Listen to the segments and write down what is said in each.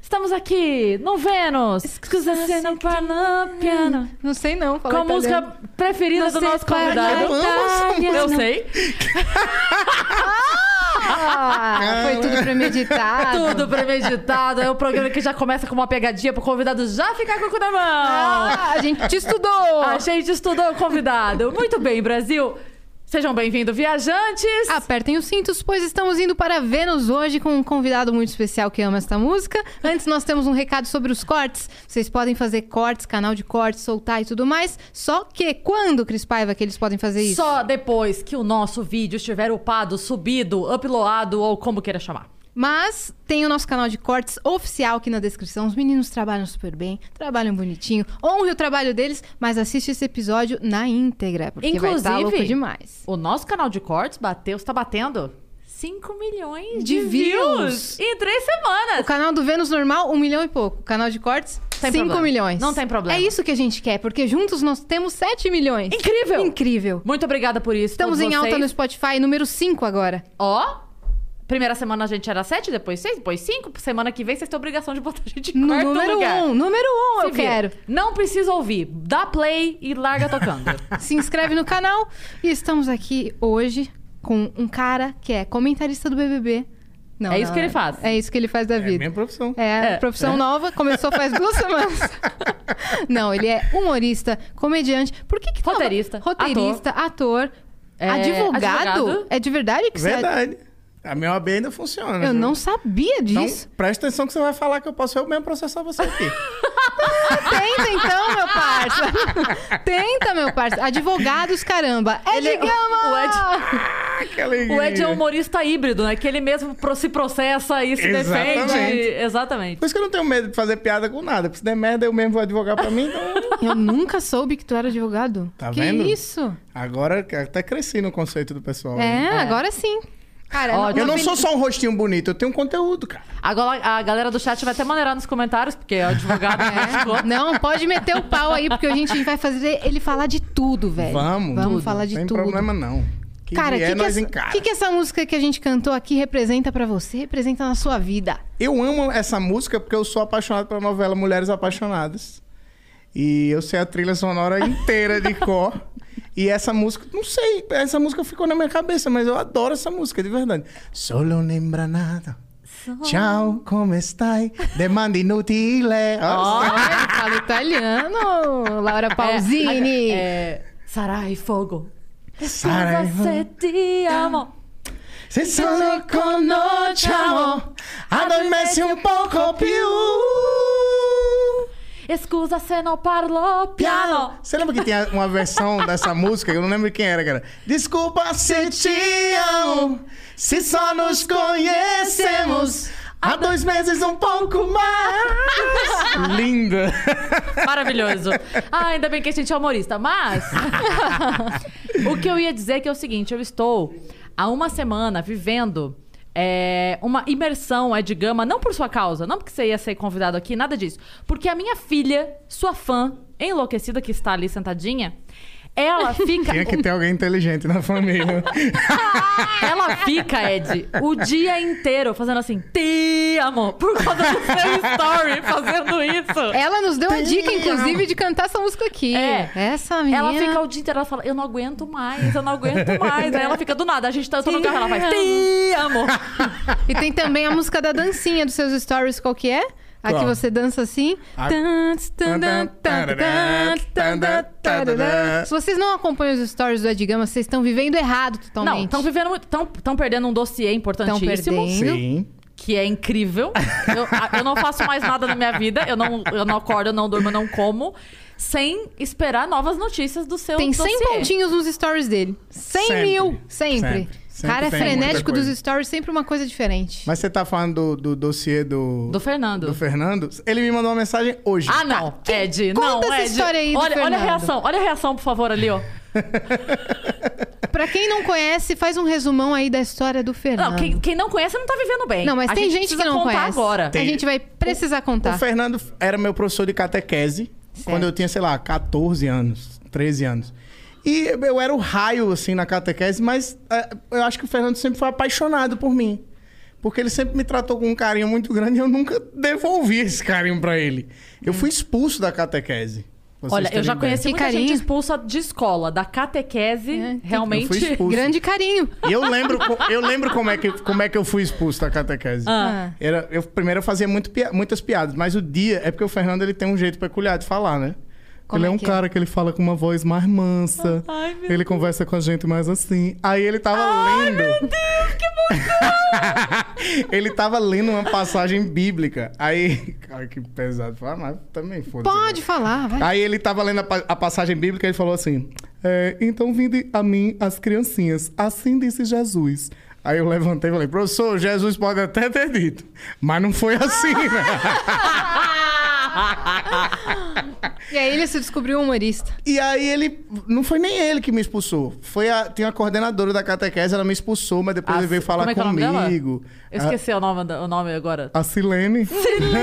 estamos aqui no Vênus. Escusa cena para piano. Não sei não. Com a música preferida do nosso convidado. Eu sei. Ah, foi tudo premeditado. Tudo premeditado. É um programa que já começa com uma pegadinha pro convidado já ficar com o cu na mão. Ah, a gente te estudou. A gente estudou o convidado. Muito bem, Brasil. Sejam bem-vindos, viajantes. Apertem os cintos, pois estamos indo para Vênus hoje com um convidado muito especial que ama esta música. Antes, nós temos um recado sobre os cortes. Vocês podem fazer cortes, canal de cortes, soltar e tudo mais. Só que quando, Cris Paiva, que eles podem fazer isso? Só depois que o nosso vídeo estiver upado, subido, uploadado ou como queira chamar. Mas tem o nosso canal de cortes oficial aqui na descrição. Os meninos trabalham super bem, trabalham bonitinho. Honre o trabalho deles, mas assiste esse episódio na íntegra, porque vai estar louco demais. o nosso canal de cortes bateu, está batendo 5 milhões De de, views. views. em três semanas. O canal do Vênus normal, um milhão e pouco. O canal de cortes, Tem 5 problema. milhões. Não tem problema. É isso que a gente quer, porque juntos nós temos 7 milhões. Incrível! Incrível. Muito obrigada por isso. Estamos todos em alta no vocês. Spotify, número 5 agora. Ó, primeira semana a gente era 7, depois 6, depois 5. Semana que vem vocês têm obrigação de botar a gente em No quarto número lugar. 1, um, número 1 um Se eu vira. quero. Não precisa ouvir. Dá play e larga tocando. Se inscreve no canal. E estamos aqui hoje com um cara que é comentarista do BBB. Não, É isso que ele faz. É isso que ele faz da É a vida. minha profissão. É, É. profissão nova, começou faz duas semanas. Não, ele é humorista, comediante. Por que que tava- Roteirista, Roteirista, ator. É, advogado? advogado. É de verdade que você é... Verdade. Uhum. A minha OAB ainda funciona. Eu viu? não sabia Então, disso. presta atenção que você vai falar que eu posso eu mesmo processar você aqui. Tenta então, meu parça. Tenta, meu parça. Advogados, caramba. É Ed é Ele- Gama! o Ah, que alegria. O Ed é um humorista híbrido, né? Que ele mesmo pro- se processa e se Exatamente. defende. Exatamente. Por isso que eu não tenho medo de fazer piada com nada. Porque se der merda, eu mesmo vou advogar pra mim. Então... Eu nunca soube que tu era advogado. Tá que vendo? isso? Agora que eu até cresci no conceito do pessoal. É, né? agora sim. Cara, Ó, na Eu não vi- sou só um rostinho bonito, eu tenho um conteúdo, cara. Agora a galera do chat vai até maneirar nos comentários, porque é o advogado que criticou. Não, pode meter o pau aí, porque a gente vai fazer ele falar de tudo, velho. Vamos. É, Vamos tudo. falar de Sem tudo. problema, não. Que Cara, o vier, que, que, nós essa- encara. que que essa música que a gente cantou aqui representa pra você? Representa na sua vida? Eu amo essa música porque eu sou apaixonado pela novela Mulheres Apaixonadas. E eu sei a trilha sonora inteira de cor. E essa música, não sei, essa música ficou na minha cabeça, mas eu adoro essa música, de verdade. Solo lembra nada. Tchau, como estai? Demanda é. inutile. Olha, Olha, fala italiano, É, Laura Pausini. É, Sarai Fogo. Sarai, Você te amo. Se solo conosciamo, adormece um pouco più. Escusa se não parlo piano. Você lembra que tinha uma versão dessa música? Eu não lembro quem era, cara. Desculpa se te amo, se só nos conhecemos há dois meses um pouco mais. Linda. Maravilhoso. Ah, ainda bem que a gente é humorista. Mas o que eu ia dizer é que é o seguinte: eu estou há uma semana vivendo é, uma imersão Ed Gama, não por sua causa, não porque você ia ser convidado aqui, nada disso. Porque a minha filha, sua fã enlouquecida que está ali sentadinha, ela fica. Tinha que ter alguém inteligente na família. Ela fica, Ed, o dia inteiro fazendo assim, te amo, por causa do seu story fazendo isso. Ela nos deu a dica, Tem- inclusive, de cantar essa música aqui. É. Essa menina. Ela fica o dia inteiro, ela fala, eu não aguento mais, eu não aguento mais. Aí ela fica do nada, a gente tá, eu tô no carro, ela faz, te amo. E tem também a música da dancinha dos seus stories, qual que é? A que Qual? você dança assim. A- Tan, tan, tan, tan, tan, tan, tan, tan, tan. Se vocês não acompanham os stories do Ed Gama, vocês estão vivendo errado totalmente. Não, estão vivendo muito, estão perdendo um dossiê Tão importantíssimo, perdendo. Sim. que é incrível. Eu, a- eu não faço mais nada na minha vida, eu não, eu não acordo, eu não durmo, eu não como, sem esperar novas notícias do seu Tem 100 dossiê. pontinhos nos stories dele. 100 mil. Sempre. Sempre. Sempre Cara, é tem muita frenético coisa. dos stories, sempre uma coisa diferente. Mas você tá falando do, do dossiê do... Do Fernando. do Fernando? Ele me mandou uma mensagem hoje. Ah, não. Ed, Então, Conta não, essa Ed. história aí do olha, olha a Fernando. reação, olha a reação, por favor, ali, ó. Pra quem não conhece, faz um resumão aí da história do Fernando. Não, quem, quem não conhece não tá vivendo bem. Não, mas a tem gente, gente, que precisa não contar conhece. agora. A gente vai precisar O contar. Fernando era meu professor de catequese quando eu tinha, sei lá, 14 anos, 13 anos. E eu era o raio, assim, na catequese, mas eh, eu acho que o Fernando sempre foi apaixonado por mim. Porque ele sempre me tratou com um carinho muito grande e eu nunca devolvi esse carinho pra ele. Eu fui expulso da catequese. pra vocês Olha, eu terem já ideia. conheci Que muita carinho. gente expulsa de escola, da catequese, É, tem- realmente. Eu fui expulso. Grande carinho. E eu lembro, co- eu lembro como, é que, como é que eu fui expulso da catequese. Ah. Era, eu, primeiro eu fazia muito pia- muitas piadas, mas o dia é porque o Fernando ele tem um jeito peculiar de falar, né? Como ele é, é um que é? cara que ele fala com uma voz mais mansa. Ai, meu ele conversa com a gente mais assim. Aí ele tava lendo. Meu Deus, que bom! ele tava lendo uma passagem bíblica. Aí. Cara, que pesado. Ah, mas também foda Pode falar, vai. Aí ele tava lendo a, pa- a passagem bíblica e ele falou assim: "É, Então vinde a mim as criancinhas, assim disse Jesus. Aí eu levantei e falei, professor, Jesus pode até ter dito, mas não foi assim, né? E aí ele se descobriu um humorista. E aí ele. Não foi nem ele que me expulsou. Foi a. Tem uma coordenadora da catequese, ela me expulsou, mas depois Ah, ele veio c- falar como é que é o nome dela? comigo. Ah. Eu esqueci o, nome, da- o nome agora. A, a Silene. Silene!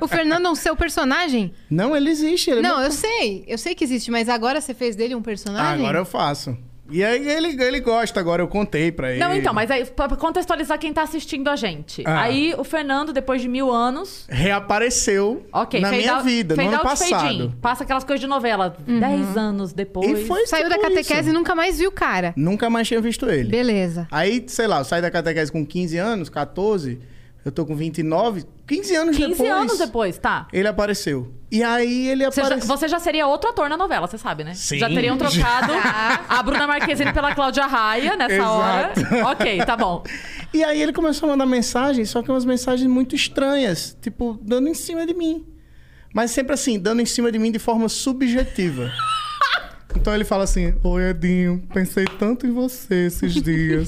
O Fernando é um seu personagem? Não, ele existe. Ele é Não, eu sei. Eu sei que existe, mas agora você fez dele um é Ah, personagem? agora eu faço. E aí ele, ele gosta agora, eu contei pra ele. Não, então, mas aí, pra pra contextualizar quem tá assistindo a gente. Ah. Aí o Fernando, depois de mil anos. reapareceu Ok, na fade minha out- vida, no fade ano out, fade in. passado. Passa aquelas coisas de novela. Uhum. Dez anos depois. E foi Saiu da tipo catequese isso. e nunca mais viu o cara. Nunca mais tinha visto ele. Beleza. Aí, sei lá, eu saí da catequese com 15 anos, 14, eu tô com 29, 15 anos 15 depois. anos depois, tá. Ele apareceu. E aí ele Você já, apareceu. você já seria outro ator na novela, você sabe, né? Sim. Já teriam trocado a Bruna Marquezine pela Cláudia Raia nessa hora. Exato. Ok, tá bom. E aí ele começou a mandar mensagens, só que umas mensagens muito estranhas, tipo, dando em cima de mim. Mas sempre assim, dando em cima de mim de forma subjetiva. Então ele fala assim: Oi, Edinho, pensei tanto em você esses dias.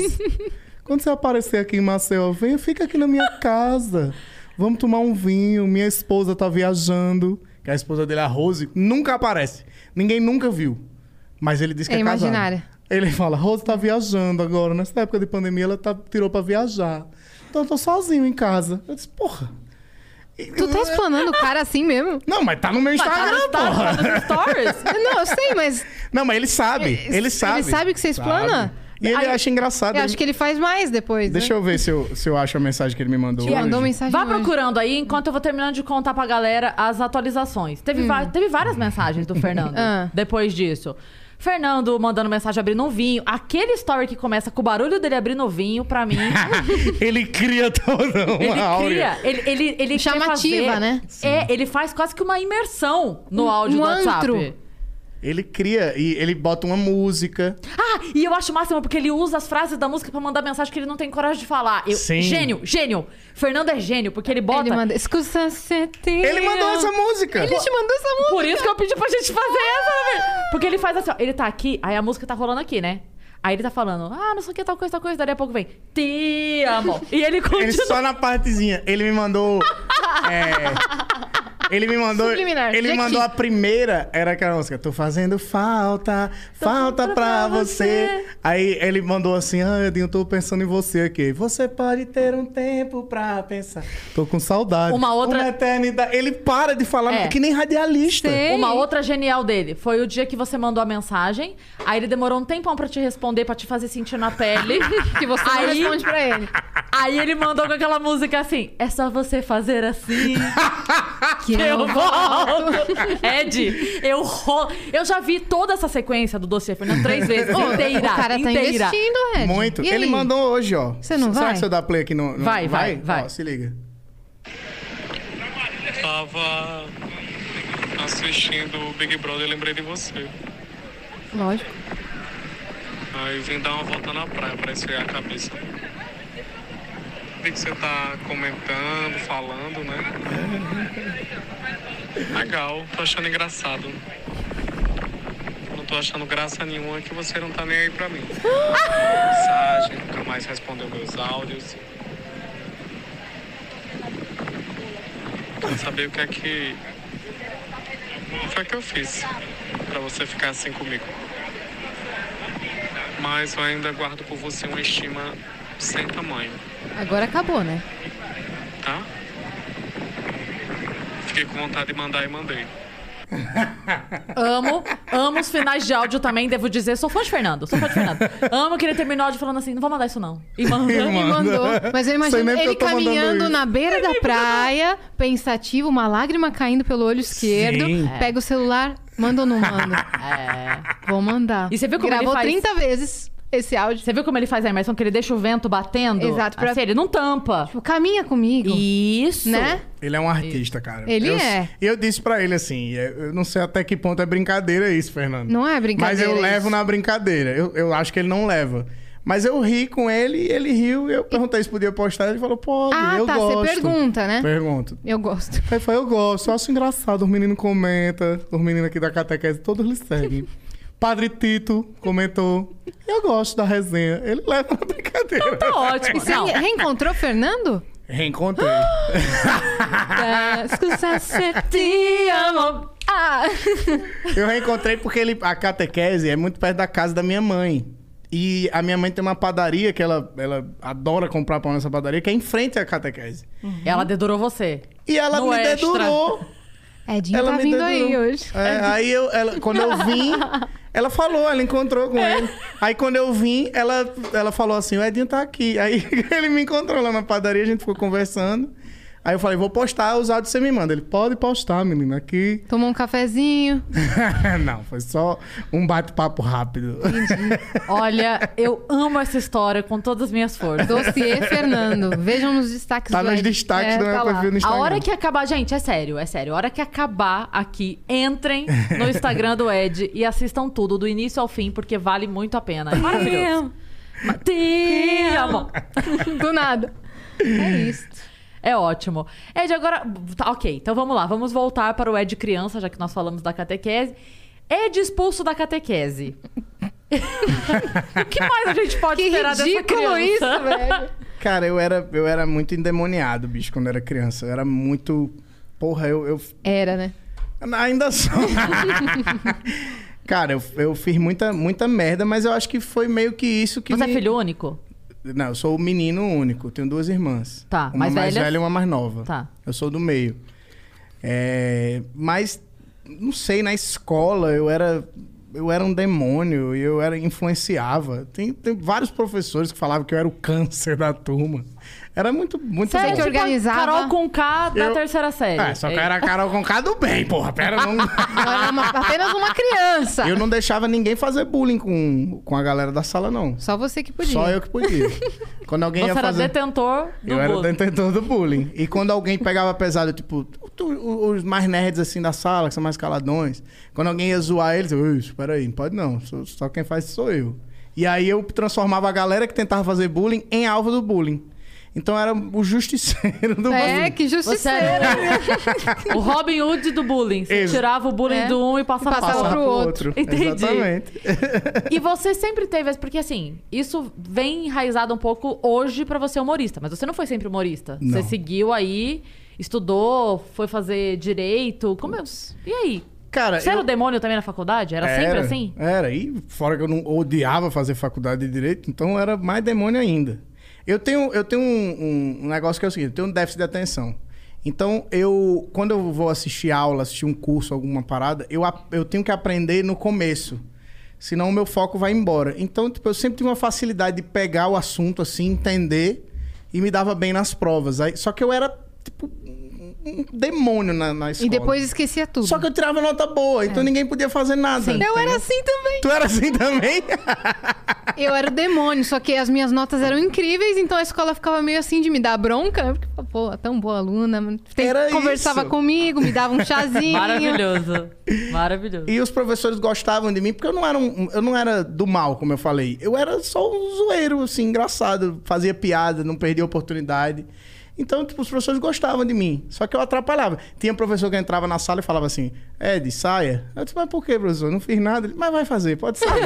Quando você aparecer aqui em Maceió, vem, fica aqui na minha casa. Vamos tomar um vinho. Minha esposa tá viajando. Que a esposa dele, a Rose, nunca aparece. Ninguém nunca viu. Mas ele disse que É é, casado. imaginária. Ele fala, Rose tá viajando agora. Nessa época de pandemia, ela tá- tirou pra viajar. Então eu tô sozinho em casa. Eu disse, porra. Tu tá explanando o cara assim mesmo? Não, mas tá no meu Instagram, tá, porra. tá nos stories? Não, eu sei, mas Não, mas ele sabe. Ele sabe. sabe que você explana? Sabe. E ele Aí- acha engraçado. eu acho que ele faz mais depois. Deixa eu ver se eu, se eu acho a mensagem que ele me mandou. Ele mandou hoje. mensagem. Vá hoje. procurando aí enquanto eu vou terminando de contar pra galera as atualizações. Teve, Hum. va- teve várias mensagens do Fernando Ah. depois disso. Fernando mandando mensagem abrindo um vinho. Aquele story que começa com o barulho dele abrindo o vinho, pra mim, ele cria toda uma ele áurea. cria. Ele, ele, ele quer Chamativa, fazer- né? É, ele faz quase que uma imersão no áudio um do WhatsApp. antro. Ele cria e ele bota uma música. Ah, e eu acho máximo porque ele usa as frases da música pra mandar mensagem que ele não tem coragem de falar. Eu- Sim. Gênio, gênio. Fernando é gênio, porque ele bota. Ele manda. Escusa sentir. Ele mandou essa música. Ele te mandou essa música. Por isso que eu pedi pra gente fazer essa, né, velho? Porque ele faz assim, ó. Ele tá aqui, aí a música tá rolando aqui, né? Aí ele tá falando, ah, não sei o que, tal coisa, tal coisa. Daí a pouco vem, te amo. E ele Ele continua. só na partezinha. Ele me mandou. é, ele me mandou. Subliminar, Ele me Jequiti. mandou a primeira, era aquela música. Tô fazendo falta, falta fazendo pra pra você. você. Aí ele mandou assim: Ah, Edinho, tô pensando em você aqui. Você pode ter um tempo pra pensar. Tô com saudade. Uma outra- Uma eternidade. Ele para de falar, É. que nem radialista. Sei. Uma outra genial dele foi o dia que você mandou a mensagem, aí ele demorou um tempão pra te responder, pra te fazer sentir na pele. Que você não Aí- responde pra ele. aí ele mandou com aquela música assim: é só você fazer assim. Que Eu volto! Ed, eu ro... Eu já vi toda essa sequência do dossiê Fernando três vezes. Inteira. O cara tá inteira. investindo, Ed. Muito. E Ele aí? mandou hoje, ó. Você não Será vai? que você dá play aqui no. no- Vai, vai, vai. Ó, se liga. Tava assistindo o Big Brother e lembrei de você. Lógico. Aí vim dar uma volta na praia pra esfriar a cabeça. Vi que você tá comentando, falando, né? Legal, tô achando engraçado. Não não tô achando graça nenhuma que você não tá nem aí pra mim. Mensagem, nunca mais respondeu meus áudios. Quero saber o que é que. O que foi que eu fiz pra você ficar assim comigo. Mas eu ainda guardo por você uma estima sem tamanho, Agora acabou, né? tá? Fiquei com vontade de mandar e mandei. Amo, amo os finais de áudio também, devo dizer. Sou fã de Fernando, sou fã de Fernando. Amo que ele termine o áudio falando assim, não vou mandar isso não. E manda. E Me Manda. mandou. Mas eu Sei imagino nem é ele porque eu tô mandando caminhando isso. na beira É da praia, pensativo, uma lágrima caindo pelo olho esquerdo. Sim. Pega o celular, manda ou não manda? É. Vou mandar. E você viu como ele Gravou faz- 30 vezes esse áudio. Você viu como ele faz a imersão? Que ele deixa o vento batendo? Exato, pra- Assim, ele não tampa. Tipo, caminha comigo, Isso. né? Ele é um artista, cara. Ele eu, é. Eu disse pra ele assim, eu não sei até que ponto é brincadeira isso, Fernando. Não é brincadeira Mas eu isso. levo na brincadeira. Eu, eu acho que ele não leva. Mas eu ri com ele, e ele riu, e eu perguntei se podia postar, ele falou, pode, Ah, eu tá, você gosto. pergunta, né? Pergunto. Eu gosto. Aí foi, eu gosto, eu acho engraçado, os meninos comentam, os meninos aqui da catequese, todos lhe seguem. Padre Tito comentou, eu gosto da resenha. Ele leva na brincadeira. Tá ótimo. Você Não, reencontrou o Fernando? Reencontrei. Desculpa, você te amo. Ah. Eu reencontrei porque ele, a catequese é muito perto da casa da minha mãe. E a minha mãe tem uma padaria que ela, ela adora comprar pão nessa padaria, que é em frente à catequese. ela dedurou você. E ela No me extra. dedurou. Edinho ela tá me vindo dedurou. aí hoje. É, aí eu, ela- quando eu vim, ela falou, ela encontrou com É. ele. Aí quando eu vim, ela, ela falou assim: o Edinho tá aqui. Aí ele me encontrou lá na padaria, a gente ficou conversando. Aí eu falei: vou postar os áudios que você me manda. Ele: pode postar, menino, aqui. Tomou um cafezinho. Não, foi só um bate-papo rápido. Olha, eu amo essa história com todas as minhas forças. Dossiê Fernando. Vejam nos destaques Tá do nos Ed. destaques É, do meu tá lá. perfil no A Instagram. hora que acabar, gente, é sério, é sério. A hora que acabar aqui, entrem no Instagram do Ed e assistam tudo, do início ao fim, porque vale muito a pena. É maravilhoso. Ma- Te amo. Do nada. É isso. É ótimo. Ed, agora. tá, ok, então vamos lá. Vamos voltar para o Ed criança, já que nós falamos da catequese. Ed expulso da catequese. o que mais a gente pode Que esperar dessa ridículo criança? isso, velho. Cara, eu era, eu era muito endemoniado, bicho, quando era criança. Eu era muito. Porra, eu. eu- Era, né? Ainda sou. Cara, eu, eu fiz muita, muita merda, mas eu acho que foi meio que isso que. Você é me- filho único? Não, eu sou o menino único. Tenho duas irmãs. Tá, Uma mais velhas? velha e uma mais nova. Tá. Eu sou do meio. É, mas, não sei, na escola eu era. Eu era um demônio e eu era influenciava. Tem, tem vários professores que falavam que eu era o câncer da turma. Era muito muito Sério? bom. que organizava. Então, tipo, Carol com K da Eu- terceira série. É, só que eu era a Carol com K do bem, porra. Pera, não- Ela era é uma- apenas uma criança. eu não deixava ninguém fazer bullying com, com a galera da sala, não. Só você que podia. Só eu que podia. Quando alguém Você ia era fazer... detentor do eu era bullying. detentor do bullying. E quando alguém pegava pesado, tipo, tu- os mais nerds assim da sala, que são mais caladões, quando alguém ia zoar eles, eu, "Ui, espera aí, não pode não, só, só quem faz isso sou eu. E aí eu transformava a galera que tentava fazer bullying em alvo do bullying. Então eu era o justiceiro do É, bullying. que Você justiceira. é era o Robin Hood do bullying. Você Isso. tirava o bullying É. do um e passava, E passava para pro o outro. Entendi. Exatamente. E você sempre teve... esse- Porque, assim, isso vem enraizado um pouco hoje pra você humorista. Mas você não foi sempre humorista. Não. Você seguiu aí, estudou, foi fazer direito. Como é? E aí? Cara, Você era eu- o demônio também na faculdade? Era, sempre assim? Era, e fora que eu não odiava fazer faculdade de direito, então era mais demônio ainda. Eu tenho, eu tenho um, um- um negócio que é o seguinte, eu tenho um déficit de atenção. Então, eu, quando eu vou assistir aula, assistir um curso, alguma parada, eu, ap- eu tenho que aprender no começo. Senão o meu foco vai embora. Então, tipo, eu sempre tive uma facilidade de pegar o assunto assim, entender e me dava bem nas provas. Aí, só que eu era, tipo, um um demônio na, na escola. E depois esquecia tudo. Uhum. Só que eu tirava nota boa, então ninguém podia fazer nada. É. Eu entendeu? era assim também. Tu era assim também? Eu era o demônio, só que as minhas notas eram incríveis, então a escola ficava meio assim de me dar bronca. Porque, pô, é tão boa aluna. Tem, Era conversava isso. comigo, me dava um chazinho. Maravilhoso. Maravilhoso. E os professores gostavam de mim porque eu não era um- eu não era do mal, como eu falei. Eu era só um zoeiro, assim, engraçado, fazia piada, não perdia oportunidade. Então, tipo, os professores gostavam de mim. Só que eu atrapalhava. Tinha professor que entrava na sala e falava assim, Ed, saia. Eu disse, mas por que, professor? Não fiz nada. Ele, mas vai fazer, pode sair.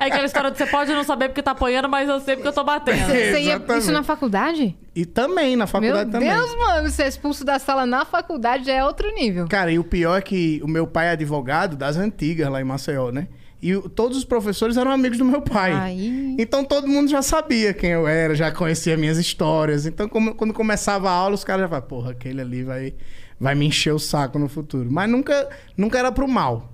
É aquela história de você pode não saber porque tá apanhando, mas eu sei porque eu tô batendo. Você ia Exatamente. isso na faculdade? e também, na Meu faculdade também. Deus, mano, ser expulso da sala na faculdade já é outro nível. Cara, e o pior é que o meu pai é advogado das antigas lá em Maceió, né? E o- todos os professores eram amigos do meu pai. Aí. Então todo mundo já sabia quem eu era, já conhecia minhas histórias. Então como- quando começava a aula, os caras já falavam, porra, aquele ali vai, vai me encher o saco no futuro. Mas nunca, nunca era pro mal.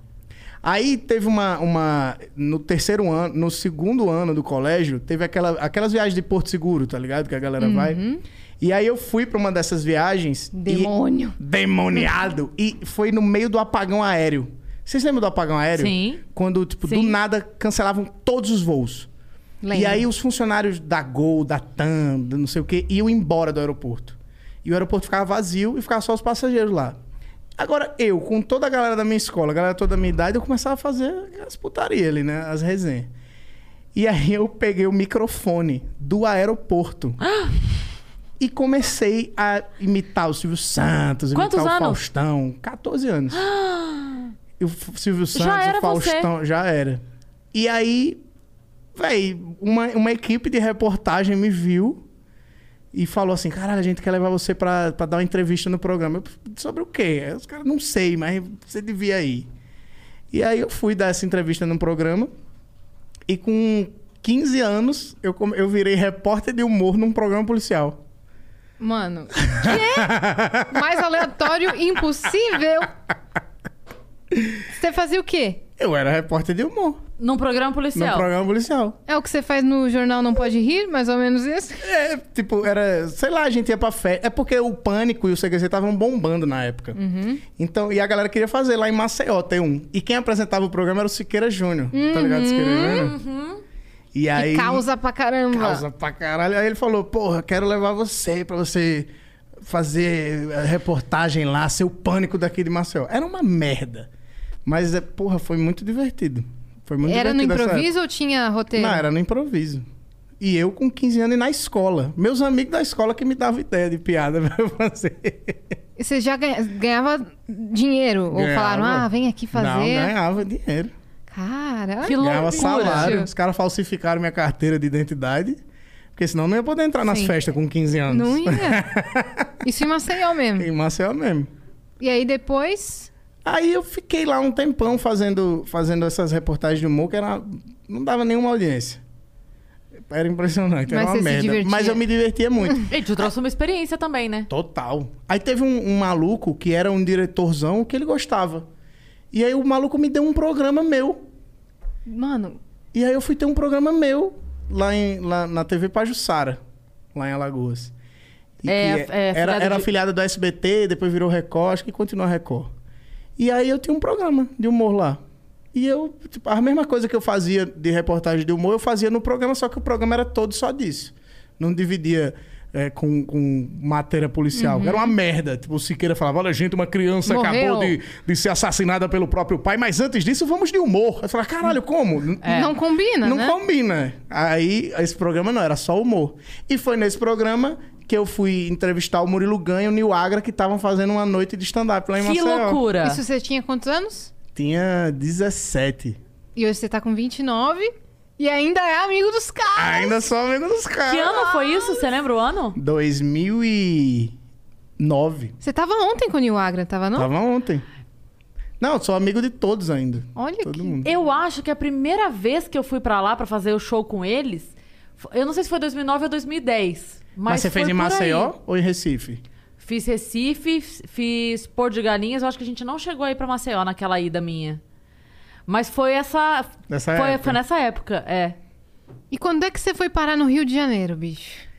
Aí teve uma, uma. No terceiro ano, no segundo ano do colégio, teve aquela, aquelas viagens de Porto Seguro, tá ligado? Que a galera vai. E aí eu fui pra uma dessas viagens. e- Demônio. demoniado. E foi no meio do apagão aéreo. Vocês lembram do apagão aéreo? Sim. Quando, tipo, do Sim. nada cancelavam todos os voos. Lembro. E aí os funcionários da Gol, da TAM, da não sei o quê, iam embora do aeroporto. E o aeroporto ficava vazio e ficava só os passageiros lá. Agora, eu, com toda a galera da minha escola, a galera toda da minha idade, eu começava a fazer as putarias ali, né? As resenhas. E aí eu peguei o microfone do aeroporto. Ah! E comecei a imitar o Silvio Santos, imitar Quantos o anos? Faustão. 14 anos. E o F- Silvio Já Santos, era o Faustão, já era. E aí, véi, uma, uma equipe de reportagem me viu e falou assim: caralho, a gente quer levar você pra, pra dar uma entrevista no programa. Eu, Sobre o quê? Aí Os caras não sei, mas você devia ir. E aí eu fui dar essa entrevista num programa e com 15 anos eu, come- eu virei repórter de humor num programa policial. Mano, quê? Mais aleatório impossível. Você fazia o quê? Eu era repórter de humor Num programa num policial. programa policial. É o que você faz no jornal Não Pode Rir, mais ou menos isso? É, tipo, era. Sei lá, a gente ia pra festa. É porque o Pânico e o CQC estavam bombando na época. Uhum. Então, e a galera queria fazer lá em Maceió, tem um. E quem apresentava o programa era o Siqueira Júnior. Tá ligado, Siqueira Júnior? E aí. Uhum. Que causa pra caramba. Causa pra caralho. Aí ele falou, porra, quero levar você pra você fazer eh, reportagem lá, ser o pânico daqui de Maceió. Era uma merda. Mas, eh, porra, foi muito divertido. Foi muito Era no divertido essa improviso ou tinha roteiro? não, era no improviso. E eu com 15 anos e na escola. Meus amigos da escola que me davam ideia de piada pra eu fazer. E Você já ganha- ganhava dinheiro? Ou Ganhava. falaram, ah, vem aqui fazer? Não, ganhava dinheiro. Cara, Que loucura. Ganhava salário. Os caras falsificaram minha carteira de identidade. Porque senão eu não ia poder entrar nas Sim. festas com 15 anos. não ia. Isso em Maceió mesmo. Em Maceió mesmo. E aí depois... Aí eu fiquei lá um tempão fazendo, fazendo essas reportagens de humor que era, não dava nenhuma audiência. Era impressionante, Mas era você uma se merda. divertia? Mas eu me divertia muito. E te trouxe uma experiência também, né? Total. Aí teve um, um maluco que era um diretorzão que ele gostava. E aí o maluco me deu um programa meu. Mano, E aí eu fui ter um programa meu lá, em, lá na TV Pajussara, lá em Alagoas. E É, que é, era afiliada era de- afiliada do SBT, depois virou Record, acho que continua Record. E aí eu tinha um programa de humor lá. E eu, tipo, a mesma coisa que eu fazia de reportagem de humor, eu fazia no programa, só que o programa era todo só disso. Não dividia é, com, com matéria policial. Uhum. Era uma merda. Tipo, o Siqueira falava, olha, gente, uma criança Morreu. acabou de, de ser assassinada pelo próprio pai, mas antes disso, vamos de humor. Eu falava, caralho, como? não combina, É. Não né? combina. Aí, esse programa não, era só humor. E foi nesse programa que eu fui entrevistar o Murilo Ganho e o Nil Agra, que estavam fazendo uma noite de stand-up lá em Que Maceió. loucura. Isso você tinha quantos anos? Tinha 17. E hoje você tá com 29 e ainda é amigo dos caras. Ainda sou amigo dos caras. Que ano foi isso? Você lembra o ano? 2009. Você tava ontem com o Nil Agra, tava não? Tava ontem. Não, sou amigo de todos ainda. Olha Todo que... mundo. Eu acho que a primeira vez que eu fui pra lá pra fazer o show com eles, fo- eu não sei se foi 2009 ou 2010. Mas, Mas, você fez foi em por aí. Maceió ou em Recife? Fiz Recife, f- fiz Porto de Galinhas. Eu acho que a gente não chegou aí pra Maceió naquela ida minha. Mas foi essa. Nessa foi, época. foi nessa época, é. E quando é que você foi parar no Rio de Janeiro, bicho?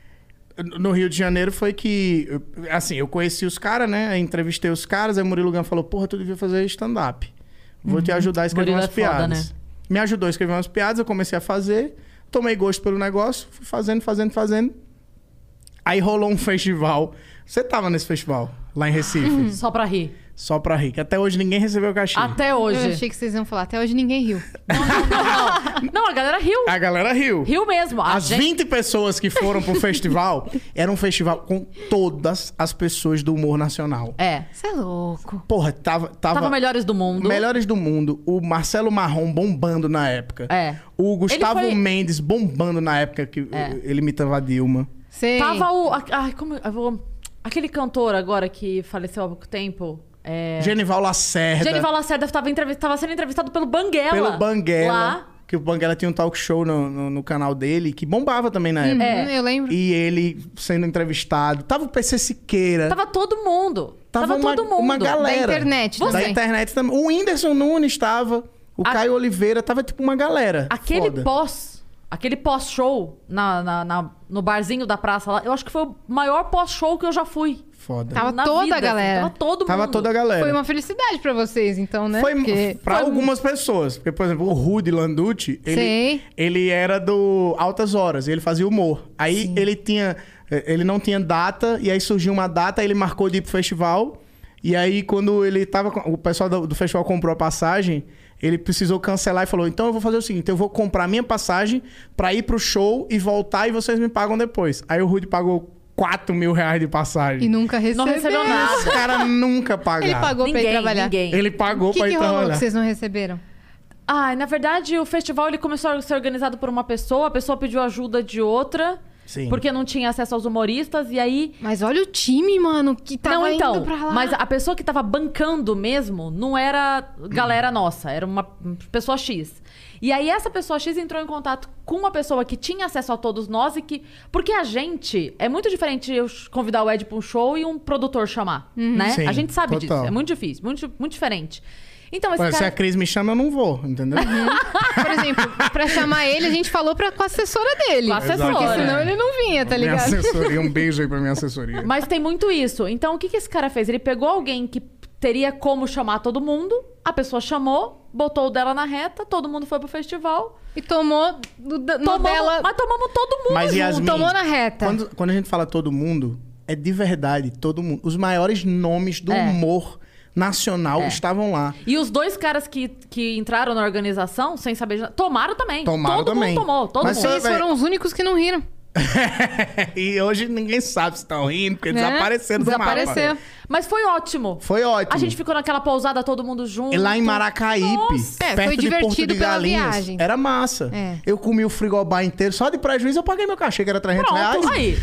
No Rio de Janeiro foi que. eu- Assim, eu conheci os caras, né? Aí Entrevistei os caras, aí Murilo Gan falou: Porra, tu devia fazer stand-up. Vou te ajudar a escrever Murilo umas é foda, piadas. né? Me ajudou a escrever umas piadas, eu comecei a fazer, tomei gosto pelo negócio, fui fazendo, fazendo, fazendo. Aí rolou um festival. Você tava nesse festival, lá em Recife. Só pra rir. Só pra rir. Que até hoje ninguém recebeu caixinha. Uhum. Até hoje. Eu achei que vocês iam falar. Até hoje ninguém riu. Não, a galera riu. A galera riu. Riu mesmo. A As gente- 20 pessoas que foram pro festival, era um festival com todas as pessoas do humor nacional. É. Você é louco. Porra, tava... Tava, Tava melhores do mundo. Melhores do mundo. O Marcelo Marrom bombando na época. É. O Gustavo Ele foi- Mendes bombando na época que É. ele imitava a Dilma. Sei. Tava o. a- Ai, como. eu vou- Aquele cantor agora que faleceu há pouco tempo. É... Genival Lacerda. Genival Lacerda tava, entrevi- tava sendo entrevistado pelo Banguela. Pelo Banguela. Lá. Que o Banguela tinha um talk show no, no- no canal dele, que bombava também na Hum, época. É. Eu lembro. E ele sendo entrevistado. Tava o PC Siqueira. Tava todo mundo. Tava, uma, todo mundo. uma Da galera. internet Da também. internet também. O Whindersson Nunes tava. O A- Caio Oliveira tava tipo uma galera. Aquele Foda. pós. Aquele pós-show na, na- na- no barzinho da praça lá, eu acho que foi o maior pós-show que eu já fui. Foda. Tava Na toda a vida, assim. galera. Tava todo Tava mundo. toda a galera. Foi uma felicidade pra vocês, então, né? Foi Porque- pra Foi- algumas pessoas. Porque, por exemplo, o Rudy Landucci, ele, Sei. ele era do Altas Horas, ele fazia humor. Aí ele tinha. eh, Ele não tinha data, e aí surgiu uma data, ele marcou de ir pro festival. E aí, quando ele tava. com- O pessoal do, do festival comprou a passagem, ele precisou cancelar e falou: então eu vou fazer o seguinte: eu vou comprar minha passagem pra ir pro show e voltar e vocês me pagam depois. Aí o Rudy pagou 4 mil reais de E passagem. nunca recebeu. Não recebeu nada. Os caras nunca pagaram. Ele pagou Ninguém, pra ir trabalhar. ninguém. Ele O pagou que, pra ir que rolou trabalhar. que vocês não receberam? Ah, na verdade, o festival ele começou a ser organizado por uma pessoa, a pessoa pediu ajuda de outra, Sim. porque não tinha acesso aos humoristas, e aí. Mas olha o time, mano, que tava não, então. indo pra lá. Mas a pessoa que tava bancando mesmo não era galera nossa, era uma pessoa X. E aí essa pessoa X entrou em contato com uma pessoa que tinha acesso a todos nós e que. Porque a gente. É muito diferente eu ch- convidar o Ed pra um show e um produtor chamar, Uhum. né? Sim, a gente sabe total. disso. É muito difícil, muito, muito diferente. Então, esse Olha, se cara. a Cris me chama, eu não vou, entendeu? Uhum, ah, Por exemplo, pra chamar ele, a gente falou pra, com a assessora dele. Com a assessora. Porque senão É. ele não vinha, tá minha ligado? assessoria, um beijo aí pra minha assessoria. Mas tem muito isso. Então, o que, que esse cara fez? Ele pegou alguém que teria como chamar todo mundo, a pessoa chamou, botou o dela na reta, todo mundo foi pro festival. E tomou do, do, no Tomamos, dela. Mas tomamos todo mundo. Mas junto. Yasmin, tomou na reta. Quando, quando a gente fala todo mundo, é de verdade todo mundo. Os maiores nomes do É. humor nacional É. estavam lá. E os dois caras que, que entraram na organização, sem saber, de nada, tomaram também. Tomaram todo também. mundo tomou, todo Mas mundo. Vocês foram os únicos que não riram. né? e hoje ninguém sabe se estão rindo, porque Né? desapareceram do mapa. Desapareceu. Mas foi ótimo. Foi ótimo. A gente ficou naquela pousada todo mundo junto. E lá em Maracaípe, Nossa. É, foi perto de Porto divertido de pela Galinhas, viagem. era massa. É. Eu comi o frigobar inteiro, só de prejuízo eu paguei meu cachê, que era 300 reais. Pronto, aí.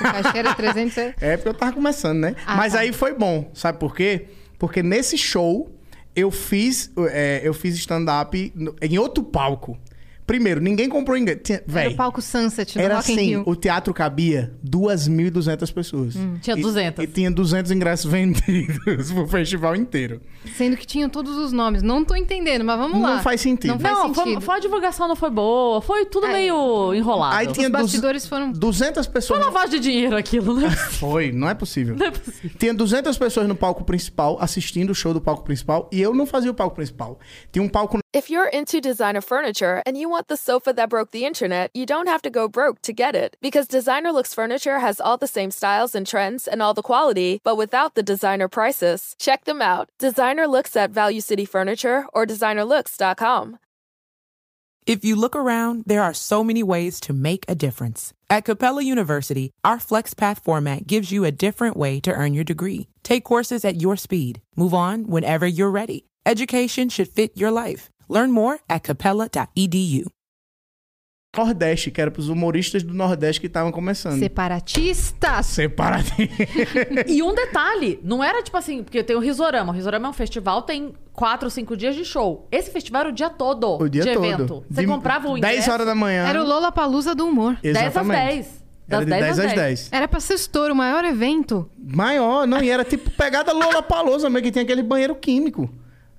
O cachê era 300 e- É, porque eu tava começando, né? Ah, Mas tá. aí foi bom. Sabe por quê? Porque nesse show, eu fiz, é, eu fiz stand-up no- em outro palco. Primeiro, ninguém comprou ingresso. Tinha- Era Véi, o palco Sunset no era Rock in assim, Rio. Hum, o teatro cabia 2.200 pessoas. tinha E- 200. E, tinha 200 ingressos vendidos pro festival inteiro. Sendo que tinham todos os nomes. Não tô entendendo, mas vamos lá. Não faz sentido. É. Não faz Não, foi, sentido. foi a divulgação não foi boa, foi tudo Aí. meio enrolado. Aí tinha duze- Ah, bastidores foram- 200 Foi pessoas... lavagem de dinheiro aquilo, né? Foi, não é possível. Não é possível. Tinha 200 pessoas no palco principal, assistindo o show do palco principal, e eu não fazia o palco principal. Tinha um palco If you're into designer furniture and you want the sofa that broke the internet, you don't have to go broke to get it. Because Designer Looks Furniture has all the same styles and trends and all the quality, but without the designer prices. Check them out. Designer Looks at Value City Furniture or designerlooks.com. If you look around, there are so many ways to make a difference. At Capella University, our FlexPath format gives you a different way to earn your degree. Take courses at your speed. Move on whenever you're ready. Education should fit your life. Learn more at E capella.edu. Nordeste, que era pros humoristas do Nordeste que estavam começando. Separatistas. Separadinho. E um detalhe, não era tipo assim, porque tem o Risorama. O Risorama é um festival, tem quatro ou cinco dias de show. Esse festival era o dia todo O dia de todo. evento. Você De comprava o ingresso 10 horas da manhã. Era o Lollapalooza do humor. 10 às Exatamente. 10. Era Das de 10, às 10. Era pra ser estouro, o maior evento. Maior, não, e era tipo pegada Lola Palosa mesmo, que tem aquele banheiro químico.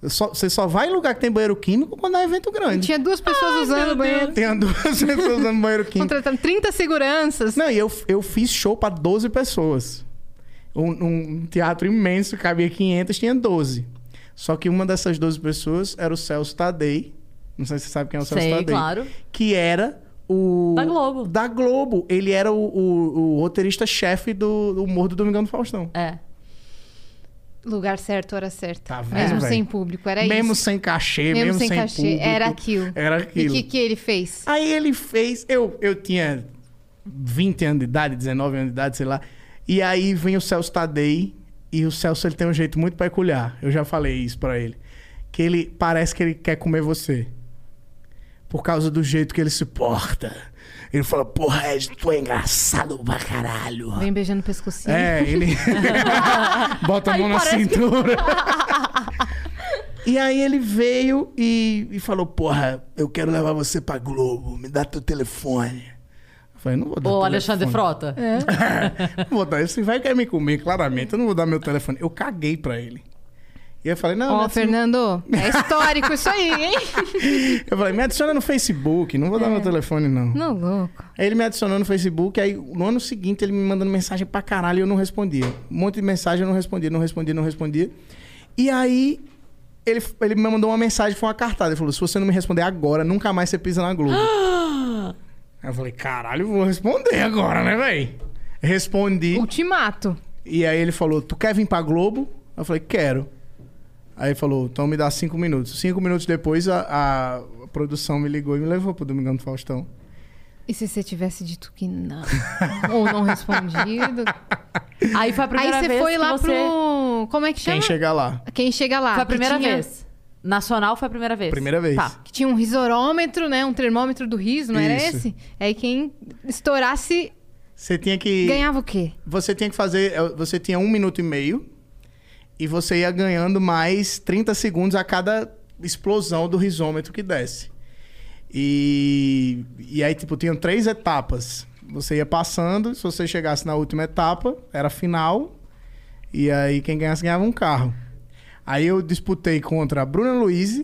Só- você só vai em lugar que tem banheiro químico quando é evento grande. Tinha duas pessoas usando o banheiro. Tem duas pessoas usando banheiro químico. Contratando 30 seguranças. Não, e eu, eu fiz show pra 12 pessoas. Um, um teatro imenso, cabia 500, tinha 12. Só que uma dessas 12 pessoas era o Celso Tadei. Não sei se você sabe quem é o Celso Sei, Tadei. claro. Que era o... Da Globo. Da Globo. Ele era o, o- o roteirista-chefe do, do humor do Domingão do Faustão. É. Lugar certo, hora certa. Tá vendo, mesmo velho? sem público, era isso. mesmo sem cachê, mesmo, sem, público, Era aquilo. Era aquilo. E o que, que ele fez? Aí ele fez. Eu, eu tinha 20 anos de idade, 19 anos de idade, sei lá. E aí vem o Celso Tadei. E o Celso ele tem um jeito muito peculiar. Eu já falei isso pra ele. Que ele parece que ele quer comer você. Por causa do jeito que ele se porta. Ele fala, porra, Ed, tu é engraçado pra caralho. Vem beijando o pescocinho. É, ele bota a mão na cintura. E aí ele veio e, e falou, porra, eu quero levar você pra Globo, me dá teu telefone. Eu falei, não vou dar Ô, telefone. Alexandre Frota. É. Não vou dar, esse vai quer me comer, claramente, eu não vou dar meu telefone. Eu caguei pra ele. E eu falei, não, Ó, me adiciona- Fernando, é histórico isso aí, hein? eu falei, me adiciona no Facebook, não vou É. dar meu telefone não. Não, louco. Aí ele me adicionou no Facebook, aí no ano seguinte ele me mandando mensagem pra caralho e eu não respondia. Um monte de mensagem eu não respondia, não respondia, não respondia. E aí ele, ele me mandou uma mensagem, foi uma cartada. Ele falou: se você não me responder agora, nunca mais você pisa na Globo. Aí eu falei: caralho, vou responder agora, né, véi? Respondi. Ultimato. E aí ele falou: Tu quer vir pra Globo? Eu falei: Quero. Aí ele falou: Então me dá cinco minutos. Cinco minutos depois a, a produção me ligou e me levou pro Domingão do Faustão. E se você tivesse dito que não? Ou não respondido? Aí foi a Aí primeira você vez foi que lá você... pro. Como é que chama? Quem chegar lá. Quem chega lá. Foi a que primeira tinha- vez. Nacional foi a primeira vez. Primeira vez. Tá. Que tinha um risorômetro, né? Um termômetro do riso, não era Isso. esse? Aí quem estourasse Você tinha que. ganhava o quê? Você tinha que fazer. Você tinha um minuto e meio. E você ia ganhando mais 30 segundos a cada explosão do risômetro que desce. E, e aí, tipo, tinham três etapas. Você ia passando, se você chegasse na última etapa, era a final. E aí, quem ganhasse ganhava um carro. Aí eu disputei contra a Bruna Luiz,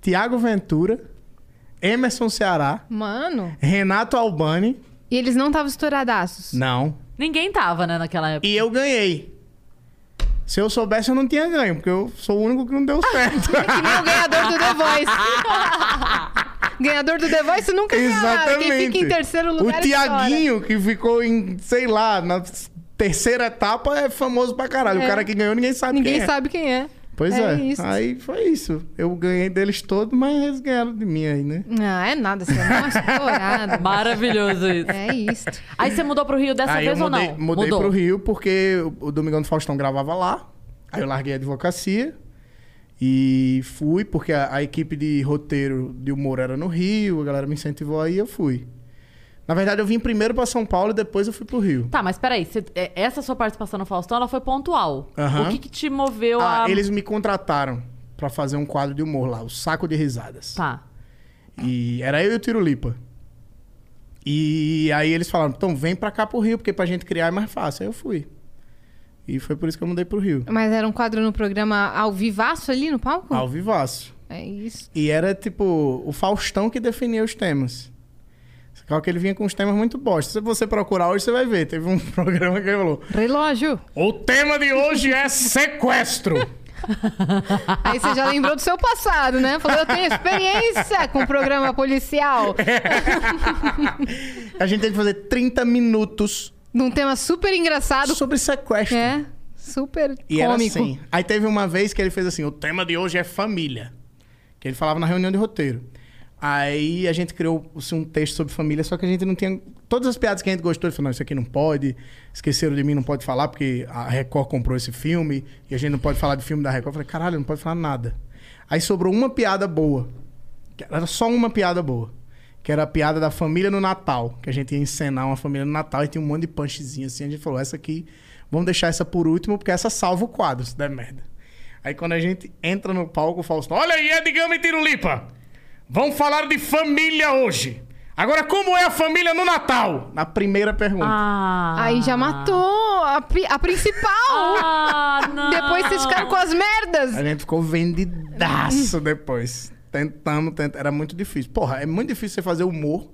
Tiago Ventura, Emerson Ceará, Mano. Renato Albani. E eles não estavam estouradaços. Não, Ninguém tava, né, naquela época. E eu ganhei. Se eu soubesse, eu não tinha ganho, porque eu sou o único que não deu certo. É Que nem o ganhador do The Voice. ganhador do The Voice nunca ganha nada. Quem fica em terceiro lugar o é Tiaguinho, que ficou em, sei lá, na terceira etapa, é famoso pra caralho. É. O cara que ganhou, ninguém sabe Ninguém quem é. sabe quem é. Pois É é. isso. Aí foi isso. Eu ganhei deles todos, mas eles ganharam de mim aí, né? Ah, é nada, você é uma estourada. Maravilhoso isso. É isso. Aí você mudou pro Rio dessa aí eu vez ou mudei, não? mudei Mudou. pro Rio, porque o o Domingão do Faustão gravava lá. Aí eu larguei a advocacia. E fui, porque a, a equipe de roteiro de humor era no Rio, a galera me incentivou aí eu fui. Na verdade, eu vim primeiro pra São Paulo e depois eu fui pro Rio. Tá, mas peraí. você- é, essa sua participação no Faustão, ela foi pontual. Aham. O que, que te moveu Ah, a... eles me contrataram pra fazer um quadro de humor lá, o Saco de Risadas. Tá. E era eu e o Tirulipa. E aí eles falaram, então vem pra cá pro Rio, porque pra gente criar é mais fácil. Aí eu fui. E foi por isso que eu mudei pro Rio. Mas era um quadro no programa ao vivaço ali no palco? Ao vivaço. É isso. E era tipo o Faustão que definia os temas. Só que ele vinha com uns temas muito bosta. Se você procurar hoje, você vai ver. Teve um programa que ele falou: Relógio. O tema de hoje é sequestro. Aí você já lembrou do seu passado, né? Falou, eu tenho experiência com o programa policial. A gente tem que fazer 30 minutos Num tema super engraçado. sobre sequestro. É. Super E era cômico. assim. Aí teve uma vez que ele fez assim: o tema de hoje é família. Que ele falava na reunião de roteiro. Aí a gente criou assim, um texto sobre família, só que a gente não tinha. Todas as piadas que a gente gostou, ele falou: não, isso aqui não pode, esqueceram de mim, não pode falar, porque a Record comprou esse filme e a gente não pode falar de filme da Record. Eu falei: caralho, não pode falar nada. Aí sobrou uma piada boa. que Era só uma piada boa. Que era a piada da família no Natal. Que a gente ia encenar uma família no Natal e tinha um monte de punchzinho assim. A gente falou: essa aqui, vamos deixar essa por último, porque essa salva o quadro, se der merda. Aí quando a gente entra no palco, o Faustão: olha aí, Edgama e Tirulipa! Vamos falar de família hoje. Agora, como é a família no Natal? Na primeira pergunta. Ah... Aí já matou a, pri- a principal. Ah, não. Depois vocês ficaram com as merdas. A gente ficou vendidaço depois. Tentamos, tentamos. Era muito difícil. Porra, é muito difícil você fazer humor.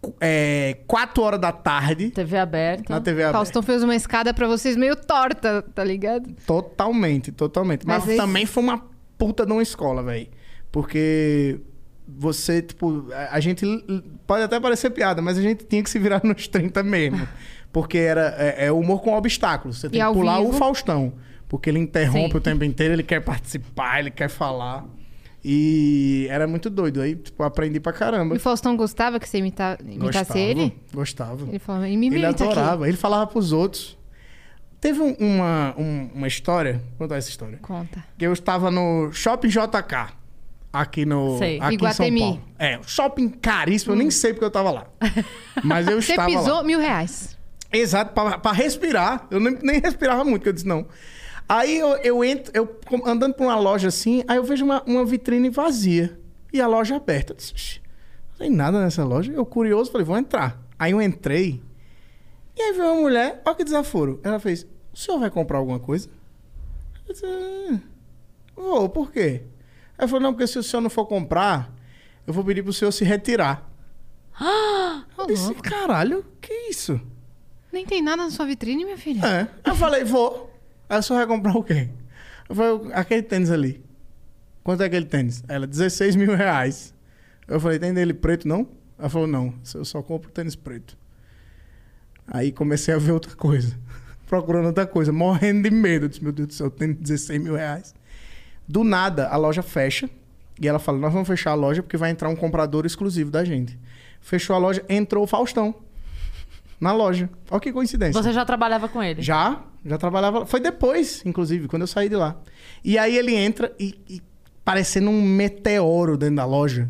cu- É, quatro horas da tarde TV aberta. Então, na TV aberta. Faustão fez uma escada pra vocês meio torta, tá ligado? Totalmente, totalmente. Mas, Mas esse- também foi uma puta de uma escola, velho. Porque você, tipo, a a gente. l- l- Pode até parecer piada, mas a gente tinha que se virar nos 30 mesmo. Porque era, é, é humor com obstáculos. Você tem que ao pular o vivo? Faustão. Porque ele interrompe Sim. o tempo inteiro, ele quer participar, ele quer falar. E era muito doido. Aí, tipo, aprendi pra caramba. E o Faustão gostava que você imita- imitasse ele? Gostava. Ele falava, me imita Ele aqui. adorava. Ele falava pros outros. Teve um- uma, um- uma história... Vou contar essa história. Conta. que eu estava no Shopping JK. Aqui no Sei. aqui em Iguatemi. Hum. São Paulo. É, um shopping caríssimo, eu nem sei porque eu tava lá. Mas eu Você estava pisou lá. mil reais. Exato, pra, pra respirar. Eu nem, nem respirava muito, que eu disse não. Aí eu, eu entro, eu com- andando pra uma loja assim, aí eu vejo uma, uma vitrine vazia e a loja aberta. Eu disse, "Ixi, não tem nada nessa loja. Eu curioso, falei, vou entrar. Aí eu entrei e aí veio uma mulher, olha que desaforo. Ela fez, o senhor vai comprar alguma coisa? Eu disse, "Ah, vou, por quê? Ela falou, não, porque se o senhor não for comprar, eu vou pedir pro senhor se retirar. Eu disse, caralho, que isso? Nem tem nada na sua vitrine, minha filha. É. Eu falei, vou. Aí eu só vai comprar o quê? Eu falei, aquele tênis ali. Quanto é aquele tênis? Ela, 16 mil reais. Eu falei, tem dele preto, não? Ela falou, não, eu só compro tênis preto. Aí comecei a ver outra coisa. Procurando outra coisa, morrendo de medo. Eu disse, meu Deus do céu, tênis 16 mil reais. Do nada, a loja fecha. E ela fala, nós vamos fechar a loja porque vai entrar um comprador exclusivo da gente. Fechou a loja, entrou o Faustão. Na loja. Olha que coincidência. Você já trabalhava com ele? Já, já trabalhava. lá. Foi depois, inclusive, quando eu saí de lá. E aí ele entra e, e parecendo um meteoro dentro da loja.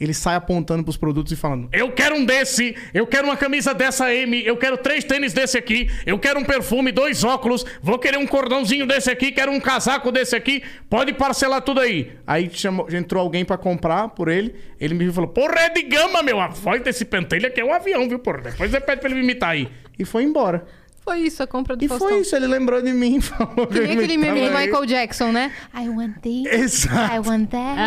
Ele sai apontando pros produtos e falando: Eu quero um desse, eu quero uma camisa dessa M, eu quero três tênis desse aqui, eu quero um perfume, dois óculos, vou querer um cordãozinho desse aqui, quero um casaco desse aqui, pode parcelar tudo aí. Aí chamou- entrou alguém pra comprar por ele, ele me viu e falou: Porra, é de gama, meu, a voz desse pentelho aqui é um avião, viu, porra? Depois você pede pra ele me imitar aí. E foi embora. Foi isso a compra do E Faustão. foi isso, ele lembrou de mim e falou Que nem aquele meme do imitava Michael Ah, é Jackson, né? I want ele. this, I Exato. want that,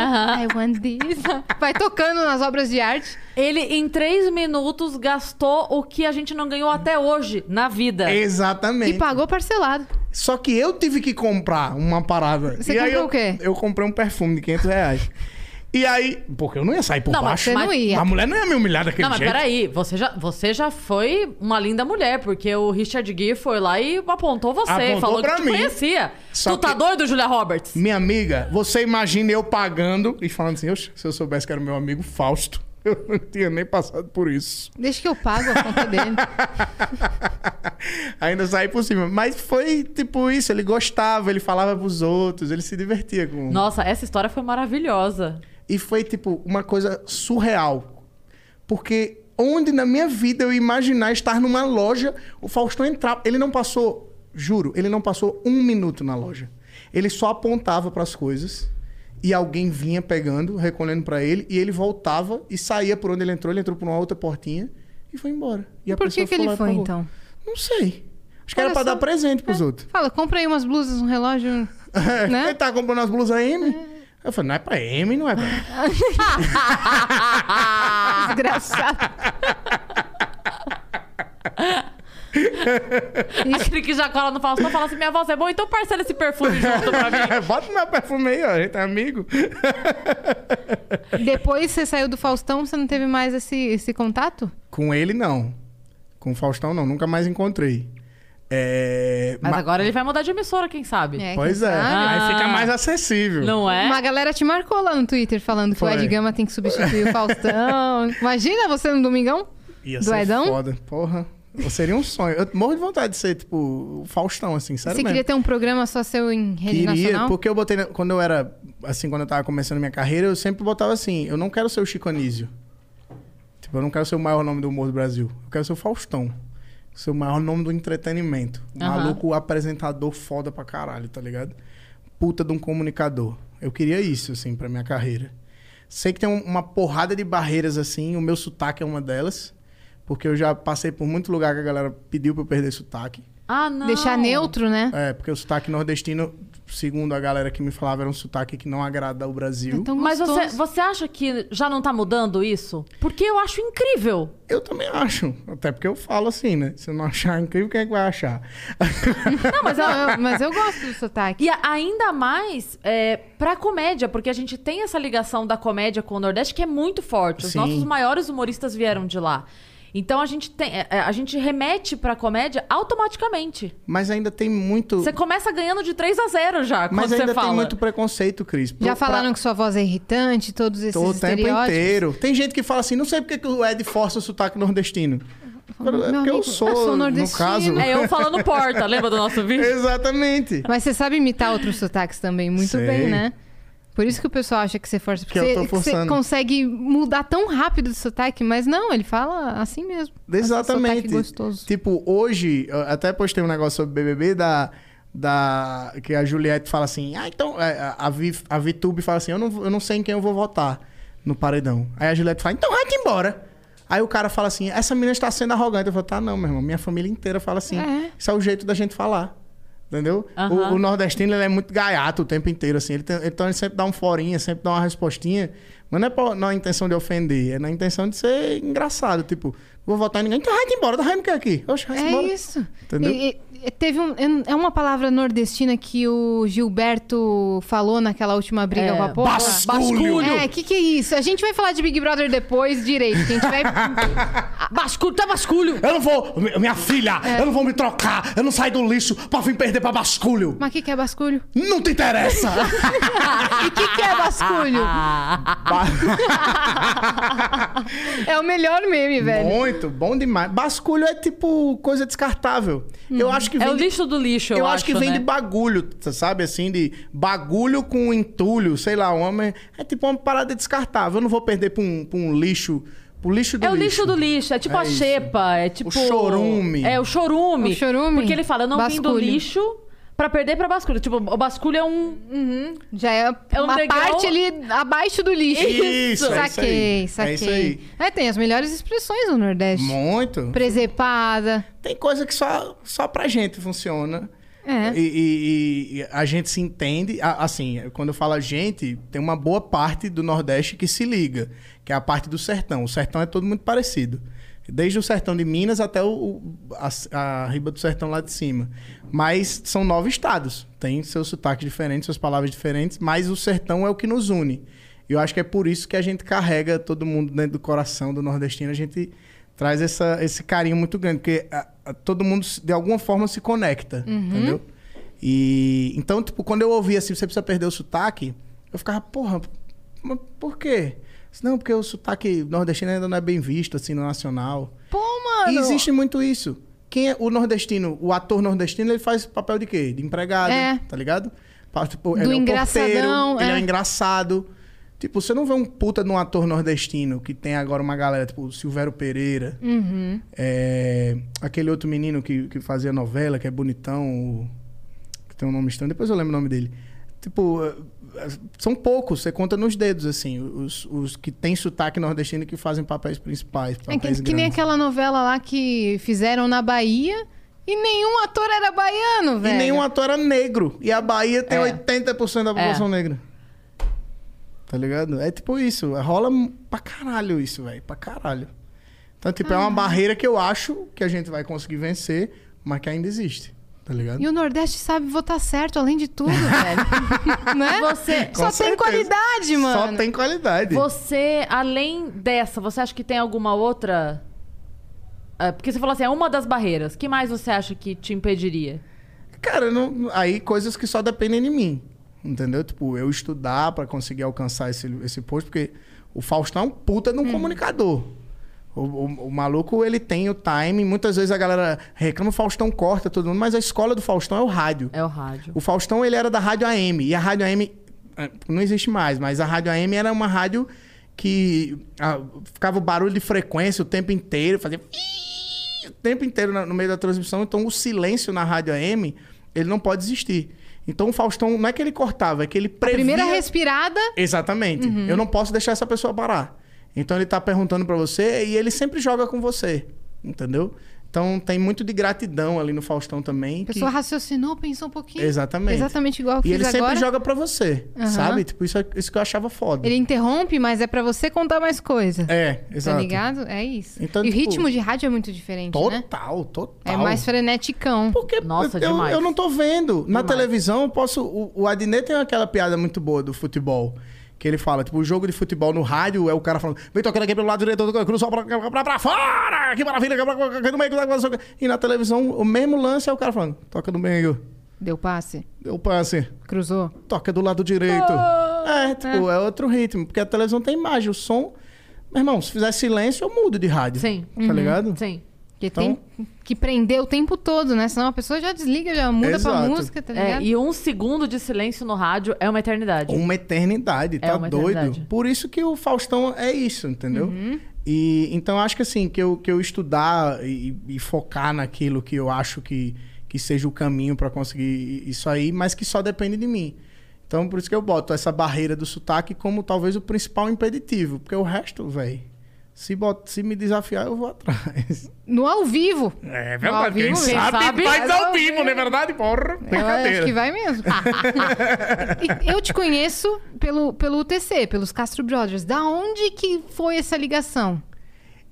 I want this. Vai tocando nas obras de arte. Ele, em três minutos, gastou o que a gente não ganhou até hoje na vida. Exatamente. E pagou parcelado. Só que eu tive que comprar uma parada. Você e aí comprou eu, o quê? Eu comprei um perfume de 500 reais. E aí, porque eu não ia sair por Não, mas baixo. Você não Mas- ia. A mulher não ia me humilhar daquele Não, mas jeito. peraí, você já, você já foi uma linda mulher, porque o Richard Gere foi lá e apontou você, Apontou falou que pra te mim. conhecia. Só tu tá que- doido, Julia Roberts? Minha amiga, você imagina eu pagando e falando assim, "Oxe, se eu soubesse que era o meu amigo Fausto, eu não tinha nem passado por isso. Deixa que eu pago a conta dele. Ainda saí por cima. Mas foi tipo isso, ele gostava, ele falava pros outros, ele se divertia com... Nossa, essa história foi maravilhosa. E foi, tipo, uma coisa surreal. Porque onde na minha vida eu ia imaginar estar numa loja, o Faustão entrava. Ele não passou, juro, ele não passou um minuto na loja. Ele só apontava para as coisas e alguém vinha pegando, recolhendo para ele, e ele voltava e saía por onde ele entrou. Ele entrou por uma outra portinha e foi embora. E a Por que pessoa que "Tá ficou ele lá e foi, pagou. então? Não sei. Acho que era Olha para só. É. dar presente pros outros. Fala, compra aí umas blusas, um relógio. Né? Ele tá comprando as blusas M. Eu falei, não é pra M, não é pra Desgraçado. Aquele que já cola no Faustão fala assim: minha voz é boa, então parcela esse perfume junto pra mim. Bota meu perfume aí, ó. A gente é amigo. Depois você saiu do Faustão, você não teve mais esse, esse contato? Com ele, não. Com o Faustão, não. Nunca mais encontrei. É... Mas ma- agora ele vai mudar de emissora, quem sabe? É, Pois quem é. sabe? Ah. Aí fica mais acessível. Não é? Uma galera te marcou lá no Twitter falando que o Foi. Ed Gama tem que substituir o Faustão. Imagina você no Domingão? Ia Do ser Edão? foda. Porra. Seria um sonho. Eu morro de vontade de ser, tipo, o Faustão, assim, sério você mesmo. queria ter um programa só seu em rede nacional? porque eu botei... na- Quando eu era... Assim, quando eu tava começando minha carreira, eu sempre botava assim, eu não quero ser o Chico Anísio. Tipo, eu não quero ser o maior nome do humor do Brasil. Eu quero ser o Faustão. Ser o maior nome do entretenimento. Um Aham. Maluco apresentador foda pra caralho, tá ligado? Puta de um comunicador. Eu queria isso, assim, pra minha carreira. Sei que tem um- uma porrada de barreiras, assim. O meu sotaque é uma delas. Porque eu já passei por muito lugar que a galera pediu pra eu perder sotaque. Ah, não. Deixar neutro, né? É, porque o sotaque nordestino, segundo a galera que me falava, era um sotaque que não agrada ao Brasil. Então, Mas você, gostoso. você acha que já não tá mudando isso? Porque eu acho incrível. Eu também acho. Até porque eu falo assim, né? Se eu não achar incrível, quem é que vai achar? Não, mas eu, eu- mas eu gosto do sotaque. E a- ainda mais é, pra comédia, porque a gente tem essa ligação da comédia com o Nordeste que é muito forte. Os Sim. nossos maiores humoristas vieram de lá. Então a gente tem, é, é, a gente remete pra comédia automaticamente. Mas ainda tem muito. Você começa ganhando de 3 a 0 já, quando Mas ainda você fala. tem muito preconceito, Cris. Já Pro- falaram que sua voz é irritante, todos esses pra- o tempo estereótipos. inteiro. Tem gente que fala assim, não sei porque que o Ed força o sotaque nordestino. Meu É porque amigo, eu sou, eu sou no nordestina. caso. É eu falando porta, lembra do nosso vídeo? Exatamente. Mas você sabe imitar outros sotaques também muito Sei. bem, né? Por isso que o pessoal acha que você força. Porque Que eu você, tô que você forçando. consegue mudar tão rápido de sotaque, mas não, ele fala assim mesmo. Esse Exatamente. Sotaque gostoso. Tipo, hoje, eu até postei um negócio sobre BBB da. da que a Juliette fala assim: Ah, então. é, A, Vi- a VTube fala assim: eu não, eu não sei em quem eu vou votar no paredão. Aí a Juliette fala: Então, vai-te embora. Aí o cara fala assim: Essa menina está sendo arrogante. Eu falo: Tá, não, meu irmão. Minha família inteira fala assim. É. Isso é o jeito da gente falar. Entendeu? Aham. O- o, nordestino ele é muito gaiato o tempo inteiro, assim. Ele tem- então ele sempre dá um forinha, sempre dá uma respostinha. Mas não é pra- na intenção de ofender, é na intenção de ser engraçado. Tipo, vou votar em ninguém. Então vai embora, tá vendo o que é aqui? Oxe, vai É embora. isso. Entendeu? E- e- teve um, eu não- é uma palavra nordestina que o Gilberto falou naquela última briga É, com a Paula. basculho. É, o que, que é isso? A gente vai falar de Big Brother depois direito. que a gente vai. Basculho, tá basculho. Eu não vou, mi- minha filha, eu não vou me trocar, eu não saio do lixo pra vir perder pra basculho. Mas o que, que é basculho? Não te interessa! E o que, que é basculho? é o melhor meme, velho. Muito, bom demais. Basculho é tipo coisa descartável. Eu acho que vem É o de- lixo do lixo, eu, Eu, acho que vem né? de bagulho, t- sabe? Assim, de bagulho com entulho, sei lá, um homem. É tipo uma parada descartável. Eu não vou perder pra um, pra um lixo. Pro lixo do É o lixo. lixo do lixo, é tipo É a isso. xepa, é tipo. chorume. É o chorume. O chorume. Porque ele fala, eu não vim do Basculho. lixo pra perder pra basculho. Tipo, o basculho é um. Já é, É um uma degrau- parte ali abaixo do lixo. Isso, é isso saquei, aí. saquei. É isso aí. É, tem as melhores expressões do Nordeste. Muito. Presepada. Tem coisa que só, só pra gente funciona. É. E, e- e a gente se entende. a- Assim, quando eu falo a gente, tem uma boa parte do Nordeste que se liga, que é a parte do sertão. O sertão é todo muito parecido. Desde o sertão de Minas até o, o- a, a riba do sertão lá de cima. Mas são nove estados. Tem seus sotaques diferentes, suas palavras diferentes, mas o sertão é o que nos une. E eu acho que é por isso que a gente carrega todo mundo dentro do coração do nordestino. A gente traz essa, esse carinho muito grande, porque a- a- todo mundo, se- de alguma forma, se conecta, entendeu? E então, tipo, quando eu ouvia assim, você precisa perder o sotaque, eu ficava, porra, mas por quê? Não, porque o sotaque nordestino ainda não é bem visto, assim, no nacional. Pô, E mano. existe muito isso. Quem é o nordestino, o ator nordestino, ele faz papel de quê? De empregado, É. tá ligado? Pa- tipo, Do ele é um engraçadão, porteiro, ele é é. um engraçado. Tipo, você não vê um puta de um ator nordestino que tem agora uma galera, tipo, o Silvério Pereira. Uhum. É, aquele outro menino que, que fazia novela, que é bonitão, o- que tem um nome estranho, depois eu lembro o nome dele. Tipo, eh, eh, são poucos, você conta nos dedos, assim, os, os que têm sotaque nordestino e que fazem papéis principais. É Papéis que, que nem grandes. aquela novela lá que fizeram na Bahia e nenhum ator era baiano, velho. E nenhum ator era negro. E a Bahia tem É. 80% da É. população negra. Tá ligado? É tipo isso. Rola pra caralho isso, velho. Pra caralho. Então, tipo, Ah. é uma barreira que eu acho que a gente vai conseguir vencer, mas que ainda existe. Tá ligado? E o Nordeste sabe votar certo, além de tudo, velho. né? Você, Só Com tem certeza. qualidade, mano. Só tem qualidade. você, além dessa, você acha que tem alguma outra. É, porque você falou assim, é uma das barreiras. que mais você acha que te impediria? Cara, não- aí coisas que só dependem de mim. Entendeu? Tipo, eu estudar pra conseguir alcançar esse, esse posto, porque o Faustão é um puta de um comunicador. O, o- o maluco, ele tem o time. Muitas vezes a galera reclama, o Faustão corta todo mundo, mas a escola do Faustão é o rádio. É o rádio. O Faustão, ele era da Rádio AM. E a Rádio AM eh, não existe mais, mas a Rádio AM era uma rádio que ah, ficava o barulho de frequência o tempo inteiro, fazia o tempo inteiro na- no meio da transmissão. Então, o silêncio na Rádio AM, ele não pode existir. Então, o Faustão, não é que ele cortava, é que ele previa... Primeira Uhum. respirada, Exatamente. Eu não posso deixar essa pessoa parar. Então ele tá perguntando pra você e ele sempre joga com você, entendeu? Então tem muito de gratidão ali no Faustão também. a que- pessoa raciocinou, pensou um pouquinho. Exatamente. Exatamente igual eu E fiz ele sempre agora. joga pra você, Aham. sabe? Tipo, isso, é- isso que eu achava foda. Ele interrompe, mas é pra você contar mais coisa. É, Tá exato. ligado? É isso. Então, e o tipo, ritmo de rádio é muito diferente, né? Total, total. É mais freneticão. Porque Nossa, eu, demais. eu não tô vendo. Na televisão eu posso. O, o Adnet tem aquela piada muito boa do futebol. Que ele fala, tipo, o jogo de futebol no rádio é o cara falando, vem tocando aqui pelo lado direito, cruz só pra, pra, pra fora, que maravilha, que- que- que- no meio. que- que- E na televisão, o mesmo lance é o cara falando, toca no meio, Deu passe? deu passe, Cruzou? toca do lado direito. É, tipo, é. outro ritmo, porque a televisão tem imagem, o som. Meu irmão, se fizer silêncio, eu mudo de rádio. Sim. Tá ligado? Sim. Que Então- tem que prender o tempo todo, né? Senão a pessoa já desliga, já muda pra Exato. música, tá É, ligado? e um segundo de silêncio no rádio é uma eternidade. Uma eternidade, É tá uma doido? eternidade. Por isso que o Faustão é isso, entendeu? Uhum. E então acho que assim, que eu, que eu estudar e, e focar naquilo que eu acho que, que seja o caminho pra conseguir isso aí, mas que só depende de mim. Então por isso que eu boto essa barreira do sotaque como talvez o principal impeditivo, porque o resto, velho, se, bot- se me desafiar, eu vou atrás. No ao vivo. É verdade, Ao vivo, quem quem sabe sabe faz faz ao ao vivo, vivo. não é verdade? Porra, Eu acho que vai mesmo. E eu te conheço pelo, pelo UTC, pelos Castro Brothers. Da onde que foi essa ligação?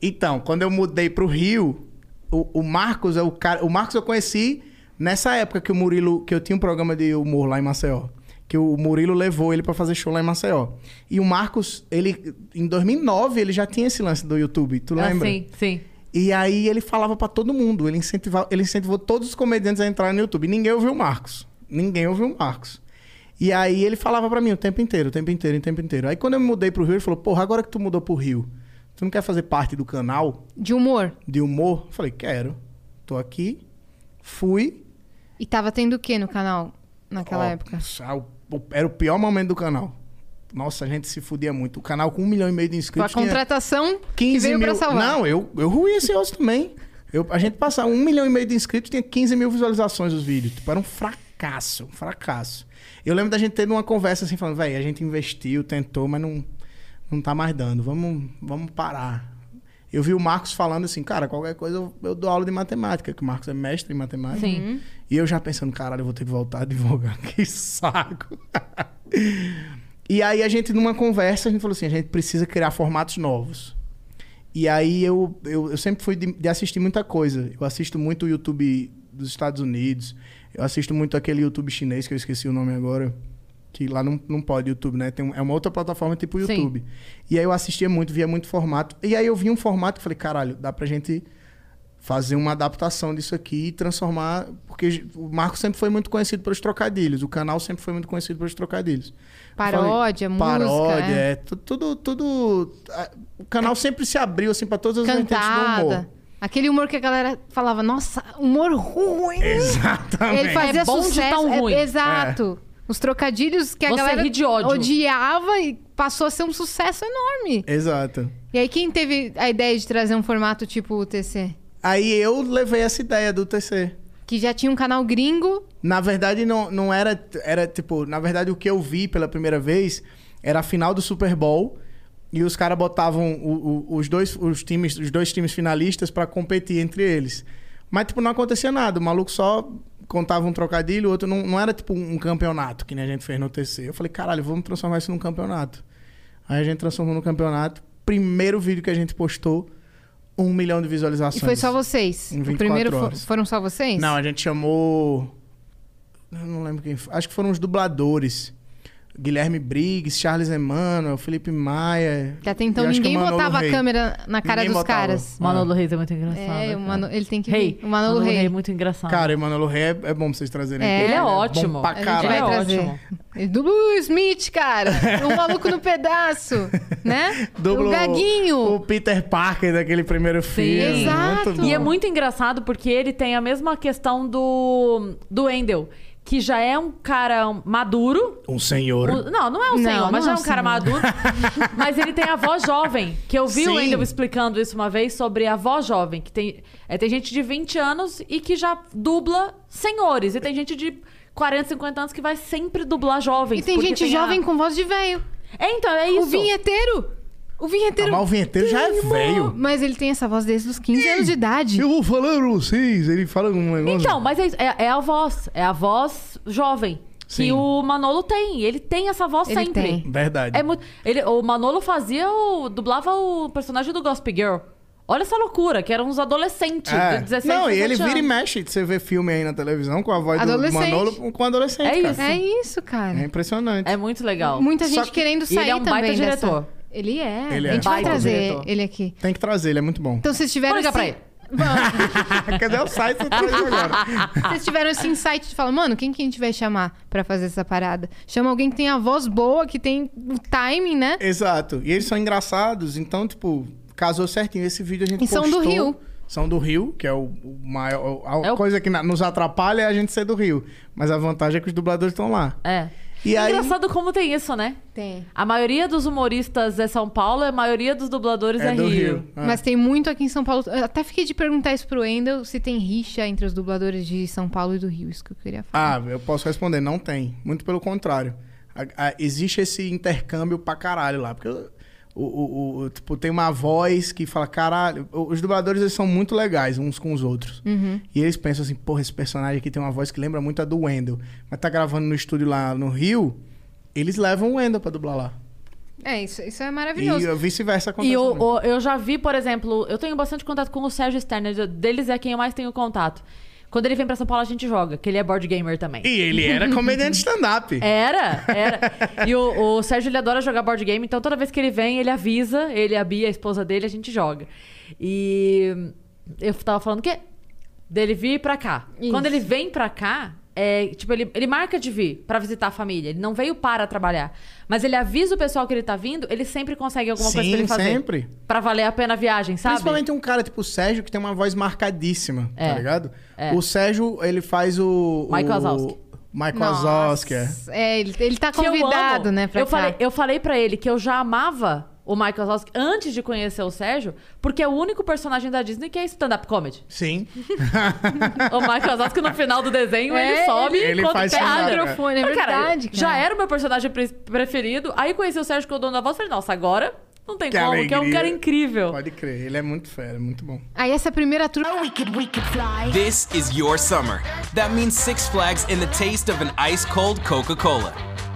Então, quando eu mudei pro Rio, o, o Marcos é o cara. O Marcos eu conheci nessa época que o Murilo. Que eu tinha um programa de humor lá em Maceió. Que o Murilo levou ele pra fazer show lá em Maceió. E o Marcos, ele. Em 2009, ele já tinha esse lance do YouTube, tu Ah, lembra? sim, sim. E aí ele falava pra todo mundo, ele incentivava, ele incentivou todos os comediantes a entrar no YouTube. Ninguém ouviu o Marcos. Ninguém ouviu o Marcos. E aí ele falava pra mim o tempo inteiro, o tempo inteiro, o tempo inteiro. Aí quando eu me mudei pro Rio, ele falou: "Porra, agora que tu mudou pro Rio, tu não quer fazer parte do canal De humor. de humor?" Eu falei: "Quero. Tô aqui." Fui. E tava tendo o que no canal naquela Ó, época? ah, o- o- Era o pior momento do canal. Nossa, a gente se fudia muito. O canal com um milhão e meio de Foi a inscritos. tinha- contratação que 15 veio mil. pra salvar. Não, eu, eu ruí esse osso também. Eu, a gente passava um milhão e meio de inscritos, tinha 15 mil visualizações os vídeos. Tipo, era um fracasso, um fracasso. Eu lembro da gente tendo uma conversa assim, falando, velho, a gente investiu, tentou, mas não, não tá mais dando. Vamos, vamos parar. Eu vi o Marcos falando assim, cara, qualquer coisa eu, eu dou aula de matemática, que o Marcos é mestre em matemática. Sim. E eu já pensando, caralho, eu vou ter que voltar a advogar, que saco. e aí a gente, numa conversa, a gente falou assim, a gente precisa criar formatos novos. E aí eu, eu, eu sempre fui de, de assistir muita coisa. Eu assisto muito o YouTube dos Estados Unidos, eu assisto muito aquele YouTube chinês, que eu esqueci o nome agora, que lá não, não pode YouTube, né? Tem um- é uma outra plataforma tipo o Sim. YouTube. E aí eu assistia muito, via muito formato. E aí eu vi um formato e falei, caralho, dá pra gente fazer uma adaptação disso aqui e transformar. Porque o Marco sempre foi muito conhecido pelos trocadilhos, o canal sempre foi muito conhecido pelos trocadilhos. Eu Paródia, música, Paródia, é. é. tu- Tudo, tudo. a- O canal sempre se abriu assim para todas as vertentes do humor. Cantada. Aquele humor que a galera falava, nossa, humor ruim. Exatamente. É. Ele fazia É bom de sucesso. tão é- ruim. exato. Os trocadilhos que a Você galera ri de ódio. odiava e passou a ser um sucesso enorme. Exato. E aí, quem teve a ideia de trazer um formato tipo UTC? Aí eu levei essa ideia do TC. Que já tinha um canal gringo. Na verdade, não, não era. Era tipo, na verdade, o que eu vi pela primeira vez era a final do Super Bowl. E os caras botavam o- o- os, dois, os, times, os dois times finalistas pra competir entre eles. Mas, tipo, não acontecia nada. O maluco só contava um trocadilho, o outro não, não era tipo um campeonato, que nem a gente fez no TC. Eu falei, caralho, vamos transformar isso num campeonato. Aí a gente transformou no campeonato. Primeiro vídeo que a gente postou, um milhão de visualizações. E foi só vocês. Em O 24 primeiro fo- horas. foram só vocês? Não, a gente chamou. Eu não lembro quem. foi. Acho que foram os dubladores. Guilherme Briggs, Charles Emmanuel, Felipe Maia. Que até então e acho que ninguém o Manolo botava Rey. a câmera na cara Ninguém dos botava. caras. Manolo Reis é muito engraçado. É, o cara. Mano- ele tem que Rei. vir. O Manolo Rei. Rei é muito engraçado. Cara, e o Manolo Rey é, é bom pra vocês trazerem. É. aqui. Ele é ótimo. Bom A pra gente caralho. vai É trazer. ótimo. Ele Dubla o Smith, cara. O maluco no pedaço, né? Dubla o O Gaguinho. Peter Parker daquele primeiro filme. exato. Muito bom. E é muito engraçado porque ele tem a mesma questão do do Endel, que já é um cara maduro. Um senhor. Um- não, não é um Não, senhor, mas não já é é um um senhor. cara maduro. mas ele tem a voz jovem, que eu vi o Sim. Endel explicando isso uma vez sobre a voz jovem, que tem é, tem gente de 20 anos e que já dubla senhores, e tem gente de 40, 50 anos que vai sempre dublar jovens. E tem porque gente a- jovem com voz de velho. É, então, é O isso. vinheteiro. O Ah, vinheteiro. mas o vinheteiro já é velho. Mas ele tem essa voz desde os 15 anos de idade. Eu vou falar pra vocês. Ele fala um negócio. Então, mas é, isso, é- é a voz. É a voz jovem. Que Sim. o Manolo tem. Ele tem essa voz Ele sempre. tem. Verdade. É muito, ele, o Manolo fazia o. dublava o personagem do Gossip Girl. Olha essa loucura, que eram uns adolescentes É. de 17 Não, e ele 17 vira e anos. mexe. Você vê filme aí na televisão com a voz do Adolescente. Manolo com adolescente. É cara. isso. É isso, cara. É impressionante. É muito legal. Muita Só gente que- querendo e sair ele é um também baita dessa- diretor. Ele é. Ele é. A gente vai Baita trazer diretor. ele aqui. Tem que trazer, ele é muito bom. Então, vocês tiveram. Vou ligar esse- pra ele. Cadê o site? Você traz agora. Vocês tiveram esse insight de falar, mano, quem que a gente vai chamar pra fazer essa parada? Chama alguém que tem a voz boa, que tem o timing, né? Exato. E eles são engraçados, então, tipo, casou certinho. Esse vídeo a gente E são do postou. Rio. São do Rio, que é o o maior. A É o- coisa que na- nos atrapalha é a gente ser do Rio. Mas a vantagem é que os dubladores estão lá. É. E aí. Engraçado como tem isso, né? Tem. A maioria dos humoristas é São Paulo, a maioria dos dubladores é, É do Rio. Rio. É. Mas tem muito aqui em São Paulo. Eu até fiquei de perguntar isso pro Wendel se tem rixa entre os dubladores de São Paulo e do Rio. Isso que eu queria falar. Ah, eu posso responder, não tem. Muito pelo contrário. A- a- existe esse intercâmbio pra caralho lá. Porque o, o- o- o- tipo, tem uma voz que fala, caralho. o- Os dubladores eles são muito legais uns com os outros. Uhum. E eles pensam assim, porra, esse personagem aqui tem uma voz que lembra muito a do Wendel. Mas tá gravando no estúdio lá no Rio, eles levam o Wendel pra dublar lá. É, isso, isso é E uh, maravilhoso. vice-versa acontece. E o- também. o- eu já vi, por exemplo, eu tenho bastante contato com o Sérgio Sterner, de- deles é quem eu mais tenho contato. Quando ele vem pra São Paulo, a gente joga, que ele é board gamer também. E ele era comediante stand-up. É, Era, era. E o, o Sérgio ele adora jogar board game, então toda vez que ele vem, ele avisa, ele, a Bia, a esposa dele, a gente joga. E eu tava falando que dele vir pra cá. Isso. Quando ele vem pra cá, é, tipo, ele, ele marca de vir pra visitar a família. Ele não veio para trabalhar. Mas ele avisa o pessoal que ele tá vindo, ele sempre consegue alguma coisa pra Sim, ele fazer. sempre. Pra valer a pena a viagem, sabe? Principalmente um cara tipo o Sérgio, que tem uma voz marcadíssima, É. tá ligado? O Sérgio, ele faz o... Mike o- Wazowski. Mike Nossa. Wazowski, é. É, ele, ele tá Que eu convidado, amo. né? Pra um eu cá. falei, eu falei para ele que eu já amava o Michael Zosky antes de conhecer o Sérgio, porque é o único personagem da Disney que é stand-up comedy. Sim. o Michael Zosky no final do desenho É, ele sobe ele- e conta Ele faz piada. stand-up, microfone, é Mas, cara, verdade, cara. já era o meu personagem pre- preferido. Aí conheci o Sérgio com o dono da voz, falei, nossa, agora não tem Que como, que é um alegria. cara incrível. Pode crer, ele é muito fera, muito bom. Aí essa primeira turma. This is your summer. That means Six Flags and the taste of an ice cold Coca Cola.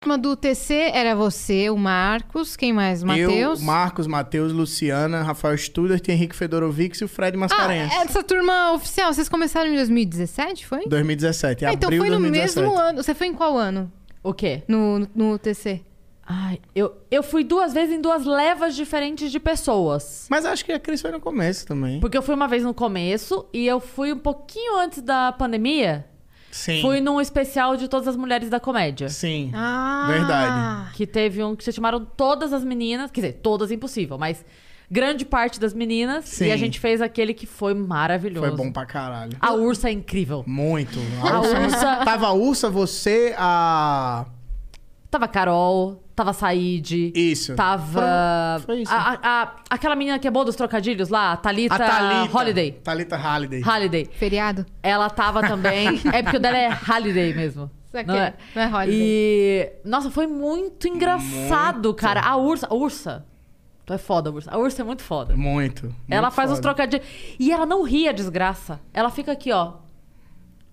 turma do TC era você, o Marcos, quem mais? Matheus? Eu, Marcos, Matheus, Luciana, Rafael Studart, Henrique Fedorovic e o Fred Ah, Mascarenhas. é. essa turma oficial, vocês começaram em 2017, foi? 2017, É, Ah, abril então foi no 2017. mesmo ano. Você foi em qual ano? O quê? No, no, no TC? Ai, eu, eu fui duas vezes em duas levas diferentes de pessoas. Mas acho que a Cris foi no começo também. Porque eu fui uma vez no começo e eu fui um pouquinho antes da pandemia. Sim. Fui num especial de todas as mulheres da comédia. Sim. Ah. Verdade. Que teve um que se chamaram todas as meninas. Quer dizer, todas impossível, mas grande parte das meninas. E Sim. a gente fez aquele que foi maravilhoso. Ah, Foi bom pra caralho. A ursa é incrível. Muito. Tá. A A Ursa- ursa. Tava a Ursa, você, a... Tava a Carol, tava a Said. Isso. Tava. Foi- um- foi isso. a- a- a- aquela menina que é boa dos trocadilhos lá, a Thalita, A Thalita. tá Holiday. Thalita Holiday. Holiday. Feriado? Ela tava também. é porque o dela é Holiday mesmo. Saquei. Não é? Não é Holiday. E. Nossa, foi muito engraçado, cara. A ursa. A ursa. Tu é foda, Ursa. A ursa é muito foda. Muito. ela muito faz os foda. trocadilhos. E ela não ri a desgraça. Ela fica aqui, ó.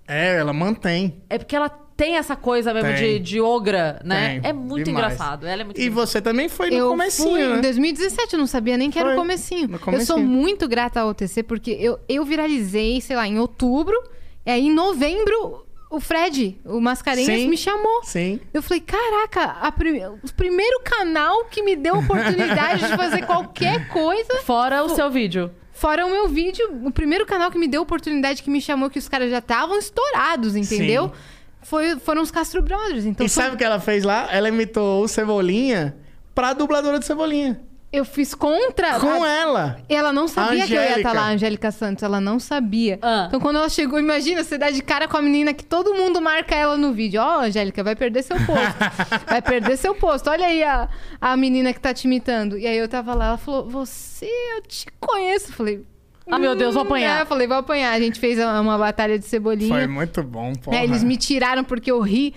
É, ela mantém. É porque ela tem essa coisa mesmo de, Tem. de ogra, né? Tem, é muito demais. engraçado. Ela é muito E engraçada. você também foi no eu comecinho, fui né? em 2017, eu não sabia nem que era o Foi, comecinho. no Eu sou comecinho. muito grata ao TC porque eu, eu viralizei, sei lá, em outubro. E aí em novembro, o Fred, o Mascarenhas, Sim. me chamou. Sim. Eu falei, caraca, a prime- o primeiro canal que me deu oportunidade de fazer qualquer coisa Fora o seu vídeo. Fora o meu vídeo, o primeiro canal que me deu oportunidade, que me chamou, que os caras já estavam estourados, entendeu? Foi, foram os Castro Brothers. Então, E foi- sabe o que ela fez lá? Ela imitou o Cebolinha pra dubladora do Cebolinha. eu fiz contra. Com a- ela. Ela não sabia que eu ia estar Angélica. lá, a Angélica Santos. Ela não sabia. Ah. Então, quando ela chegou, imagina, você dá de cara com a menina que todo mundo marca ela no vídeo. Ó, Angélica, vai perder seu posto. vai perder seu posto. Olha aí a, a menina que tá te imitando. E aí eu tava lá, ela falou, você, eu te conheço. Eu falei, Ah, meu Deus, vou Hum, É, eu apanhar. falei, vou apanhar. A gente fez uma uma batalha de cebolinha. Foi muito bom, É, pô. né? Eles me tiraram porque eu ri.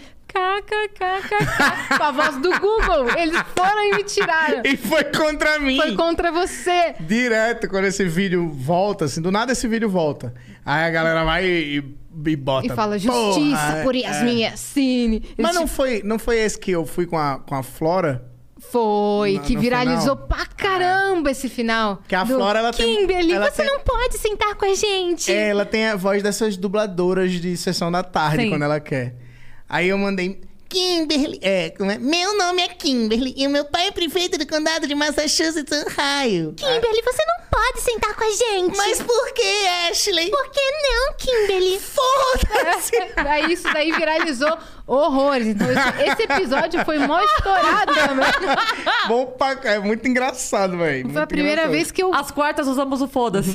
KKKKK. Com a voz do Google. Eles foram e me tiraram. E foi contra mim. Foi contra você. Direto, quando esse vídeo volta, assim, do nada esse vídeo volta. Aí a galera vai e, e bota. E fala "Porra, justiça por é, Yasmin Yassine. Eles Mas não te- foi, não foi esse que eu fui com a, com a Flora? foi, Não, que no viralizou final. pra caramba esse final. Que a do Flora, ela tem- um, Kimberly, ela você tem- não pode sentar com a gente. É, ela tem a voz dessas dubladoras de sessão da tarde, Sim. quando ela quer. Aí eu mandei. Kimberly. É, como é? Meu nome é Kimberly e o meu pai é prefeito do condado de Massachusetts, Ohio. Kimberly, você não pode sentar com a gente. Mas por que, Ashley? por que não, Kimberly? Foda-se! Daí isso daí viralizou horrores. Então esse, esse episódio foi mó estourado também. Bom pra... ca- É muito engraçado, velho. Ah! Foi a primeira vez que eu As quartas usamos o foda-se.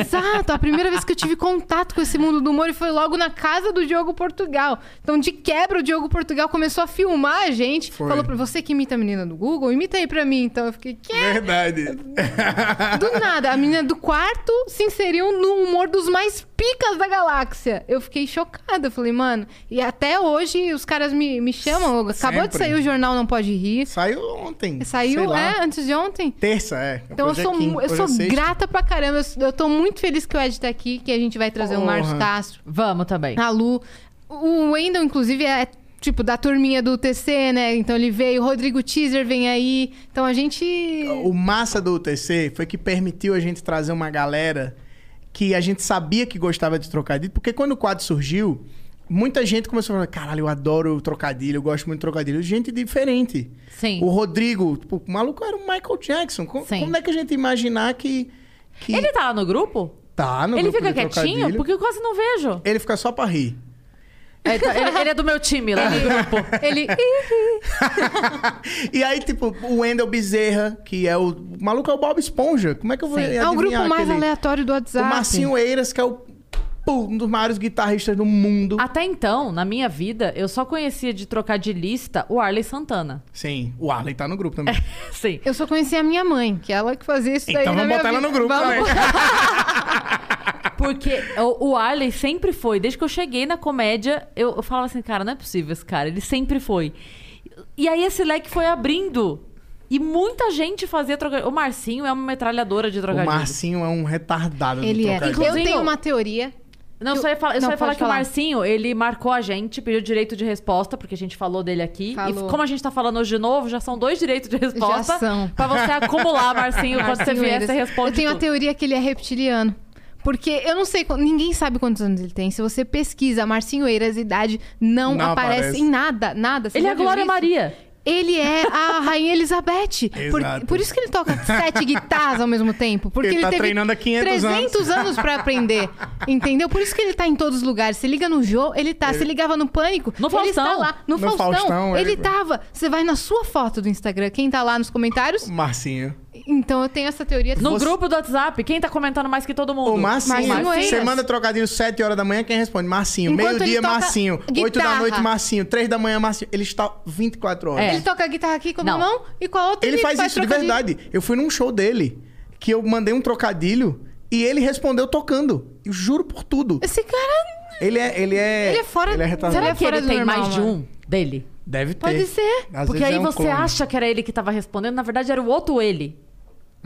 Exato, a primeira vez que eu tive contato com esse mundo do humor foi logo na casa do Diogo Portugal. Então, de quebra, o Diogo Portugal começou a filmar a gente. Foi. Falou pra você que imita a menina do Google, imita aí pra mim. Então, eu fiquei, quê? Verdade. Do nada, a menina do quarto se inseriu no humor dos mais picas da galáxia. Eu fiquei chocada. Eu falei, mano, e até hoje os caras me, me chamam. Acabou de Sempre. sair o jornal Não Pode Rir. Saiu ontem. sei Saiu, lá. é, antes de ontem. Terça, é. Então eu Hoje é sou, quinta, mu- eu hoje é sou sexta. grata pra caramba. Eu, eu tô muito feliz que o Ed tá aqui, que a gente vai trazer o Márcio Porra. Castro, Vamos também. a Lu. O Wendel, inclusive, é tipo da turminha do TC, né? Então ele veio, o Rodrigo Teaser vem aí. Então a gente. O massa do UTC foi que permitiu a gente trazer uma galera que a gente sabia que gostava de trocadilho, porque quando o quadro surgiu, muita gente começou a falar: caralho, eu adoro trocadilho, eu gosto muito de trocadilho. Gente diferente. Sim. O Rodrigo, tipo, o maluco era o Michael Jackson. Co- Sim. Como é que a gente ia imaginar que. que Ele tá lá no grupo? tá no ele grupo fica de quietinho? trocadilho? Porque eu quase não vejo. Ele fica só pra rir. É, tá- ele, ele é do meu time lá no grupo. Ele. E aí, tipo, o Wendel Bezerra, que é o. O maluco é o Bob Esponja. Como é que eu vou. é o um grupo adivinhar mais aquele- aleatório do O WhatsApp. Marcinho Eiras, que é o. pô, Um dos maiores guitarristas do Ah. mundo. Até então, na minha vida, eu só conhecia de trocar de lista o Arley Santana. Sim, o Arley tá no grupo também. Sim. Eu só conheci a minha mãe, que é ela que fazia isso daí. Então É, na vamos minha botar ela vida. no grupo né? Vamos também. botar- Porque o, o Arley sempre foi, desde que eu cheguei na comédia, eu, eu falava assim, cara, não é possível esse cara, ele sempre foi. E aí esse leque foi abrindo. E muita gente fazia trocadilho. O Marcinho é uma metralhadora de o trocadilho. Marcinho é um retardado no Ele é. trocadilho. Eu Inclusive, tenho eu- uma teoria. Não, eu só ia falar, eu só Não, ia falar pode que o falar. Marcinho, ele marcou a gente, pediu direito de resposta, porque a gente falou dele aqui. Falou. E como a gente tá falando hoje de novo, já são dois direitos de resposta. Já são. Pra você acumular, Marcinho. quando você Marcinho vier, Eiras. você responde. Eu tenho a tudo. teoria que ele é reptiliano. Porque eu não sei, qu- ninguém sabe quantos anos ele tem. Se você pesquisa Marcinho Eiras, idade não, Não aparece, aparece. em nada, nada. Você Ele já é a viu Glória isso? Maria. Ele é a Rainha Elizabeth. por, Exato. por isso que ele toca sete guitarras ao mesmo tempo. Porque ele, Ele tá teve treinando há 500 anos. 300 anos pra aprender. Entendeu? Por isso que ele tá em todos os lugares. Se liga no Jô, ele tá. Se ligava no Pânico, No ele está Faustão. lá. No, No Faustão, Faustão, é. ele ele- tava. Você vai na sua foto do Instagram, quem tá lá nos comentários. O Marcinho. Então eu tenho essa teoria. No Você- grupo do WhatsApp, quem tá comentando mais que todo mundo? O Marcinho. Marcinho Você Eiras. manda trocadilho 7 horas da manhã, quem responde? Marcinho. Enquanto ele Meio-dia, toca Marcinho. 8 da guitarra. noite, Marcinho. 3 da manhã, Marcinho. Ele está 24 horas. É. Ele toca a guitarra aqui com a Não. minha mão e com a outra Ele faz isso de trocadilho. verdade. Eu fui num show dele que eu mandei um trocadilho e ele respondeu tocando. Eu juro por tudo. Esse cara Ele é. Ele é, Ele é fora- Ele é retardado. Será Será que fora ele do tem normal, mais de mano. um dele? Deve ter. pode ser. Às Porque vezes aí né? é um você clone. acha que era ele que tava respondendo, na verdade era o outro ele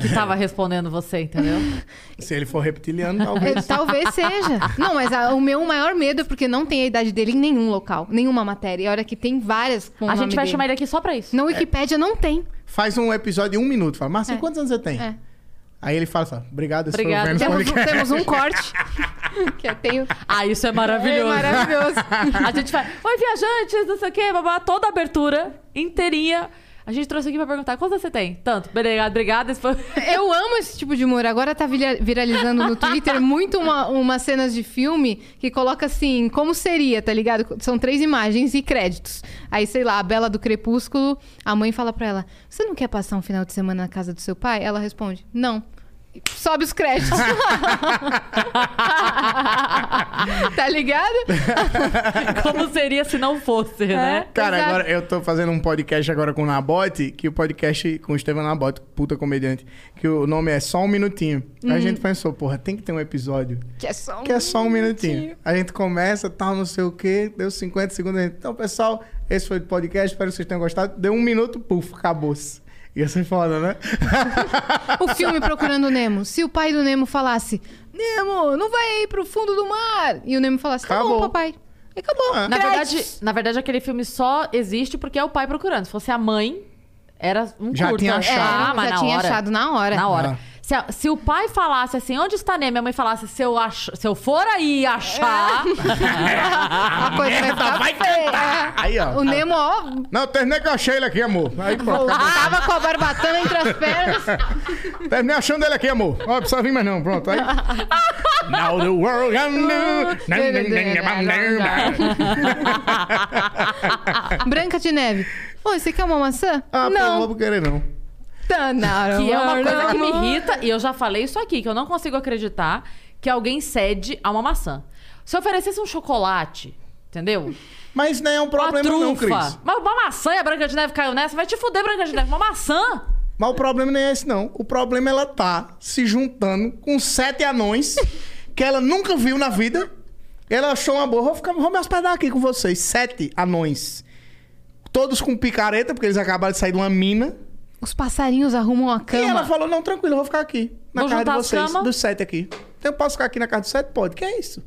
que tava respondendo você, entendeu? Se ele for reptiliano, É, talvez. talvez seja. Não, mas a- o meu maior medo é porque não tem a idade dele em nenhum local, nenhuma matéria. E olha que tem várias com a gente vai chamar ele aqui só pra isso. Na Wikipédia não tem. Faz um episódio de um minuto. Fala, Marcinho, É. quantos anos você tem? É. Aí ele fala, fala obrigado, esse foi o Obrigado. Vênus Temos, um- Podcast. temos um corte. que eu tenho. Ah, isso é maravilhoso. É maravilhoso. a gente vai, oi viajantes, não sei o quê, babá, toda a abertura inteirinha. A gente trouxe aqui pra perguntar, quantos você tem? Tanto, obrigado, obrigada. esse foi- Eu amo esse tipo de humor. Agora tá vira- viralizando no Twitter muito uma- umas cenas de filme que coloca assim, como seria, tá ligado? São três imagens e créditos. Aí, sei lá, a Bela do Crepúsculo, a mãe fala pra ela: Você não quer passar um final de semana na casa do seu pai? Ela responde: Não. E Sobe os créditos. tá ligado? Como seria se não fosse, É. né? Cara, Exato. agora eu tô fazendo um podcast agora com o Nabote, que o podcast com o Estevam Nabote, puta comediante, que o nome é Só um Minutinho. Hum. A gente pensou, porra, tem que ter um episódio Que é só um... que é só um minutinho. A gente começa, tal, não sei o quê, deu 50 segundos. a gente, Então, pessoal, esse foi o podcast, espero que vocês tenham gostado. Deu um minuto, puf, acabou-se. Ia ser foda, né? O filme Procurando Nemo. Se o pai do Nemo falasse, Nemo, não vai ir pro fundo do mar. E o Nemo falasse, tá bom, Acabou. papai. E acabou. Ah. Na Créditos. verdade, na verdade, aquele filme só existe porque é o pai procurando. Se fosse a mãe, era um Já curta. tinha achado. Ah, mas é, já na tinha hora. achado na hora. Na hora. Ah. Se, a- se o pai falasse assim, onde está Nemo? E a mãe falasse, se eu, ach- se eu for aí achar... É. Ah, A coisa vai ficar feia. Aí, ó. O Nemo, ó, tá Não, terminei com a Sheila aqui, amor. Aí, pronto. voltava com a barbatana entre as pernas. terminei achando ele aqui, amor. Ó, não precisa vir mais não, pronto. Aí... Now the world can do... Branca de neve. Ô, você quer uma maçã? ah, pô, não não. vou querer, não. Tá na hora. Que é uma coisa que me irrita, e eu já falei isso aqui, que eu não consigo acreditar que alguém cede a uma maçã. Se eu oferecesse um chocolate, entendeu? Mas não é um Uma problema trufa. não, Cris. Mas uma maçã e a Branca de Neve caiu nessa, vai te fuder, Branca de Neve. Uma maçã? Mas o problema não é esse, não. O problema é ela tá se juntando com sete anões que ela nunca viu na vida. Ela achou uma boa. Vou, ficar, vou me hospedar aqui com vocês. Sete anões. Todos com picareta, porque eles acabaram de sair de uma mina. Os passarinhos arrumam a E ela cama. falou: não, tranquilo, eu vou ficar aqui. Na Vou casa de juntar as vocês, camas. dos sete aqui. Então eu posso ficar aqui na casa dos sete? Pode. Que é isso?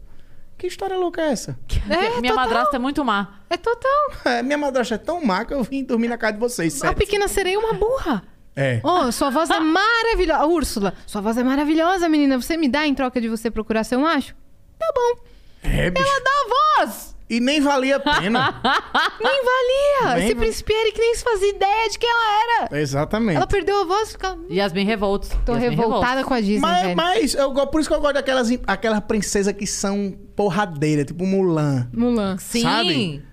Que história louca é essa? É, Minha total. madrasta é muito má. É total. É, minha madrasta é tão má que eu vim dormir na casa de vocês, A sete. pequena sereia é uma burra. É. Ô, sua voz é maravilhosa. Úrsula, sua voz é maravilhosa, menina. Você me dá em troca de você procurar seu macho? Tá bom. É, bicho. Dá a voz! E nem valia a pena. Nem valia! Nem Esse va- príncipe Eric nem se fazia ideia de quem ela era. Exatamente. Ela perdeu a voz, fica... Yasmin Revoltos. Tô Yasmin Revoltos. revoltada com a Disney, Mas, velho. mas eu, go- por isso que eu gosto daquelas aquelas princesas que são porradeiras, tipo Mulan. Mulan. Sim. Sabe?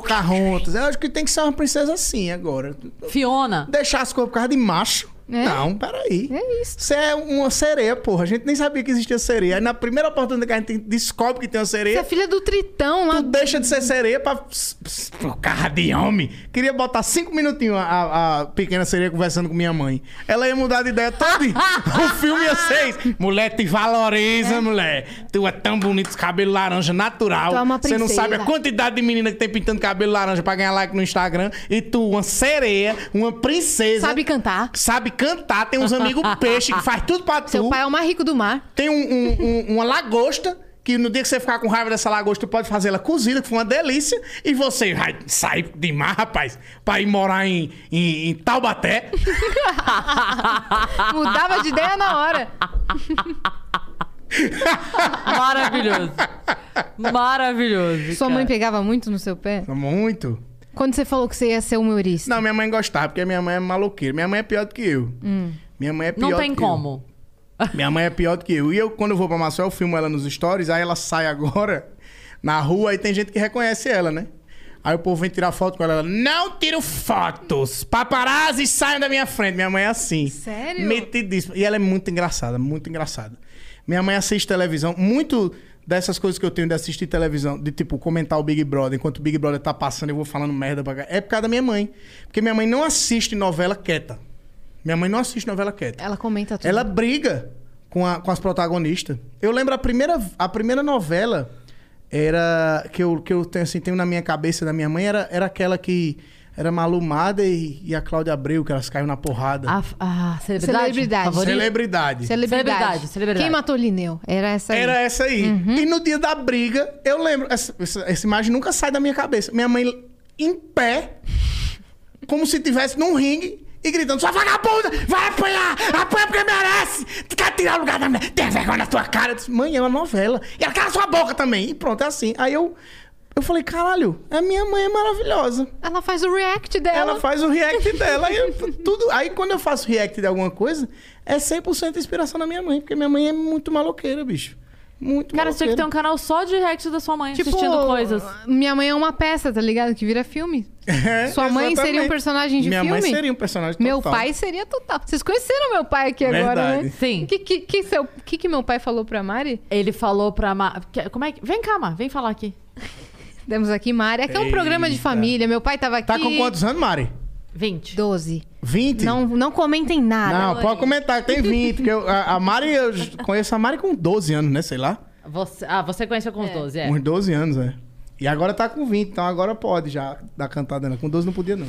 Pocahontas. Eu acho que tem que ser uma princesa assim agora. Fiona. Deixar as coisas por causa de macho. É. Não, peraí. É isso. Você é uma sereia, porra. A gente nem sabia que existia sereia. Aí na primeira oportunidade que a gente descobre que tem uma Você é sereia, filha do Tritão lá. tu deixa de ser sereia pra. ps- ps- Por causa de homem. Queria botar cinco minutinhos a, a pequena sereia conversando com minha mãe. Ela ia mudar de ideia toda. o filme ia ser. isso. Mulher, te valoriza, mulher. Tu é tão bonito, esse cabelo laranja natural. Tu é uma Você não sabe a princesa. quantidade de menina que tem pintando cabelo laranja pra ganhar like no Instagram. E tu, uma sereia, uma princesa. Sabe cantar. Sabe cantar, tem uns amigos peixe que faz tudo pra tu. Seu pai é o mais rico do mar. Tem um- um- um- uma lagosta que no dia que você ficar com raiva dessa lagosta, tu pode fazer ela cozida, que foi uma delícia. E você vai sair de mar, rapaz, pra ir morar em, em, em Taubaté. Mudava de ideia na hora. Maravilhoso. Maravilhoso. Sua cara. mãe pegava muito no seu pé? Muito. Quando você falou que você ia ser humorista. Não, minha mãe gostava, porque minha mãe é maluqueira. Minha mãe é pior do que eu. Minha mãe é pior Hum. Não tem do que eu. como. Minha mãe é pior do que eu. E eu, quando eu vou pra Maceió, eu filmo ela nos stories, aí ela sai agora na rua e tem gente que reconhece ela, né? Aí o povo vem tirar foto com ela. ela não tiro fotos! Paparazzi saiam da minha frente! Minha mãe é assim. Sério? Metidíssima. E ela é muito engraçada, muito engraçada. Minha mãe assiste televisão. Muito dessas coisas que eu tenho de assistir televisão, de tipo comentar o Big Brother, enquanto o Big Brother tá passando, eu vou falando merda pra cá. É por causa da minha mãe. Porque minha mãe não assiste novela quieta. Minha mãe não assiste novela quieta. Ela comenta tudo. Ela briga com, a- com as protagonistas. Eu lembro a primeira, a primeira novela era que eu, que eu tenho, assim, tenho na minha cabeça da minha mãe era, era aquela que era Malumada e, e a Cláudia Abreu, que elas caíram na porrada. A, a celebridade. Celebridade. favorita? Celebridade. Celebridade. Celebridade, celebridade. Quem matou Lineu? Era essa aí. Uhum. Era essa aí. E no dia da briga, eu lembro. Essa, essa- essa imagem nunca sai da minha cabeça. Minha mãe em pé, como se estivesse num ringue. E gritando, sua vagabunda, vai apanhar! Apanha porque merece! Tu quer tirar o lugar da mulher? Tem vergonha na tua cara! Eu disse, mãe, é uma novela. E ela cala sua boca também. E pronto, é assim. Aí eu, eu falei, caralho, a minha mãe é maravilhosa. Ela faz o react dela. Ela faz o react dela. Aí, eu- tudo, aí quando eu faço react de alguma coisa, é 100% inspiração da minha mãe, porque minha mãe é muito maloqueira, bicho. Muito Cara, você tinha que ter um maloqueiro. canal só de react da sua Tipo, mãe assistindo coisas. Minha mãe é uma peça, tá ligado? Que vira filme. É, então, Sua mãe exatamente. seria um personagem de Minha filme? mãe seria um personagem Meu total. pai seria total. Vocês conheceram meu pai aqui agora, Verdade. né? Sim. O que, que, que, seu- que que meu pai falou pra Mari? Ele falou pra. Ma... que- Como é que. Vem cá, Ma, vem falar aqui. Temos aqui Mari. Aqui é um programa de Eita. família. Meu pai tava aqui. Tá com quantos anos, Mari? 20. 12. 20? Não, não comentem nada. Não, pode comentar, tem 20. que eu- a, a Mari, eu j- conheço a Mari com 12 anos, né? Sei lá. Você... Ah, você conheceu com os 12, é. Uns 12 anos, é. E agora tá com 20, então agora pode já dar cantada nela. Com 12 não podia, não.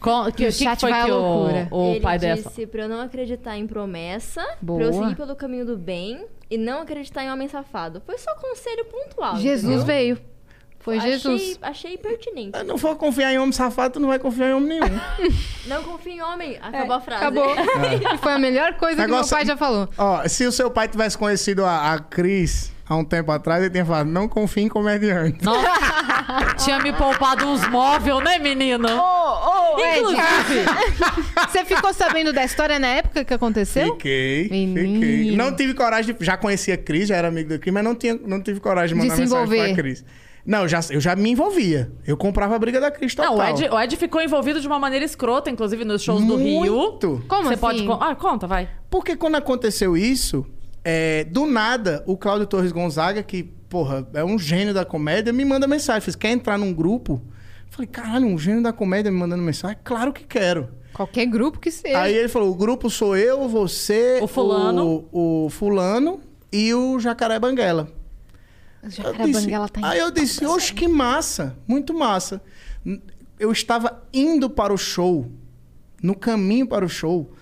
Com... Que, O o que chat foi vai à que o- loucura. o, Ele pai disse dessa? pra eu não acreditar em promessa, pra Boa. eu seguir pelo caminho do bem e não acreditar em homem safado. Foi só conselho pontual. Jesus entendeu? veio. Foi achei, Jesus. Achei pertinente. Se não for confiar em homem safado, tu não vai confiar em homem nenhum. Não confia em É, homem. Acabou a frase. Acabou. E Foi a melhor coisa que É. Negócio- meu pai já falou. Ó, se o seu pai tivesse conhecido a, a Cris há um tempo atrás, ele tinha falado, não confie em comediante. Nossa, tinha me poupado uns móveis, né, menino? Ô, Ed, Inclusive, você ficou sabendo da história na época que aconteceu? Fiquei, Menino. fiquei. Não tive coragem, de, já conhecia a Cris, já era amigo da Cris, mas não, tinha, não tive coragem de De mandar se mensagem envolver. pra Cris. Não, já, eu já me envolvia. Eu comprava a briga da Cris total. não, o Ed, o Ed ficou envolvido de uma maneira escrota, inclusive nos shows do Rio. Muito. Como você assim? pode. con- Ah, conta, vai. Porque quando aconteceu isso, é, do nada, o Cláudio Torres Gonzaga, que, porra, é um gênio da comédia, me manda mensagem. Fez, quer entrar num grupo? Falei, caralho, um gênio da comédia me mandando mensagem? Claro que quero. Qualquer grupo que seja. Aí ele falou: o grupo sou eu, você, O fulano. o, o fulano e o Jacaré Banguela. Eu disse- Jacarabanga, ela tá Aí eu disse, oxe, que massa, muito massa. N- Eu estava indo para o show, no caminho para o show,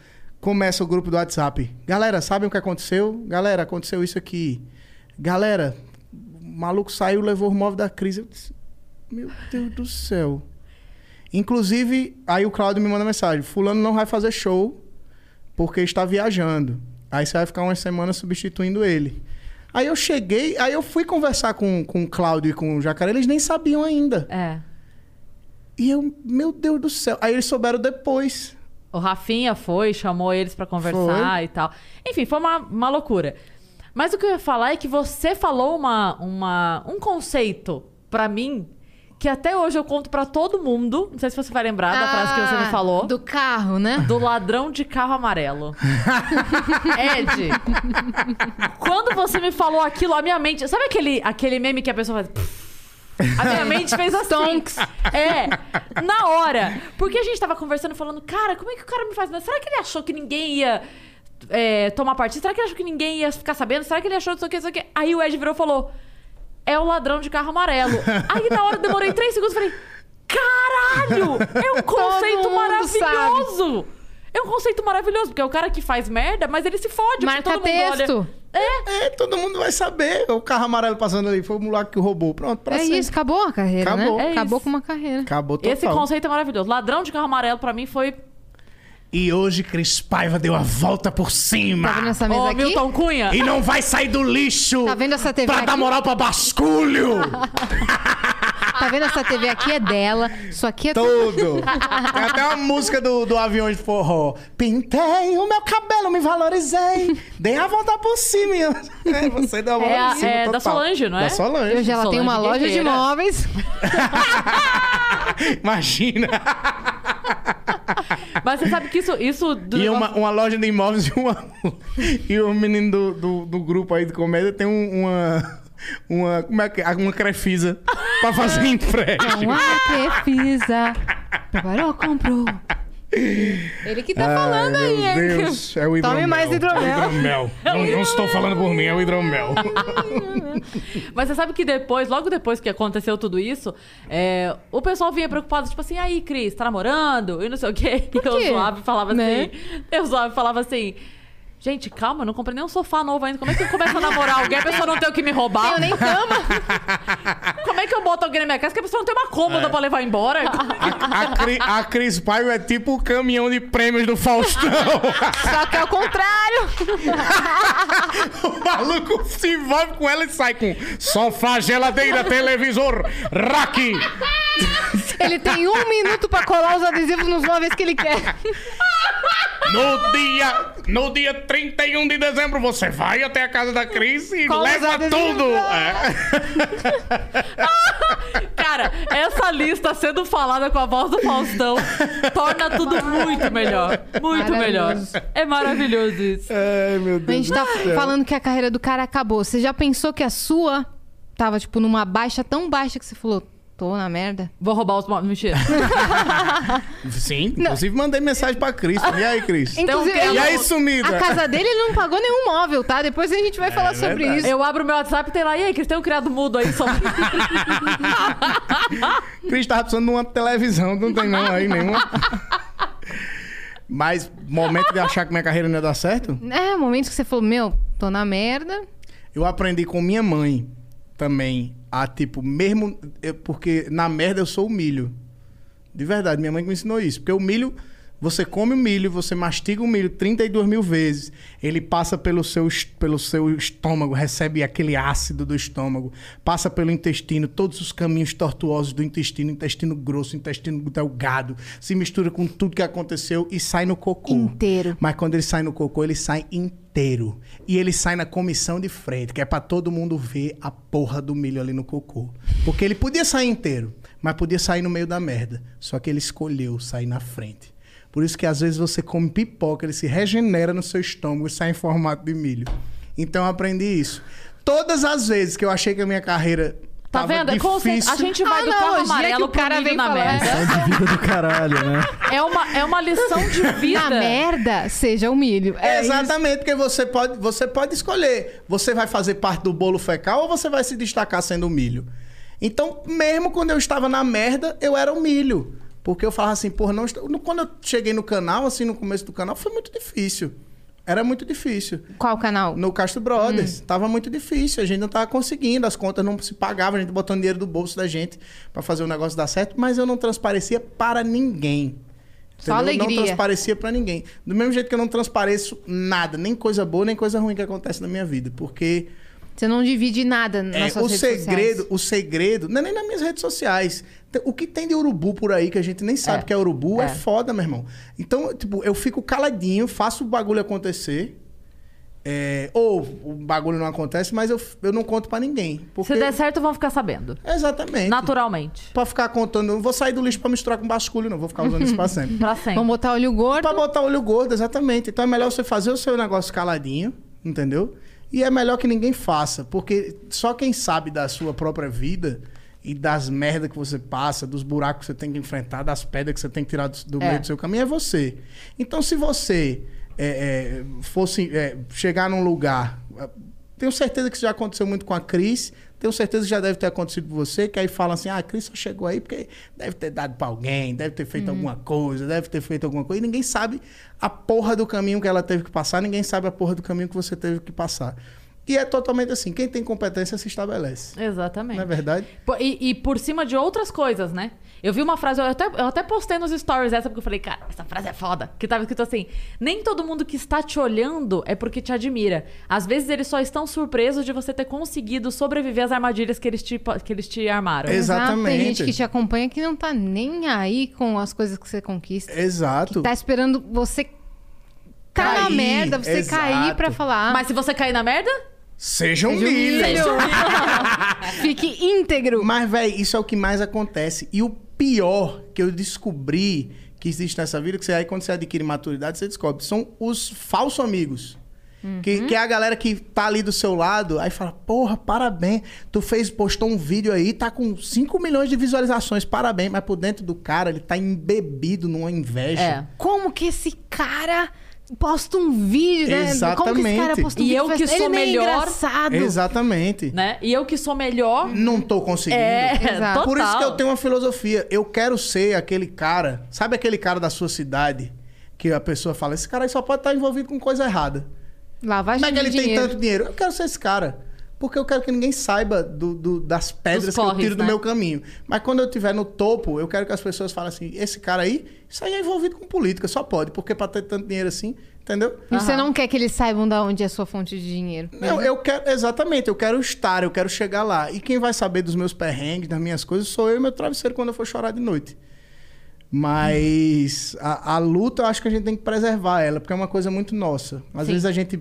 começa o grupo do WhatsApp. Galera, sabem o que aconteceu? Galera, aconteceu isso aqui. Galera, o maluco saiu, levou o móvel da crise. Eu disse, meu Deus do céu. Inclusive, aí o Claudio me manda mensagem: Fulano não vai fazer show porque está viajando. Aí você vai ficar uma semana substituindo ele. Aí eu cheguei, aí eu fui conversar com, com o Cláudio e com o Jacaré, eles nem sabiam ainda. É. E eu, meu Deus do céu. Aí eles souberam depois. O Rafinha foi, chamou eles pra conversar Foi. e tal. Enfim, foi uma, uma loucura. Mas o que eu ia falar é que você falou uma, uma, um conceito pra mim que até hoje eu conto pra todo mundo. Não sei se você vai lembrar da frase que você me Ah, falou. Do carro, né? Do ladrão de carro amarelo. Ed, quando você me falou aquilo, a minha mente. Sabe aquele, aquele meme que a pessoa faz. "Pff"? A minha mente fez assim. Stonks. É, na hora. Porque a gente tava conversando, falando, cara, como é que o cara me faz? Será que ele achou que ninguém ia é, tomar partido? Será que ele achou que ninguém ia ficar sabendo? Será que ele achou isso aqui, isso aqui? Aí o Ed virou e falou: É o ladrão de carro amarelo. Aí na hora eu demorei três segundos e falei: Caralho! É um conceito mundo maravilhoso! É um conceito maravilhoso, porque é o cara que faz merda, mas ele se fode, porque Marca todo mundo olha. texto. É, todo mundo vai saber. O carro amarelo passando ali, foi o moleque que roubou. Pronto, pra É sempre. isso, acabou a carreira, Acabou. né? É acabou isso. com uma carreira. Acabou total. Esse conceito é maravilhoso. Ladrão de carro amarelo, pra mim, foi. E hoje Cris Paiva deu a volta por cima. Tá vendo essa mesa Ó, aqui? Milton Cunha. E não vai sair do lixo. Tá vendo essa TV Pra dar aqui? moral pra basculho. Tá vendo essa TV aqui é dela? Isso aqui é Tudo. Tem até uma música do, do avião de forró. Pintei o meu cabelo, me valorizei. Dei a volta por cima. É, você deu a volta É a- por cima. é da total. Solange, não é? Da Solange. Hoje ela tem uma Solange loja de Guerreira. imóveis. Imagina. Mas você sabe que isso. isso do E negócio- uma, uma loja de imóveis e uma. e o menino do, do, do grupo aí de comédia tem um- uma. Uma. Como é que é? Uma crefisa pra Ah. fazer empréstimo. Não há defesa. Preparou, comprou. Ele que tá falando Ai, aí, É, meu hein? Deus, é o hidromel. Tome mais hidromel. É o hidromel. Não, não estou falando por mim, é o hidromel. Mas você sabe que depois, logo depois que aconteceu tudo isso, é, o pessoal vinha preocupado, tipo assim, aí, Cris, tá namorando? E não sei o quê. E quê? eu zoava e falava Né? assim. Eu zoava e falava assim. Gente, calma, eu não comprei nem um sofá novo ainda. Como é que eu começo a namorar alguém? A pessoa não tem o que me roubar. Eu nem cama. Como é que eu boto alguém na minha casa que a pessoa não tem uma É. cômoda pra levar embora? A, a, Cri- a Cris Paiva é tipo o caminhão de prêmios do Faustão. Só que é o contrário. o maluco se envolve com ela e sai com sofá, geladeira, televisor, rack. Ele tem um minuto pra colar os adesivos nos móveis que ele quer. No dia, no dia 31 de dezembro, você vai até a casa da Cris e Com leva os tudo. adesivos. É. Cara, essa lista sendo falada com a voz do Faustão torna tudo muito melhor. Muito melhor. Maravilhoso. É maravilhoso isso. Ai, meu A Deus. gente tá falando que a carreira do cara acabou. Você já pensou que a sua tava, tipo, numa baixa tão baixa que você falou, tô na merda? Vou roubar os móveis. Mentira. tá- Sim, inclusive mandei mensagem pra Cris. E aí, Cris? Inclusive, que- eu- E aí, é sumida? É, a casa dele ele não pagou nenhum móvel, tá? Depois a gente vai falar sobre verdade. isso. Eu abro meu WhatsApp e tem lá, e aí, que tem um criado mudo aí. Só... Tá Cris tava tá precisando de uma televisão, não tem não aí nenhuma. Mas, momento de achar que minha carreira não ia dar certo? É, momentos que você falou, meu, tô na merda. Eu aprendi com minha mãe também a, tipo, mesmo. eu- porque na merda eu sou o milho. De verdade, minha mãe que me ensinou isso. Porque o milho, você come o milho, você mastiga o milho 32 mil vezes, ele passa pelo seu, es- pelo seu estômago, recebe aquele ácido do estômago, passa pelo intestino, todos os caminhos tortuosos do intestino, intestino grosso, intestino delgado, se mistura com tudo que aconteceu e sai no cocô. Inteiro. Mas quando ele sai no cocô, ele sai inteiro. E ele sai na comissão de frente, que é pra todo mundo ver a porra do milho ali no cocô. Porque ele podia sair inteiro, mas podia sair no meio da merda. Só que ele escolheu sair na frente. Por isso que às vezes você come pipoca, ele se regenera no seu estômago e sai em formato de milho. Então eu aprendi isso. Todas as vezes que eu achei que a minha carreira Tá tava vendo? É conceito. difícil, A gente vai do Analogia carro que amarelo o pro cara milho vem na falar, merda. é. de vida do caralho, né? É uma, é uma lição de vida. Na merda, seja o milho. É isso. Exatamente, porque você pode, você pode escolher. Você vai fazer parte do bolo fecal ou você vai se destacar sendo o milho. Então, mesmo quando eu estava na merda, eu era o milho. Porque eu falava assim, porra, não estou... Quando eu cheguei no canal, assim, no começo do canal, foi muito difícil. Era muito difícil. Qual canal? No Castro Brothers, Hum. tava muito difícil, a gente não tava conseguindo, as contas não se pagavam, a gente botando dinheiro do bolso da gente para fazer o negócio dar certo, mas eu não transparecia para ninguém. Só Entendeu? alegria. Não transparecia para ninguém. Do mesmo jeito que eu não transpareço nada, nem coisa boa, nem coisa ruim que acontece na minha vida, porque Você não divide nada é, nas suas o redes segredo, sociais. o segredo, não é nem nas minhas redes sociais. Tem- O que tem de urubu por aí que a gente nem sabe que é urubu é. foda, meu irmão. Então, tipo, eu fico caladinho, faço o bagulho acontecer. é, ou o bagulho não acontece, mas eu, eu não conto pra ninguém. Porque... Se der certo, vão ficar sabendo. Exatamente. Naturalmente. Pra ficar contando, eu não vou sair do lixo pra misturar com basculho, não. Vou ficar usando isso pra sempre. Pra sempre. Vamos botar olho gordo. Pra botar olho gordo, exatamente. Então é melhor você fazer o seu negócio caladinho, entendeu? E é melhor que ninguém faça, porque só quem sabe da sua própria vida e das merdas que você passa, dos buracos que você tem que enfrentar, das pedras que você tem que tirar do, do meio do seu caminho é você. Então se você é, é, fosse é, chegar num lugar. Tenho certeza que isso já aconteceu muito com a Cris. Tenho certeza que já deve ter acontecido com você, que aí falam assim, ah, a Cris só chegou aí porque deve ter dado pra alguém, deve ter Hum. feito alguma coisa, deve ter feito alguma coisa. E ninguém sabe a porra do caminho que ela teve que passar, ninguém sabe a porra do caminho que você teve que passar. E é totalmente assim, quem tem competência se estabelece. Exatamente. Não é verdade? Pô, E, e por cima de outras coisas, né? Eu vi uma frase, eu até, eu até postei nos stories essa, porque eu falei, cara, essa frase é foda. Que tava escrito assim: nem todo mundo que está te olhando é porque te admira. Às vezes eles só estão surpresos de você ter conseguido sobreviver às armadilhas que eles te, pa- que eles te armaram. Ex- Exato, Tem gente Exatamente. que te acompanha que não tá nem aí com as coisas que você conquista. Exato. Tá esperando você tá na Cair, merda, você exato. cair pra falar. ah, Mas se você cair na merda, Seja um milho. Fique íntegro. Mas, velho, isso é o que mais acontece. E o pior que eu descobri que existe nessa vida, que você, aí quando você adquire maturidade, você descobre, são os falsos amigos. Uhum. Que, que é a galera que tá ali do seu lado, aí fala, porra, parabéns, tu fez, postou um vídeo aí, tá com 5 milhões de visualizações, parabéns, mas por dentro do cara, ele tá embebido numa inveja. É. Como que esse cara posta um vídeo, né? Como que esse cara Exatamente. posta um E vídeo? eu faz- que sou Ele nem é melhor. engraçado. Exatamente. né? E eu que sou melhor. Não tô conseguindo. É, Exato. total. Por isso que eu tenho uma filosofia. Eu quero ser aquele cara. Sabe aquele cara da sua cidade? Que a pessoa fala: esse cara aí só pode estar envolvido com coisa errada. Como Lavagem é que de ele tem dinheiro. tanto dinheiro? Eu quero ser esse cara. Porque eu quero que ninguém saiba do, do- das pedras Dos que eu corres, tiro do né? meu caminho. Mas quando eu estiver no topo, eu quero que as pessoas falem assim: esse cara aí, isso aí é envolvido com política, só pode, porque pra ter tanto dinheiro assim, entendeu? E Você não quer que eles saibam de onde é a sua fonte de dinheiro. Não, eu quero, exatamente, eu quero estar, eu quero chegar lá. E quem vai saber dos meus perrengues, das minhas coisas, sou eu e meu travesseiro quando eu for chorar de noite. Mas a, a luta, eu acho que a gente tem que preservar ela, porque é uma coisa muito nossa. Às Sim. vezes a gente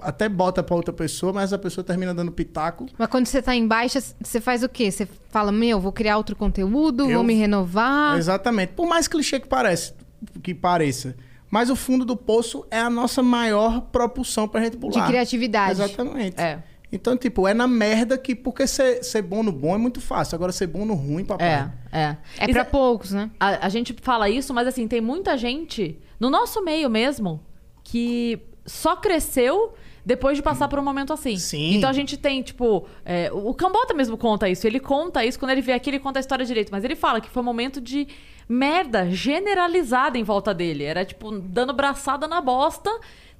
até bota pra outra pessoa, mas a pessoa termina dando pitaco. Mas quando você tá em baixa, você faz o quê? Você fala, meu, vou criar outro conteúdo, Eu- vou me renovar. Exatamente. Por mais clichê que pareça, que pareça. Mas o fundo do poço é a nossa maior propulsão pra gente pular. De criatividade. Exatamente. É. Então, tipo, é na merda que... Porque ser, ser bom no bom é muito fácil. Agora, ser bom no ruim, papai... É, é. É Isso- pra poucos, né? A, a gente fala isso, mas assim, tem muita gente no nosso meio mesmo que só cresceu depois de passar por um momento assim. Sim. Então a gente tem, tipo, é, o o Cambota mesmo conta isso. Ele conta isso, quando ele vê aqui, ele conta a história direito. Mas ele fala que foi um momento de merda generalizada em volta dele. Era, tipo, dando braçada na bosta,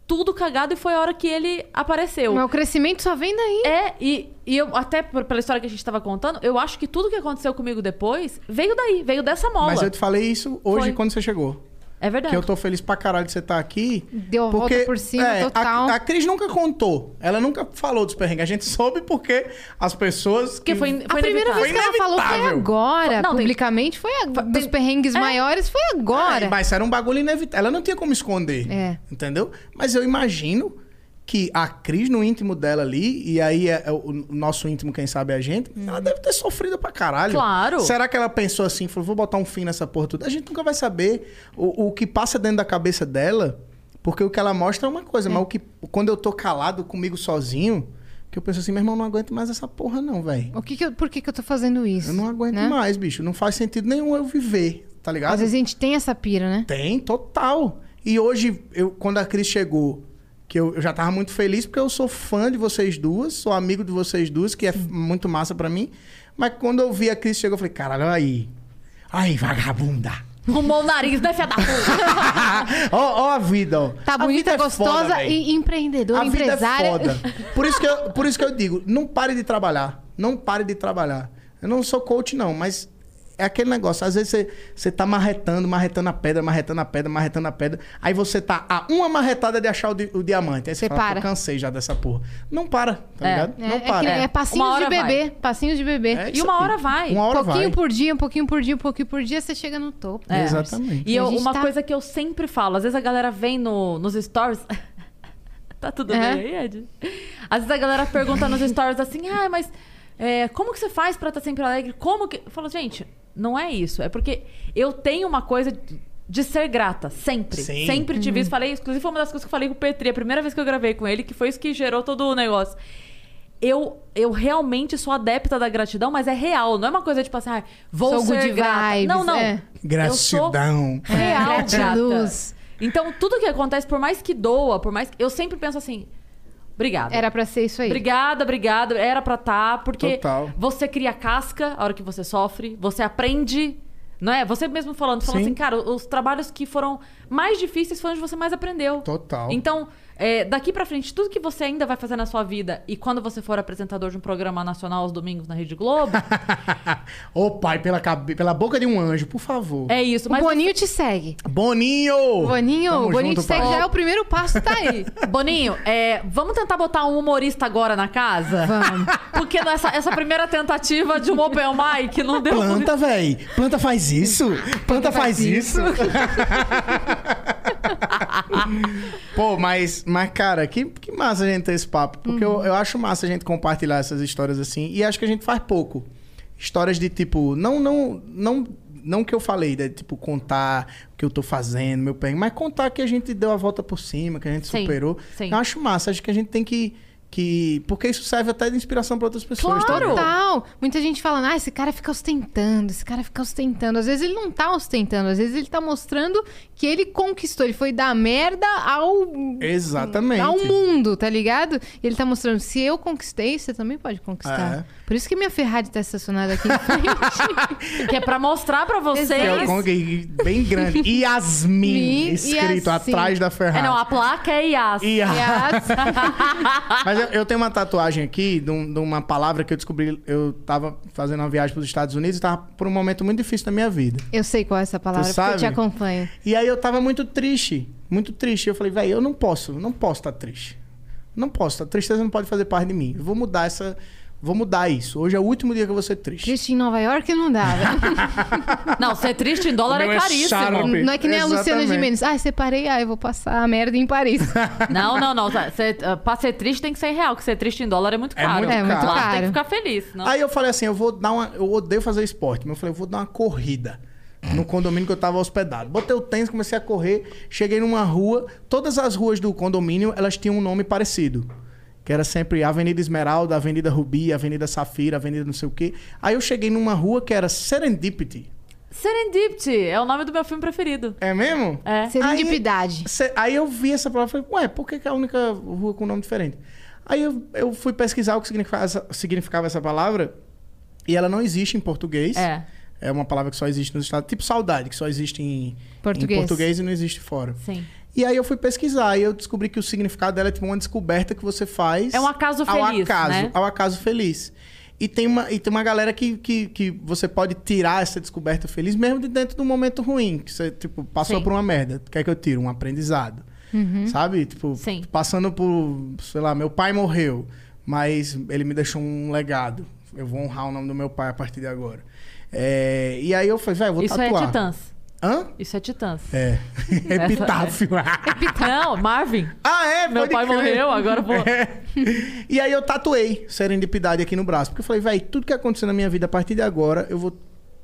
tudo cagado, e foi a hora que ele apareceu. Mas o crescimento só vem daí. né? É, e, e eu, até por- pela história que a gente tava contando, eu acho que tudo que aconteceu comigo depois veio daí, veio dessa mola. Mas eu te falei isso hoje Foi. quando você chegou. É verdade. Que eu tô feliz pra caralho de você estar aqui. Deu a volta por cima, é, a- total. A, Cris nunca contou. Ela nunca falou dos perrengues. A gente soube porque as pessoas... Porque foi, A foi primeira inevitável. vez que ela falou foi inevitável. agora, Não, tem- publicamente, foi a... dos perrengues maiores, foi agora. Mas era um bagulho inevitável. Ela não tinha como esconder. É. Entendeu? Mas eu imagino que a Cris, no íntimo dela ali, e aí é- é o o nosso íntimo, quem sabe é a gente, Hum. ela deve ter sofrido pra caralho. Claro. Será que ela pensou assim, falou, vou botar um fim nessa porra toda? A gente nunca vai saber o, o que passa dentro da cabeça dela, porque o que ela mostra é uma coisa, mas o que, quando eu tô calado comigo sozinho, que eu penso assim, meu irmão, não aguento mais essa porra não, velho. O que que eu- por que, que eu tô fazendo isso? Eu não aguento né? mais, bicho. Não faz sentido nenhum eu viver, tá ligado? Às vezes a gente tem essa pira, né? Tem, total. E hoje, eu, quando a Cris chegou, que eu, eu já tava muito feliz, porque eu sou fã de vocês duas, sou amigo de vocês duas, que é f- muito massa pra mim. Mas quando eu vi a Cris chegou, eu falei, caralho, aí. Aí, vagabunda. Arrumou o nariz, né, filha da puta? ó, ó a vida, ó. Tá A bonita, vida é gostosa foda, véi. e empreendedora, A vida empresária. é foda. Por isso, que eu, por isso que eu digo, não pare de trabalhar. Não pare de trabalhar. Eu não sou coach, não, mas é aquele negócio. Às vezes você, você tá marretando, marretando a pedra, marretando a pedra, marretando a pedra. Aí você tá a uma marretada de achar o, di- o diamante. Aí você, Você fala, para. "Pô, cansei já dessa porra. Não para, tá É. ligado? É, Não é que para. nem- é Uma passinhos de hora vai. bebê, passinhos de bebê. É E isso uma aí. hora vai. Uma hora pouquinho vai. por dia, um pouquinho por dia, um pouquinho por dia, você chega no topo. É. Exatamente. E eu- A gente uma tá- coisa que eu sempre falo, às vezes a galera vem no, nos stories. tá tudo É. bem aí, Ed? Às vezes a galera pergunta nos stories assim, ah, mas é, como que você faz pra estar sempre alegre? Como que. Eu falo, gente, não é isso. É porque eu tenho uma coisa. De ser grata, sempre. Sim. Sempre tive Uhum. isso. Falei, inclusive, foi uma das coisas que eu falei com o Petri, a primeira vez que eu gravei com ele, que foi isso que gerou todo o negócio. eu, eu realmente sou adepta da gratidão, mas é real. Não é uma coisa tipo assim, ah, vou Sou ser good grata. vibes, não, não. é. Gratidão. Eu sou real É, gratiluz. grata. Então, tudo que acontece, por mais que doa, por mais que... Eu sempre penso assim, obrigada. Era pra ser isso aí. Obrigada, obrigada. Era pra tá, porque Total. você cria casca a hora que você sofre, você aprende, não é? Você mesmo falando, falando Sim. assim, cara, os trabalhos que foram mais difíceis foram onde você mais aprendeu. Total. Então, é, daqui pra frente, tudo que você ainda vai fazer na sua vida e quando você for apresentador de um programa nacional aos domingos na Rede Globo, Ô pai, pela, cabe- pela boca de um anjo, por favor. é isso. O Mas Boninho te segue. Boninho! Boninho, Tamo o Boninho junto, te segue pai. já é o primeiro passo, tá aí. Boninho, é, vamos tentar botar um humorista agora na casa? Vamos. Porque nessa, essa primeira tentativa de um open mic não deu muito Planta, véi. Planta faz isso. Planta faz isso. Pô, mas, mas cara, que, que massa a gente ter esse papo. Porque eu, eu acho massa a gente compartilhar essas histórias assim. E acho que a gente faz pouco. Histórias de tipo, não, não, não, não o que eu falei, de tipo, contar o que eu tô fazendo, meu perrengue, mas contar que a gente deu a volta por cima, que a gente Sim, superou. sim. Eu acho massa, acho que a gente tem que. que porque isso serve até de inspiração para outras pessoas. tá Claro! ligado? Total. Muita gente falando, ah, esse cara fica ostentando, esse cara fica ostentando. Às vezes ele não tá ostentando, às vezes ele tá mostrando que ele conquistou, ele foi da merda ao, Exatamente. ao mundo, tá ligado? E ele tá mostrando, se eu conquistei, você também pode conquistar. É. Por isso que minha Ferrari tá estacionada aqui em frente. Que é pra mostrar pra vocês. Que é o Kong bem grande. Yasmin, Mi, escrito Yasmin. atrás da Ferrari. É, não, a placa é IAS. Ia- Aliás, Mas eu, eu tenho uma tatuagem aqui de, um- de uma palavra que eu descobri. Eu tava fazendo uma viagem para os Estados Unidos e tava por um momento muito difícil da minha vida. eu sei qual é essa palavra, Tu porque eu te sabe? acompanho. E aí eu tava muito triste, muito triste. Eu falei, velho, eu tá não posso, não posso estar triste. Não posso, a tristeza não pode fazer parte de mim. Eu vou mudar essa, vou mudar isso. Hoje é o último dia que eu vou ser triste. Triste em Nova York não né? dava. Não, ser triste em dólar O meu é é caríssimo. xarope. não é que nem a Luciana Exatamente. Gimenez. Ai, separei, ai, vou passar a merda em Paris. não, não, não. tá, Ser, ah, pra ser triste tem que ser em real, que ser triste em dólar é muito É caro. muito É, muito caro. Lá, Tem caro. que ficar feliz, não? Aí eu falei assim, eu vou dar uma. Eu odeio fazer esporte, mas eu falei, eu vou dar uma corrida no condomínio que eu tava hospedado. Botei o tênis, comecei a correr, cheguei numa rua. Todas as ruas do condomínio, elas tinham um nome parecido. Que era sempre Avenida Esmeralda, Avenida Rubi, Avenida Safira, Avenida não sei o quê. Aí eu cheguei numa rua que era Serendipity. Serendipity é o nome do meu filme preferido. É mesmo? É. Serendipidade. Cê- aí eu vi essa palavra e falei, ué, por que, que é a única rua com nome diferente? Aí eu, eu fui pesquisar o que significava essa, significava essa palavra e ela não existe em português. É. É uma palavra que só existe nos Estados Tipo saudade, que só existe em Português. em português e não existe fora. Sim. E aí eu fui pesquisar e eu descobri que o significado dela é tipo uma descoberta que você faz. É um acaso Ao feliz, acaso, né? ao acaso feliz. E tem uma, e tem uma galera que, que, que você pode tirar essa descoberta feliz mesmo de dentro de um momento ruim. Que você, tipo, passou Sim. Uhum. por uma merda. O que é que eu tiro? Um aprendizado. Sabe? Tipo, Sim. passando por, sei lá, meu pai morreu, mas ele me deixou um legado. Eu vou honrar o nome do meu pai a partir de agora. É, e aí eu falei, velho, vou Isso tatuar. é Titãs. Hã? Isso é Titãs. É. Epitáfio. É Não, Marvin. ah, é? Meu pode pai crer. É. morreu, agora eu vou. E aí eu tatuei serendipidade aqui no braço. Porque eu falei, véi, tudo que acontecer na minha vida a partir de agora, eu vou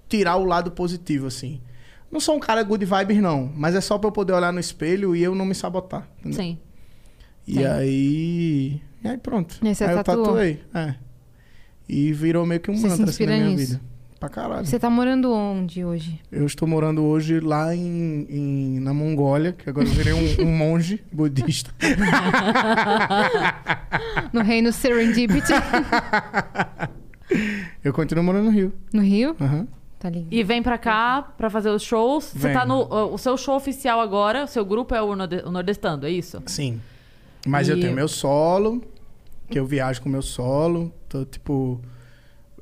tirar o lado positivo, assim. Não sou um cara good vibes, não. Mas é só pra eu poder olhar no espelho e eu não me sabotar. entendeu? Sim. E sim. aí... E aí pronto. E aí você aí eu tatuou? tatuei. É. E virou meio que um Você se mantra, assim, na inspira minha nisso? vida. Pra caralho. Você tá morando onde hoje? Eu estou morando hoje lá em, em- na Mongólia, que agora eu virei um- um monge budista. No reino Serendipity, Eu continuo morando no Rio. no Rio? Aham. Tá ligado. E vem pra cá pra fazer os shows. Você Vem. tá no. O seu show oficial agora, o seu grupo é o Norde- o Nordestando, é isso? Sim. Mas eu E- tenho meu solo, que eu viajo com meu solo. Tô, tipo...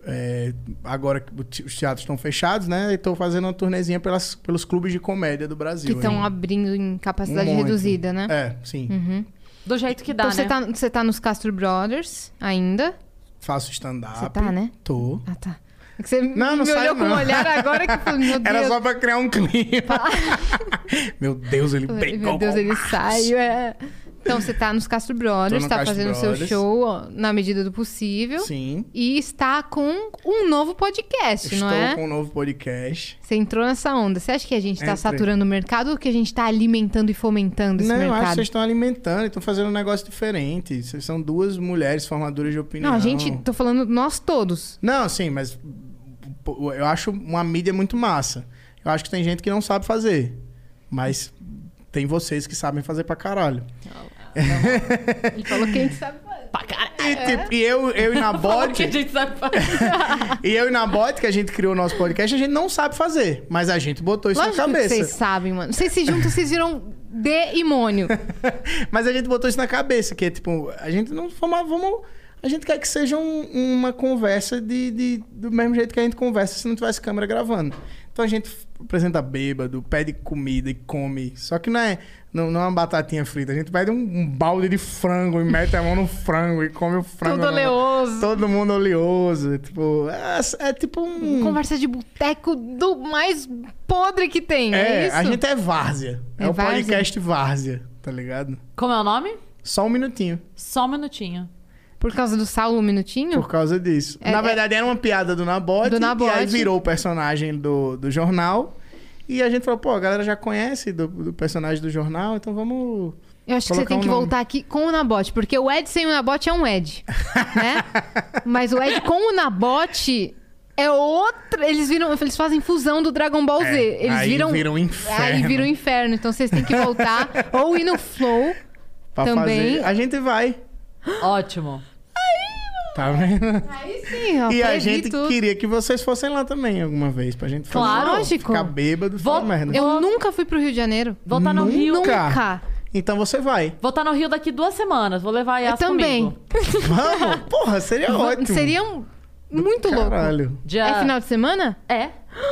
é, agora que o te- os teatros estão fechados, né? E tô fazendo uma turnezinha pelas, pelos clubes de comédia do Brasil. Que estão ainda. abrindo em capacidade Um monte. reduzida, né? É, sim. Do jeito que dá, então você né? tá, você tá nos Castro Brothers ainda? Faço stand-up. Você tá, né? Tô. Ah, tá. É que Você Não, não me sai, olhou com um não. olhar agora que eu falei, meu Deus. Era só pra criar um clima. meu Deus, ele Falei, pegou. Meu Deus, ele saiu. é. Então você tá nos Castro Brothers, no tá Castro fazendo o seu Brothers. show ó, na medida do possível. Sim. E está com um novo podcast, Estou não é? com um novo podcast. Você entrou nessa onda. Você acha que a gente tá Entrei. saturando o mercado ou que a gente tá alimentando e fomentando esse Não, eu acho que mercado? vocês estão alimentando, estão fazendo um negócio diferente. Vocês são duas mulheres formadoras de opinião. Não, a gente, tô falando nós todos. Não, sim, mas pô, eu acho uma mídia muito massa. Eu acho que tem gente que não sabe fazer. Mas tem vocês que sabem fazer pra caralho. Ele falou que a gente sabe. Pra caralho. E, É. tipo, e eu, eu e na Falou que bote. a gente sabe fazer. E eu e na bote, que a gente criou o nosso podcast, a gente não sabe fazer. Mas a gente botou isso Lógico na que cabeça. vocês sabem, mano. Vocês se juntam, vocês viram demônio. Mas a gente botou isso na cabeça, que é tipo, a gente não forma, vamos. A gente quer que seja um- uma conversa de, de- do mesmo jeito que a gente conversa se não tivesse câmera gravando. Então a gente f- apresenta bêbado, pede comida e come. Só que não é, não, não é uma batatinha frita. A gente pede um, um balde de frango e mete a mão no frango e come o frango. Tudo na mão. oleoso. Todo mundo oleoso. Tipo, é, é tipo um. Conversa de boteco do mais podre que tem. É, é, isso? a gente é várzea. É, É o várzea? podcast várzea, tá ligado? Como é o nome? Só um minutinho. Só um minutinho. Por causa do Saulo um minutinho? Por causa disso. É- Na é- verdade, era uma piada do Nabote. Do Nabote. E aí virou o personagem do, do jornal. E a gente falou, pô, a galera já conhece do, do personagem do jornal, então vamos... Eu acho que você Colocar tem um que nome. voltar aqui com o Nabote, porque o Ed sem o Nabote é um Ed, né? Mas o Ed com o Nabote é outra. Eles viram, eles fazem fusão do Dragon Ball Z. Eles É, aí viram, vira um inferno. Aí viram um inferno. Então vocês têm que voltar ou ir no Flow. Pra Também- fazer. A gente vai. Ótimo. Tá vendo? Aí sim, ó. E a previ gente tudo. queria que vocês fossem lá também alguma vez, pra gente fazer- Claro. Lógico. ficar bêbado, Vou- falar merda. Eu nunca fui pro Rio de Janeiro. Vou estar no Nunca. Rio. Nunca. Então você vai. Vou estar no Rio daqui duas semanas. Vou levar a Yas Eu também. comigo. Vamos! Porra, seria É ótimo. Seria um- muito louco. Caralho. Dia... É final de semana? É.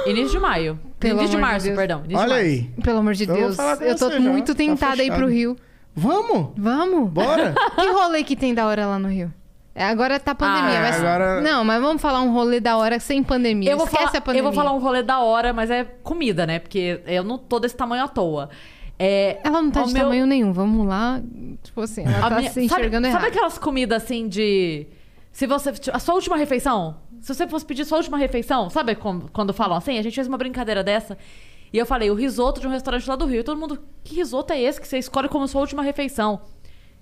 Início de maio. Pelo Início de amor de março, Deus. perdão. Início de Olha março. aí. Pelo amor de Então Eu vou Deus. falar com Eu tô você já, muito tá tentada a ir fechado. pro Rio. Vamos! Vamos? Bora! Que rolê que tem da hora lá no Rio? É, Agora tá pandemia, Ah, mas. agora- Não, mas vamos falar um rolê da hora sem pandemia. Eu vou, Esquece falar, a pandemia. eu vou falar um rolê da hora, mas é comida, né? Porque eu não tô desse tamanho à toa. É, Ela não tá o de meu- tamanho nenhum, vamos lá. Tipo assim, ela a tá minha- se sabe- enxergando sabe, errado. aquelas comidas assim de. Se você. tipo, A sua última refeição? Se você fosse pedir sua última refeição, sabe como- quando falam assim? A gente fez uma brincadeira dessa. E eu falei, o risoto de um restaurante lá do Rio. E todo mundo, que risoto é esse que você escolhe como sua última refeição?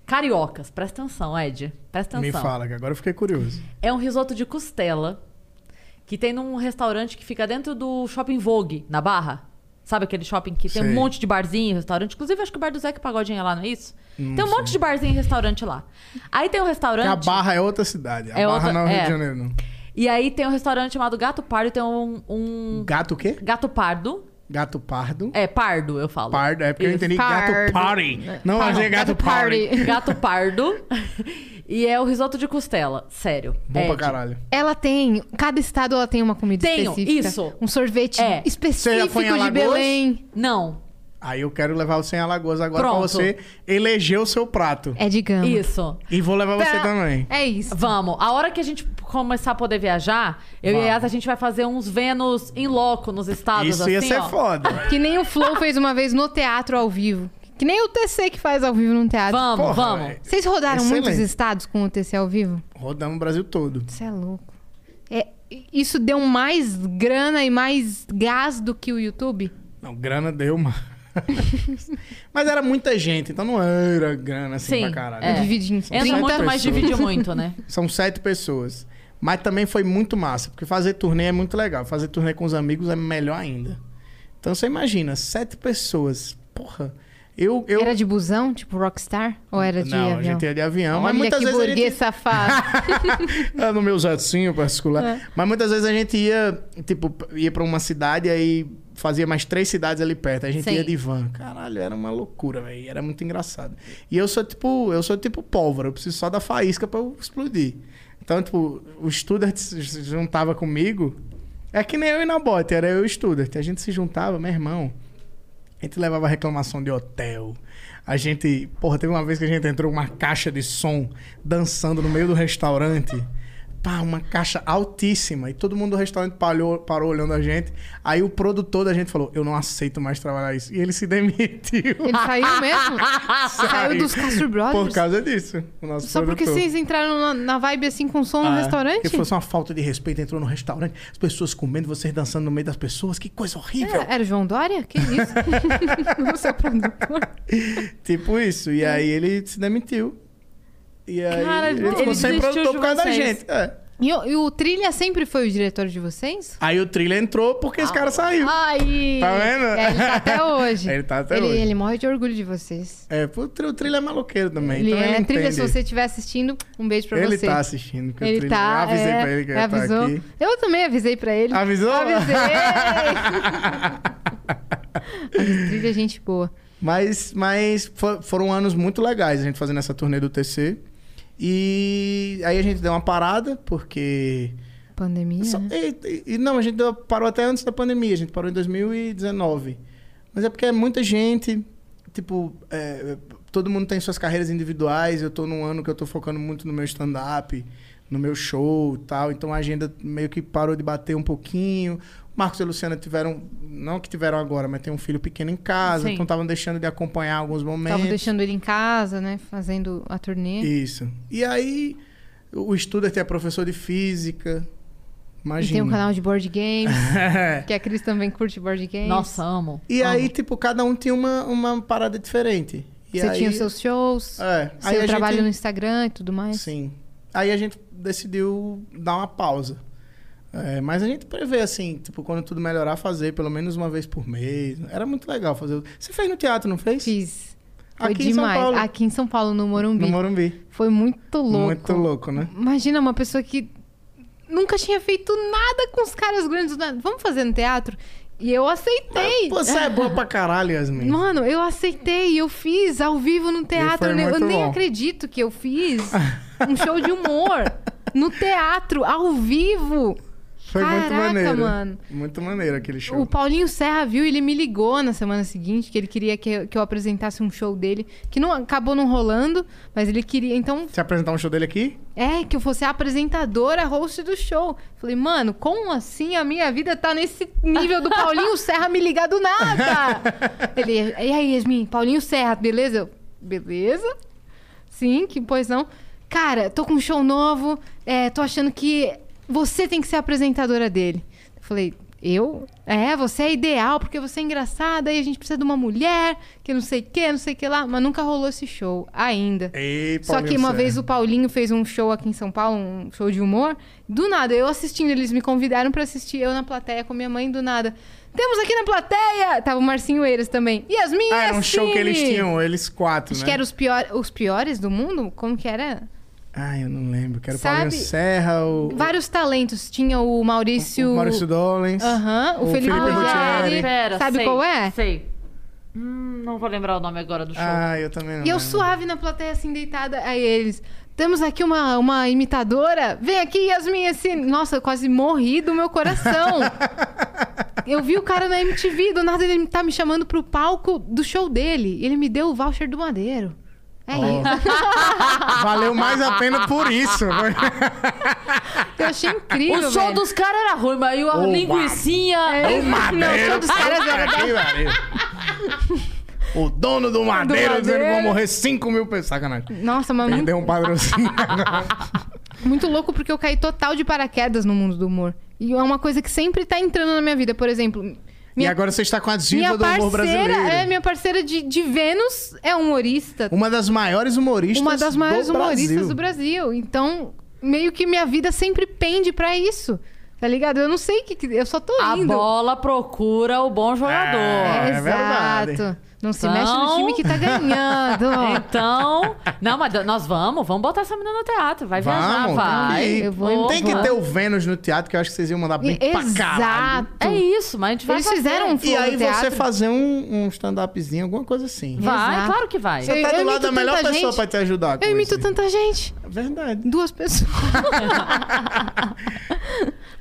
Cariocas, presta atenção, Ed. Presta Então Me atenção. tá. fala, que agora eu fiquei curioso. É um risoto de costela que tem num restaurante que fica dentro do Shopping Vogue, na Barra. Sabe aquele shopping que tem Sei. um monte de barzinho, restaurante? Inclusive, acho que o bar do Zeca Pagodinho é lá, não é isso? tem um monte de barzinho e restaurante lá. Aí tem um restaurante... A Barra é outra cidade. A É Barra outra- não é o Rio é. de Janeiro, não. E aí tem um restaurante chamado Gato Pardo, tem um, um Gato o quê? gato pardo. Gato pardo. É, pardo, eu falo. Pardo, é porque eu Isso. entendi Pardo. gato party. Não, achei gato, gato party. party. Gato pardo. e é o risoto de costela, sério. É Bom pra Ed. caralho. Ela tem, cada estado ela tem uma comida Tenho, específica. isso. Um sorvete É. Você específico já foi em de Alagoas? Belém. Não, Aí eu quero levar você em Alagoas agora Pronto. pra você eleger o seu prato. É de gama. isso. E vou levar você Tá. também. É isso. Vamos. A hora que a gente começar a poder viajar, eu e a Yas, a gente vai fazer uns Vênus em loco nos estados. Isso assim, ia ser ó. foda. Que nem o Flow fez uma vez no teatro ao vivo. Que nem o TC que faz ao vivo no teatro. Vamos, Porra, vamos. velho. Vocês rodaram Excelente. muitos estados com o TC ao vivo? Rodamos o Brasil todo. Você é louco. É, isso deu mais grana e mais gás do que o YouTube? Não, grana deu, mano. Mas era muita gente, então não era grana Sim, assim pra caralho. é. Dividir em Entra 30 muito, mas pessoas. divide muito, né? São sete pessoas. Mas também foi muito massa, porque fazer turnê é muito legal. Fazer turnê com os amigos é melhor ainda. Então você imagina, sete pessoas. Porra. Eu. eu... Era de busão, tipo Rockstar? Ou era de não, avião? a gente ia de avião. Olha mas muitas que vezes a gente- burguês safado. É, no meu jatinho particular. Mas muitas vezes a gente ia, tipo, ia pra uma cidade e aí fazia mais três cidades ali perto. A gente Sim. ia de van. Caralho, era uma loucura, velho. Era muito engraçado. E eu sou tipo, eu sou tipo pólvora, eu preciso só da faísca pra eu explodir. Então, tipo, o Studart se juntava comigo. É que nem eu e na bote, era eu e o Studart. A gente se juntava, meu irmão. A gente levava reclamação de hotel. A gente. Porra, teve uma vez que a gente entrou com uma caixa de som dançando no meio do restaurante. Pá, uma caixa altíssima. E todo mundo do restaurante parou, parou olhando a gente. Aí o produtor da gente falou: Eu não aceito mais trabalhar isso. E ele se demitiu. Ele saiu mesmo? saiu dos Castro Brothers? Por causa disso. O nosso Só porque produtor. vocês entraram na, na vibe assim com som no Ah, restaurante? Ele falou assim: uma falta de respeito. Entrou no restaurante, as pessoas comendo, vocês dançando no meio das pessoas. Que coisa horrível. Era, era o João Dória? Que isso? o seu produtor. Tipo isso. E aí ele se demitiu. E aí Cara, ele ele ficou sem desistiu produtor de por causa da vocês. gente. É. E, o- e o Trilha sempre foi o diretor de vocês? Aí o trilha entrou porque Ah. esse cara saiu. Ai! Tá vendo? É, ele tá até hoje. Ele tá até Ele- hoje. Ele morre de orgulho de vocês. É, pô, o Tri- o trilha é maloqueiro também. ele então é ele entende. Trilha, se você estiver assistindo, um beijo pra ele você. tá assistindo. que o Ele Trilha- tá. Eu avisei é, pra ele que ele avisou. tá aqui. Eu também avisei pra ele. Avisou? Avisei! Mas Trilha, gente boa. Mas, mas fo- foram anos muito legais a gente fazendo essa turnê do TC. E aí a gente deu uma parada, porque. Pandemia. Só- um né? e, e- e não, a gente deu- parou até antes da pandemia, a gente parou em 2019. Mas é porque é muita gente, tipo, é, todo mundo tem suas carreiras individuais, eu tô num ano que eu tô focando muito no meu stand-up, no meu show e tal, então a agenda meio que parou de bater um pouquinho. O Marcos e a Luciana tiveram, não que tiveram agora, mas tem um filho pequeno em casa, Sim. então estavam deixando de acompanhar alguns momentos. Tava deixando ele em casa, né? Fazendo a turnê. Isso. E aí, o Studart é professor de física, E imagina. tem um canal de board games, É. que a Cris também curte board games. Nossa, amo. E amo. aí, tipo, cada um tinha uma, uma parada diferente. E Você aí, tinha os seus shows, É, aí seu a trabalho no gente, Instagram e tudo mais. Sim. Aí a gente decidiu dar uma pausa. É, mas a gente prevê, assim, tipo, quando tudo melhorar, fazer pelo menos uma vez por mês. Era muito legal fazer. Você fez no teatro, não fez? Fiz. Foi Aqui em São demais. Paulo. Aqui em São Paulo, no Morumbi. No Morumbi. Foi muito louco. Muito louco, né? Imagina uma pessoa que nunca tinha feito nada com os caras grandes. nada. Vamos fazer no teatro? E eu aceitei. Pô, Você é boa pra caralho, Yasmin. Mano, eu aceitei, eu fiz ao vivo no teatro. foi Eu, ne- eu muito nem bom. acredito que eu fiz um show de humor no teatro, ao vivo. Foi muito Caraca, maneiro. mano. Muito maneiro aquele show. O Paulinho Serra viu e ele me ligou na semana seguinte que ele queria que eu, que eu apresentasse um show dele, que não acabou não rolando, mas ele queria. Então, Se apresentar um show dele aqui? é que eu fosse a apresentadora, host do show. Falei, mano, como assim a minha vida tá nesse nível do Paulinho Serra me ligar do nada? Ele, e aí, Yasmin, Paulinho Serra, beleza? Eu, beleza? Sim, que pois não. Cara, tô com um show novo, é, tô achando que você tem que ser a apresentadora dele. Eu Falei, eu? É, você é ideal, porque você é engraçada e a gente precisa de uma mulher, que não sei o que, não sei o que lá. Mas nunca rolou esse show, ainda. Ei, Só Paulinho que uma Serra. vez o Paulinho fez um show aqui em São Paulo, um show de humor. Do nada, eu assistindo, eles me convidaram pra assistir, eu na plateia com minha mãe, do nada. Temos aqui na plateia! Tava o Marcinho Eiras também. Yasmin Ah, era um Yassine! show que eles tinham, eles quatro, Acho né? que era os, pior, os piores do mundo? Como que era? Ah, eu não lembro. Que era o Sabe? Paulinho Serra, o, Vários talentos. Tinha o Maurício. o Maurício Dollens. Aham, o, o Felipe Felipe Rogério. Ruggieri. Pera, Sabe sei, qual é? Sei. Hum, não vou lembrar o nome agora do show. Ah, eu também não E eu lembro. suave na plateia, assim, deitada. Aí eles. Temos aqui uma, uma imitadora. Vem aqui, Yasmin, assim. Nossa, eu quase morri do meu coração. eu vi o cara na MTV, do nada ele tá me chamando pro palco do show dele. Ele me deu o voucher do Madeiro. É isso. Valeu mais a pena por isso. Eu É achei incrível. O show velho. dos caras era ruim, mas e a Oba. linguicinha. é o madeiro. show dos caras puta era- que pariu. O dono do madeiro dizendo que vão morrer 5 mil pessoas. Sacanagem. Nossa, mas muito, Perdeu um patrocínio. muito louco porque eu caí total de paraquedas no mundo do humor. E é uma coisa que sempre tá entrando na minha vida. Por exemplo, e minha agora você está com a diva Minha do humor brasileiro. parceira, é, minha parceira de, de Vênus é humorista. Uma das maiores humoristas Uma das maiores do humoristas Brasil. do Brasil. Então, meio que minha vida sempre pende pra isso. Tá ligado? Eu não sei o que. que- Eu só tô A indo. bola procura o bom jogador. É. verdade. Exato. Não se Então- mexe no time que tá ganhando. Então, não, mas nós vamos, vamos botar essa menina no teatro, vai viajar, Vamos, vai. tem que ir. Eu vou- Tem que ter o Vênus no teatro, que eu acho que vocês iam mandar bem pra caralho. Exato. É isso, mas a gente vai Eles fazer. fizeram um E flow aí no você teatro. fazer um, um stand-upzinho, alguma coisa assim. Vai, Exato. claro que vai. Eu- Tá do eu lado imito da melhor tanta pessoa gente. pra te ajudar. com Eu imito isso. tanta gente. Verdade. Duas pessoas.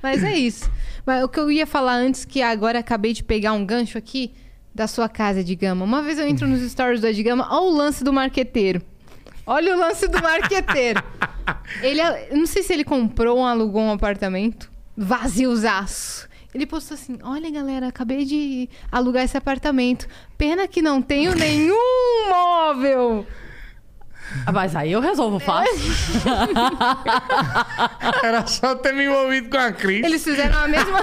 Mas é isso. Mas o que eu ia falar antes, que agora acabei de pegar um gancho aqui da sua casa, Edgama. Uma vez eu entro nos stories do Edgama, olha o lance do marqueteiro. Olha o lance do marqueteiro. ele, eu não sei se ele comprou ou alugou um apartamento. Vaziozaço. Ele postou assim: Olha, galera, acabei de alugar esse apartamento. Pena que não tenho nenhum móvel. Ah, Mas aí eu resolvo fácil. Era só ter me envolvido com a Cris. Eles fizeram a mesma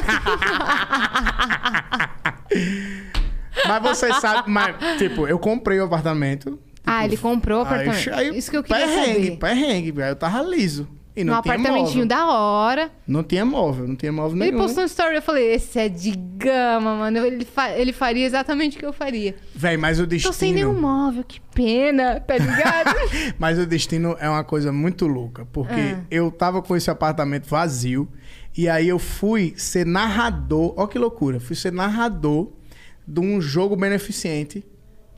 Mas você sabe, mas, tipo, eu comprei o apartamento. Ah, ele comprou o Tipo, Aí, apartamento. aí, Isso que eu queria perrengue, saber. Perrengue, aí eu tava liso. E Um não tinha apartamentinho móvel. da hora. Não tinha móvel, não tinha móvel Ele nenhum. postou um story, eu falei, esse é de gama, mano. Ele, fa- ele faria exatamente o que eu faria. Véi, mas o destino... Tô sem nenhum móvel, que pena, tá ligado? Mas o destino é uma coisa muito louca, porque Ah. eu tava com esse apartamento vazio e aí eu fui ser narrador, ó que loucura, fui ser narrador de um jogo beneficente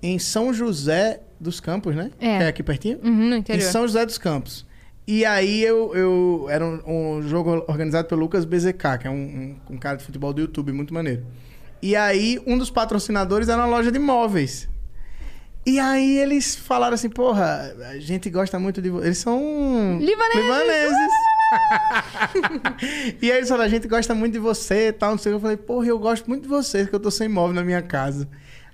em São José dos Campos, né? É. Que é aqui pertinho? uhum, no Em interior. São José dos Campos. E aí eu, eu era um, um jogo organizado pelo Lucas BZK, que é um, um- um cara de futebol do YouTube, muito maneiro. E aí um dos patrocinadores era uma loja de móveis. E aí eles falaram assim, porra, a gente gosta muito de... vo-" Eles são... Libaneses! libaneses. e aí eles falaram, a gente gosta muito de você e tal, não sei o que. Eu falei, porra, eu gosto muito de você, porque eu tô sem móvel na minha casa.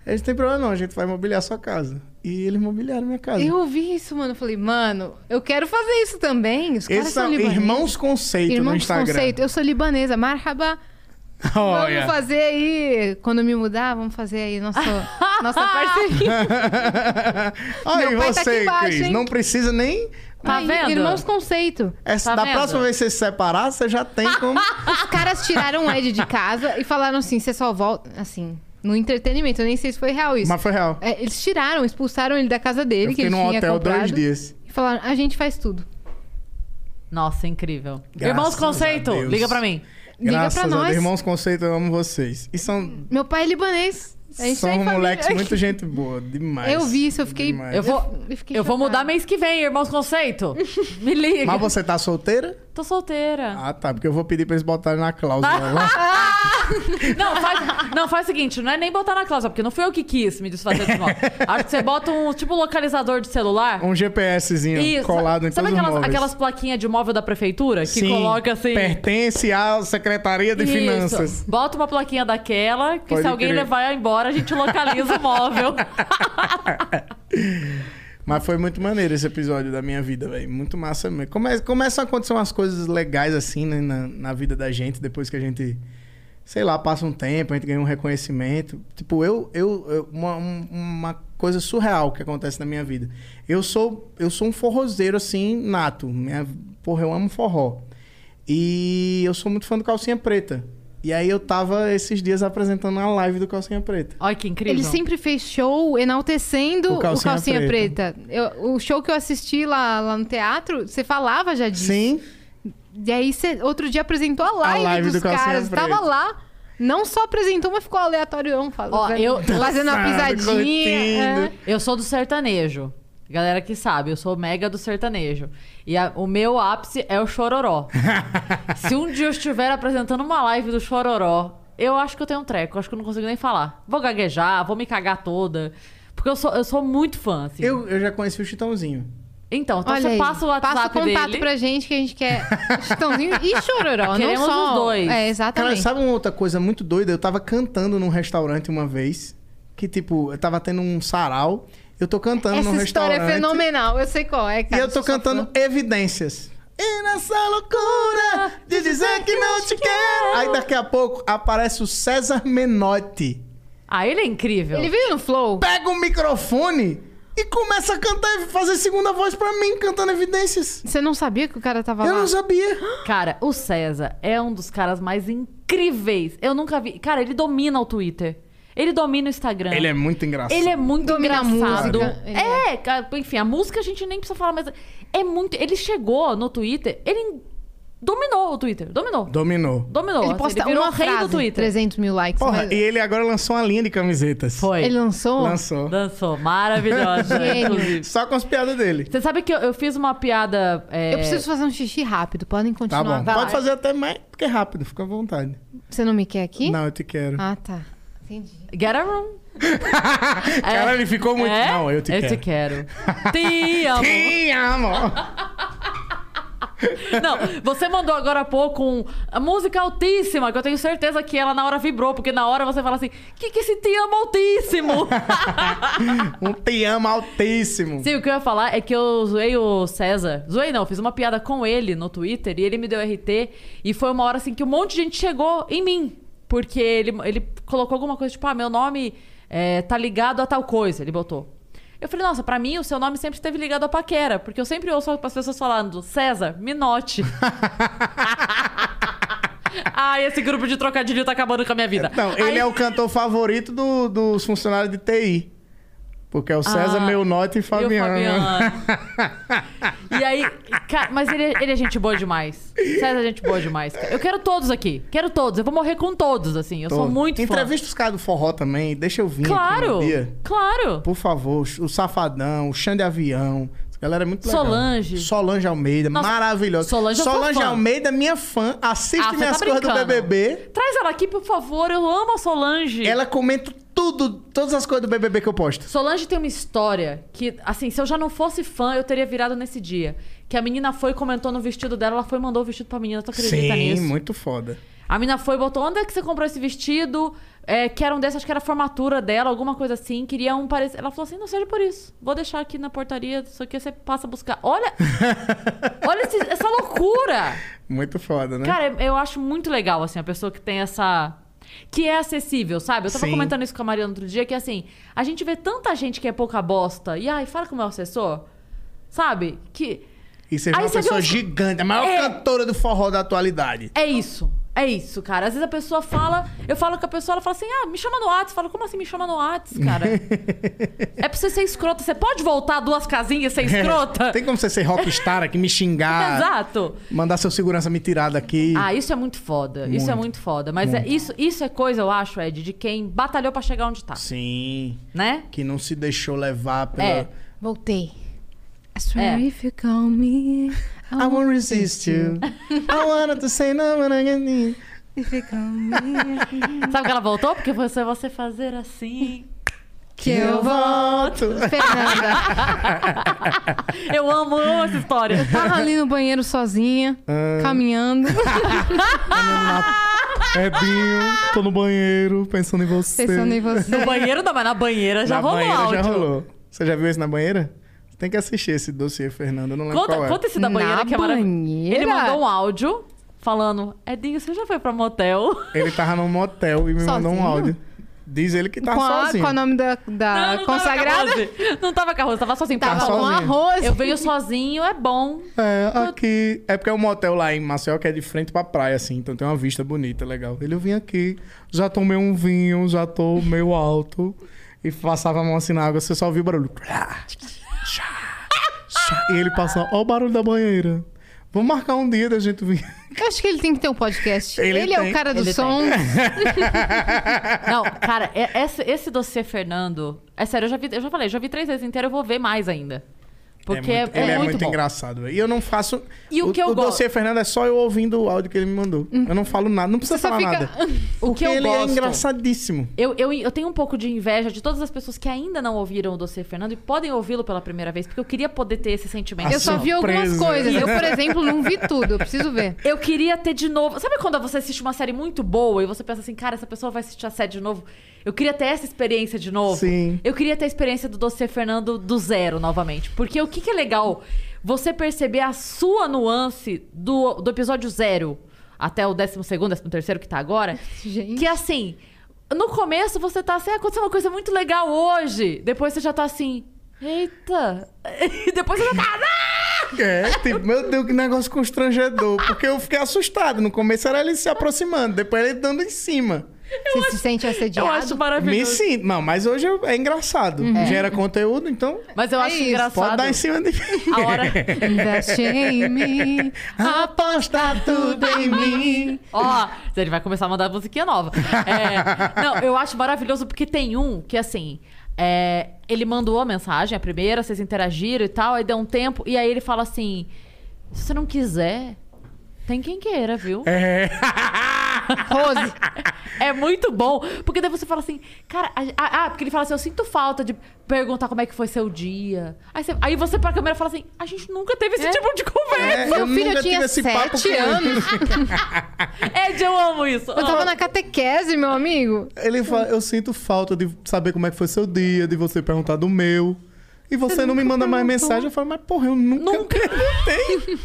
Eles, não tem problema não, a gente vai mobiliar a sua casa. E eles mobiliaram minha casa. Eu ouvi isso, mano. Eu falei, mano, eu quero fazer isso também. Os caras Esses são são libaneses. Irmãos Conceito no Irmãos Instagram. Conceito. Eu sou libanesa, marhaba. Olha. Vamos fazer aí, quando me mudar, vamos fazer aí nosso, nossa parceria. Olha, e Meu pai tá aqui você, embaixo, Cris, hein? não precisa nem. Tá Aí, vendo? Irmãos Conceito. Essa, Tá da vendo? próxima vez que você se separar, você já tem como. Os caras tiraram o Ed de casa e falaram assim: você só volta. Assim, no entretenimento, eu nem sei se foi real isso. Mas foi real. É, eles tiraram, expulsaram ele da casa dele, Eu que fiquei ele num tinha hotel comprado. dois dias. E falaram: a gente faz tudo. Nossa, incrível. Graças Irmãos a Conceito, Deus. liga pra mim. Liga Graças pra a Deus. nós. Irmãos Conceito, eu amo vocês. E são. Meu pai é libanês. A gente São tem família moleques, aqui. muito gente boa, demais. Eu vi isso, eu fiquei- Demais. Eu vou, Eu fiquei eu vou chocada. mudar mês que vem, irmãos conceito. Me liga. Mas você tá solteira? Tô solteira. Ah, tá, porque eu vou pedir pra eles botarem na cláusula. né? Não, faz, não, faz o seguinte, não é nem botar na cláusula, porque não fui eu que quis me desfazer do móvel. Acho que você bota um tipo localizador de celular. um GPSzinho Isso. colado em Sabe todos os aquelas, móveis. aquelas plaquinhas de móvel da prefeitura que Sim, coloca assim. Pertence à Secretaria de Isso. Finanças. Bota uma plaquinha daquela, que Pode se alguém crer. levar embora, a gente localiza o móvel. Mas foi muito maneiro esse episódio da minha vida, velho. Muito massa mesmo. Come- começam a acontecer umas coisas legais assim, né, na, na vida da gente, depois que a gente, sei lá, passa um tempo, a gente ganha um reconhecimento. Tipo, eu. eu, eu- uma, um- uma coisa surreal que acontece na minha vida. Eu sou, eu sou um forrozeiro, assim, nato. Minha, porra, eu amo forró. E eu sou muito fã do Calcinha Preta. E aí eu tava esses dias apresentando a live do Calcinha Preta. Olha que incrível. Ele sempre fez show enaltecendo o O Calcinha, Calcinha Preta. Eu- o show que eu assisti lá, lá no teatro, você falava já disso. Sim. E aí você outro dia apresentou a live, live dos do Calcinha caras. Preta. Tava lá. Não só apresentou, mas ficou aleatorião falando. Ó, eu- fazendo uma Dançando, pisadinha. é. curtindo. Eu sou do sertanejo. Galera que sabe, eu sou mega do sertanejo. E a- o meu ápice é o chororó. Se um dia eu estiver apresentando uma live do chororó, eu acho que eu tenho um treco, eu acho que eu não consigo nem falar. Vou gaguejar, vou me cagar toda. Porque eu sou, eu sou muito fã, assim. Eu, eu já conheci o Chitãozinho. Então, então Olha você aí, passa o WhatsApp passa o contato dele. pra gente que a gente quer Chitãozinho e Chororó, não Queremos só... os dois. É, Cara, exatamente. sabe uma outra coisa muito doida? Eu tava cantando num restaurante uma vez, que tipo, eu tava tendo um sarau, eu tô cantando Essa num história tá restaurante. é fenomenal, eu sei qual é, E cara. eu tô sou sua cantando fã. evidências. E nessa loucura de dizer que não te quero. Aí daqui a pouco aparece o César Menotti. Ah, ele é incrível. Ele veio no Flow? Pega o microfone e começa a cantar e fazer segunda voz pra mim, cantando evidências. Você não sabia que o cara tava Eu lá? não sabia. Cara, o César é um dos caras mais incríveis. Eu nunca vi. Cara, ele domina o Twitter. Ele domina o Instagram. Ele é muito engraçado. Ele é muito Domina a engraçado. música, ele É, cara, enfim, a música a gente nem precisa falar, mas é muito. Ele chegou no Twitter, ele dominou o Twitter. Dominou. Dominou. Dominou. Ele assim, posta virou uma rei frase, do Twitter. 300 mil likes. Porra, mas- e ele agora lançou uma linha de camisetas. Foi. Ele lançou? Lançou. Dançou. Maravilhosa. Gênio. inclusive. Só com as piadas dele. Você sabe que eu, eu fiz uma piada. é, Eu preciso fazer um xixi rápido, podem Tá continuar. bom. Vai. Pode fazer até mais porque é rápido, fica à vontade. Você não me quer aqui? Não, eu te quero. Ah, tá. Entendi. Get a room. Cara, ele ficou muito. É? Não, eu te quero. Eu te quero. Te amo. Te amo. Não, você mandou agora há pouco um, a música altíssima, que eu tenho certeza que ela na hora vibrou, porque na hora você fala assim: que que esse te amo altíssimo? Um te amo altíssimo. Sim, o que eu ia falar é que eu zoei o César. Zoei não, fiz uma piada com ele no Twitter e ele me deu RT. E foi uma hora assim que um monte de gente chegou em mim. Porque ele, ele colocou alguma coisa tipo, ah, meu nome é, tá ligado a tal coisa. Ele botou. Eu falei, nossa, pra mim o seu nome sempre esteve ligado a paquera. Porque eu sempre ouço as pessoas falando, César, me note. Ai, esse grupo de trocadilho tá acabando com a minha vida. Não, ele Aí- é o cantor favorito do- dos funcionários de TI. Porque é o César, meu Note e Ah. E o Fabiano. e aí, cara, mas ele, ele é gente boa demais. César é gente boa demais. cara. Eu quero todos aqui. Quero todos. Eu vou morrer com todos, assim. Eu sou Tô. muito Entrevista os caras do forró também, deixa eu vir. fã. aqui Claro! um dia. Claro! Por favor, o Safadão, o Xande Avião. Essa galera é muito legal. Solange. Solange Almeida, Nossa, maravilhosa. Solange eu sou Solange fã. Almeida, minha fã. Assiste Ah, você minhas tá coisas do brincando. BBB. Traz ela aqui, por favor. Eu amo a Solange. Ela comenta tudo, todas as coisas do BBB que eu posto. Solange tem uma história que, assim, se eu já não fosse fã, eu teria virado nesse dia. Que a menina foi, comentou no vestido dela, ela foi e mandou o vestido pra menina. Tu acredita nisso? muito foda. A mina foi e botou: onde é que você comprou esse vestido? É, que era um desses, acho que era a formatura dela, alguma coisa assim. Queria um parecido. Ela falou assim: não seja por isso. Vou deixar aqui na portaria, só que você passa a buscar. Olha! olha esse- essa loucura! Muito foda, né? Cara, eu acho muito legal, assim, a pessoa que tem essa. Que é acessível, sabe? Eu tava Sim. comentando isso com a Mariana outro dia, que assim, a gente vê tanta gente que é pouca bosta. E ai, fala com o meu assessor. Sabe? Que. e você vê aí uma você pessoa viu- gigante, a maior É. cantora do forró da atualidade. É isso. É isso, cara. Às vezes a pessoa fala, eu falo com a pessoa, ela fala assim: ah, me chama no Whats. Eu falo, como assim me chama no Whats, cara? é pra você ser escrota. Você pode voltar duas casinhas e ser escrota? É, Tem como você ser rockstar aqui, me xingar, Exato. mandar seu segurança me tirar daqui. Ah, isso é muito foda. Isso é muito foda. Mas é, isso, isso é coisa, eu acho, Ed, de quem batalhou pra chegar onde tá. Sim. Né? Que não se deixou levar pela. É. Voltei. I swear É. if you call me. I I won't resist you. I wanted to say no, but I can't. need. if you call me. Sabe que ela voltou? Porque você, você fazer assim. Que eu volto. Fernanda. Eu amo, eu amo essa história. Tava ali no banheiro sozinha, Ah. caminhando. Ah! Edinho, É, tô no banheiro pensando em você. Pensando em você. No banheiro não, mas na banheira já Na rolou banheira áudio. já rolou. Você já viu esse na banheira? Você tem que assistir esse dossiê, Fernanda. Eu não lembro qual Conta, é. conta esse da banheira Na que é maravilhoso. banheira? Ele mandou um áudio falando: Edinho, você já foi pra motel? Ele tava num motel e me mandou um Sozinho? áudio. Diz ele que tá com a, sozinho. qual é o nome da, Ah, Não, da não consagrada? Tava com a Rose. não tava com a Rose, tava sozinho. Tava Tá com sozinho. arroz. Eu venho sozinho, é bom. É, aqui. É porque é um motel lá em Maceió que é de frente pra praia, assim. Então tem uma vista bonita, legal. Ele, eu vim aqui, já tomei um vinho, já tô meio alto. E passava a mão assim na água, você só ouvia o barulho. E ele passava, ó o barulho da banheira. Vamos marcar um dia da gente vir. Eu acho que ele tem que ter um podcast. Ele Ele, é tem. o cara do Ele som. Não, cara, é- esse, esse dossiê Fernando. É sério, eu já, vi, eu já falei, eu já vi três vezes inteiro, eu vou ver mais ainda. Porque é é muito, ele é muito, bom. engraçado. velho. E eu não faço. E o que eu o gosto- Uhum. dossiê, Fernando, é só eu ouvindo o áudio que ele me mandou. Eu não falo nada, não precisa Você falar fica- nada. O "Ah, que Porque eu ele gosto. é engraçadíssimo. Eu, eu, eu tenho um pouco de inveja de todas as pessoas que ainda não ouviram o dossiê Fernando e podem ouvi-lo pela primeira vez, porque eu queria poder ter esse Ah, sentimento. Eu só vi algumas Surpresa. coisas. Eu, por exemplo, não vi tudo. Eu preciso ver. Eu queria ter de novo. Sabe quando você assiste uma série muito boa e você pensa assim, cara, essa pessoa vai assistir a série de novo? Eu queria ter essa experiência de novo. Sim. Eu queria ter a experiência do Dossiê Fernando do zero novamente. Porque o que, que é legal? Você perceber a sua nuance do, do episódio zero até o 12, 13 terceiro que tá agora. Gente. Que assim, no começo você tá assim, ah, aconteceu uma coisa muito legal hoje. Depois você já tá assim, eita. E depois você já tá. É, tipo, meu Deus, que negócio constrangedor. Porque eu fiquei assustado. No começo era ele se aproximando, depois ele dando em cima. Você se sente Eu assediado. acho Me maravilhoso. sinto. Não, mas hoje eu- é engraçado. Gera conteúdo, então Mas eu É acho isso, engraçado. pode dar em cima de mim. A hora. é Investe em mim. Aposta tudo em mim. Ó, ele vai começar a mandar musiquinha nova. É, não, eu acho maravilhoso porque tem um que, assim, é, ele mandou a mensagem, a primeira, vocês interagiram e tal, aí deu um tempo, e aí ele fala assim: se você não quiser, tem quem queira, viu? É. Rose. É muito bom, porque daí você fala assim, cara, a- a- ah, porque ele fala assim, eu sinto falta de perguntar como é que foi seu dia. Aí você, aí você pra câmera fala assim, a gente nunca teve esse tipo de conversa. É, Meu filho nunca tive tinha esse papo sete com ele. anos. Ed, É, eu amo isso. Eu tava na catequese, meu amigo. Ele fala, eu sinto falta de saber como é que foi seu dia, de você perguntar do meu. E você, não me manda mais mensagem. Eu falo, mas porra, eu nunca, Nunca. perguntei.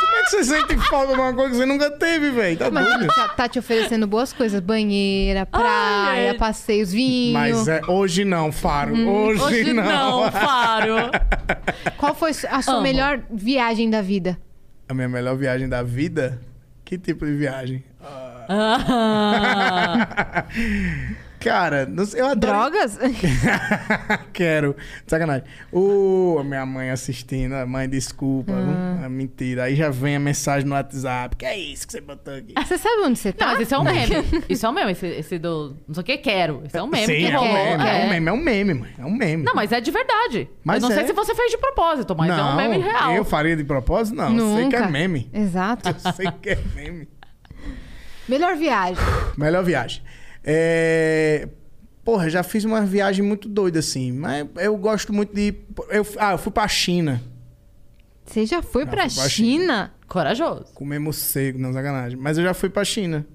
como é que você sente falta de uma coisa que você nunca teve, velho? Tá Mas doido? ele já tá te oferecendo boas coisas. Banheira, praia, Ai, é. passeios, vinho. Mas é, hoje não, Faro. hoje, Hoje não. não, Faro. Qual foi a sua Amo. melhor viagem da vida? É A minha melhor viagem da vida? Que tipo de viagem? Ah. Cara, não sei, eu adoro. Drogas? Quero. Sacanagem. Ô, minha mãe assistindo. ah, Mãe, desculpa. viu? Ah, mentira. Aí já vem a mensagem no WhatsApp. Que é isso que você botou aqui? Você sabe onde você tá? Não, mas esse é um meme. Isso é um meme, esse, esse do. Não sei o que, quero. Esse é um meme Sim, que é um rolou. meme. É. é. um meme, é um meme, mãe. É um meme. Não, mas é de verdade. Mas eu não sei é. se você fez de propósito, mas é um Não, meme real. Eu faria de propósito? Não. Eu sei que é meme. Exato. Eu sei que é meme. Melhor viagem. Melhor viagem. É... Porra, já fiz uma viagem muito doida, assim. Mas eu gosto muito de... Eu... Ah, eu fui pra China. Você já foi pra fui pra China? Corajoso. Comer morcego, não, sacanagem. Mas eu já fui pra China.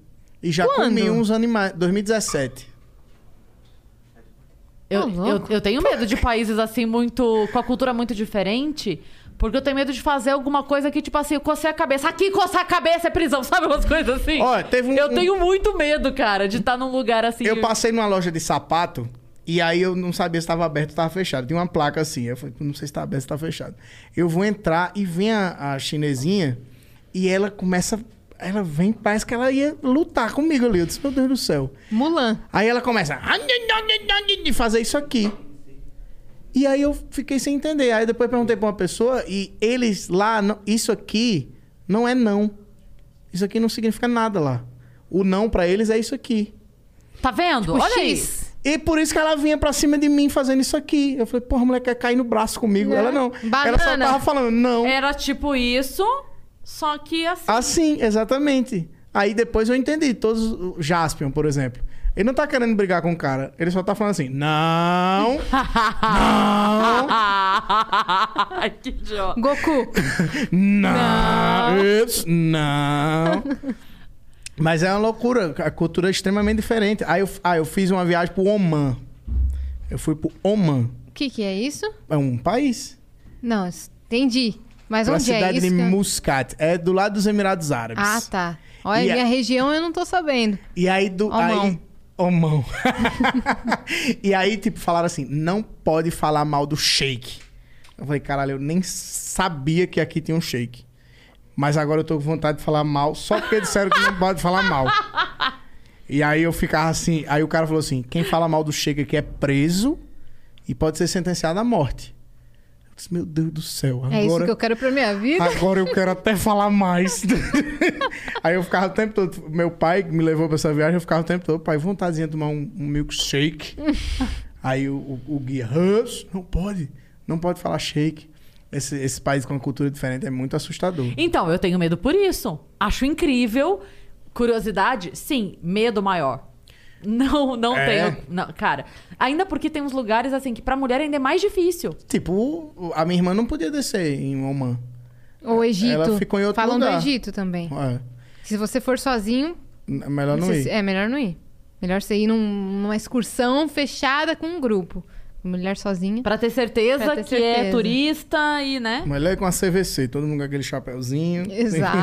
E já Quando? comi uns animais. 2017. Eu, Tá louco. eu, eu tenho medo de países assim, muito. com a cultura muito diferente. Porque eu tenho medo de fazer alguma coisa que, tipo assim, eu cocei a cabeça. Aqui coçar a cabeça é prisão, sabe? Umas coisas assim. Ó, teve um- Eu um- tenho muito medo, cara, de estar num lugar assim. Eu passei numa loja de sapato e aí eu não sabia se estava aberto ou estava fechado. Tinha uma placa assim. Eu falei, não sei se está aberto ou tá está fechado. Eu vou entrar e vem a, a chinesinha e ela começa Ela vem, parece que ela ia lutar comigo ali. Eu disse, meu Deus do céu. Mulan. Aí ela começa a de fazer isso aqui. E aí eu fiquei sem entender. Aí depois perguntei pra uma pessoa e eles lá, não- isso aqui não é não. Isso aqui não significa nada lá. O não pra eles é isso aqui. Tá vendo? O Olha Tipo isso. X. E por isso que ela vinha pra cima de mim fazendo isso aqui. Eu falei, porra, a mulher quer cair no braço comigo. Ela não. Ela só Banana. tava falando, não. Era tipo isso, só que assim. Assim, exatamente. Aí depois eu entendi. Todos. o Jaspion, por exemplo. Ele não tá querendo brigar com o cara. Ele só tá falando assim, não. que idiota. Goku. Não. It's- Não. Mas é uma loucura. A cultura é extremamente diferente. Aí eu, ah, eu fiz uma viagem pro Oman. Eu fui pro Oman. O que, que é isso? É um país. Não, entendi. Mas Pra onde é cidade isso? de que eu- Muscat. É do lado dos Emirados Árabes. Ah, tá. Olha, E a- minha região eu não tô sabendo. E aí do. Omão. Aí, Omão. e aí, tipo, falaram assim: não pode falar mal do shake. Eu falei, caralho, eu nem sabia que aqui tinha um shake. Mas agora eu tô com vontade de falar mal, só porque disseram que não pode falar mal. E aí eu ficava assim, aí o cara falou assim: quem fala mal do shake aqui é preso e pode ser sentenciado à morte. Eu disse, meu Deus do céu, agora. É isso que eu quero pra minha vida. Agora eu quero até falar mais. Aí eu ficava o tempo todo. Meu pai que me levou pra essa viagem, eu ficava o tempo todo. Pai, vontadezinha de tomar um, um milkshake. Aí o, o, o guia, "Hus, não pode. Não pode falar shake. Esse, esse país com uma cultura diferente é muito assustador. Então, eu tenho medo por isso. Acho incrível. Curiosidade, sim, medo maior. Não, não É? tenho. Não, cara, ainda porque tem uns lugares assim que pra mulher ainda é mais difícil. Tipo, o- a minha irmã não podia descer em Oman. Ou Egito. Ela ficou em outro Falam do lugar. Egito também. É, Se você for sozinho, n- melhor não você- ir. é melhor não ir. Melhor você ir num- numa excursão fechada com um grupo. Mulher sozinha. Pra ter certeza Pra ter que é certeza. turista e, né? Melhor ir com a CVC, todo mundo com aquele chapéuzinho. Exato.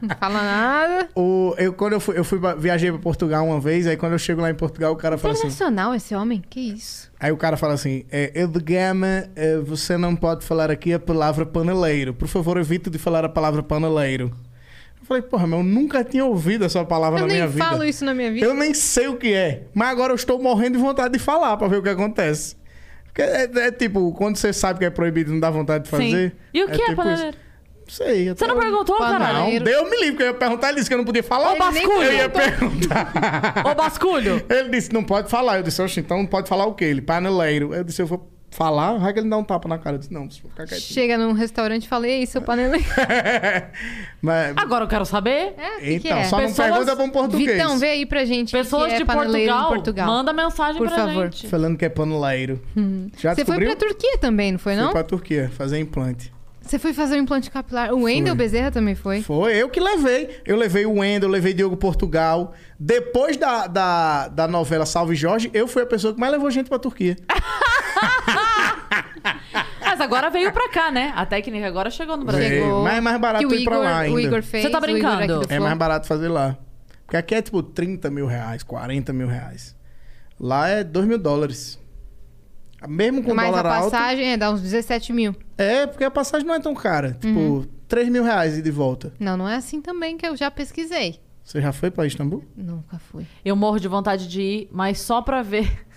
não fala nada. O, eu, quando eu fui, eu fui pra- viajei pra Portugal uma vez, aí quando eu chego lá em Portugal, o cara fala assim. Internacional esse homem? Que isso? Aí o cara fala assim: é, eu de gama, é, você não pode falar aqui a palavra paneleiro. Por favor, evite de falar a palavra paneleiro. Eu falei, porra, mas eu nunca tinha ouvido essa palavra eu na nem minha vida. falo isso na minha vida. Eu nem sei o que é, mas agora eu estou morrendo de vontade de falar pra ver o que acontece. Porque é, é tipo, quando você sabe que é proibido, não dá vontade de fazer. Sim. E o que é, tipo isso. paneleiro? Não sei. eu Você não tava- perguntou, caralho? Não, Deus me livre, que eu ia perguntar, ele disse que eu não podia falar. Ô, basculho! Eu ia perguntar. Ô, basculho! Ele disse, não pode falar. Eu disse, oxe, então não pode falar o quê? Ele, paneleiro. Eu disse, eu vou falar, vai que ele dá um tapa na cara. Eu disse, não, deixa eu ficar quietinho. Chega num restaurante e fala, e aí, seu paneleiro? Mas, Agora eu quero saber. É, o que que então, é? só não Pessoas- pergunta pra um português. Vitão, vê aí pra gente. o que Pessoas que é de paneleiro Portugal, em Portugal. manda mensagem Por pra favor. gente. Falando que é paneleiro. Já Hum. Você foi descobriu? pra Turquia também, não foi, não? Fui pra Turquia, fazer implante. Você foi fazer um implante capilar. O Wendel Bezerra também foi. Foi eu que levei. Eu levei o Wendel, eu levei Diogo Portugal. Depois da, da, da novela Salve Jorge, eu fui a pessoa que mais levou gente pra Turquia. Mas agora veio pra cá, né? A técnica agora chegou no Brasil. Veio. Mas é mais barato que o ir pra Igor, lá O ainda. Igor fez. Você tá o Igor aqui brincando? do É mais Flow. barato fazer lá. Porque aqui é tipo 30 mil reais, 40 mil reais. Lá é 2 mil dólares. Mesmo com o Mas a dólar alto. passagem é, dá uns 17 mil. É, porque a passagem não é tão cara. Tipo, Uhum. 3 mil reais e de volta. Não, não é assim também que eu já pesquisei. Você já foi pra Istambul? Nunca fui. Eu morro de vontade de ir, mas só pra ver.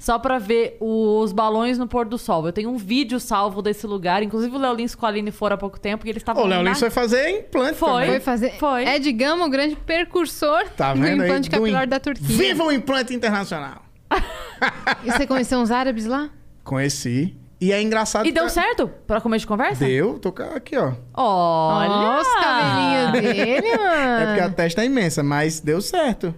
Só pra ver os balões no pôr do sol. Eu tenho um vídeo salvo desse lugar. Inclusive o Leolins com a Aline foram há pouco tempo e eles Ô, estavam. o Léo Lins na- foi fazer Tá implante. Foi. também. Foi fazer. Foi. É, digamos, o grande precursor Tá do vendo aí? implante é Do capilar im- da Turquia. Viva o implante internacional! E você conheceu uns árabes lá? Conheci. E é engraçado. E deu que- certo? Pra comer de conversa? Deu, tô ca- aqui, ó. Olha! É Olha os cabelinhos dele, mano. Ah. É porque a testa é imensa, mas deu certo.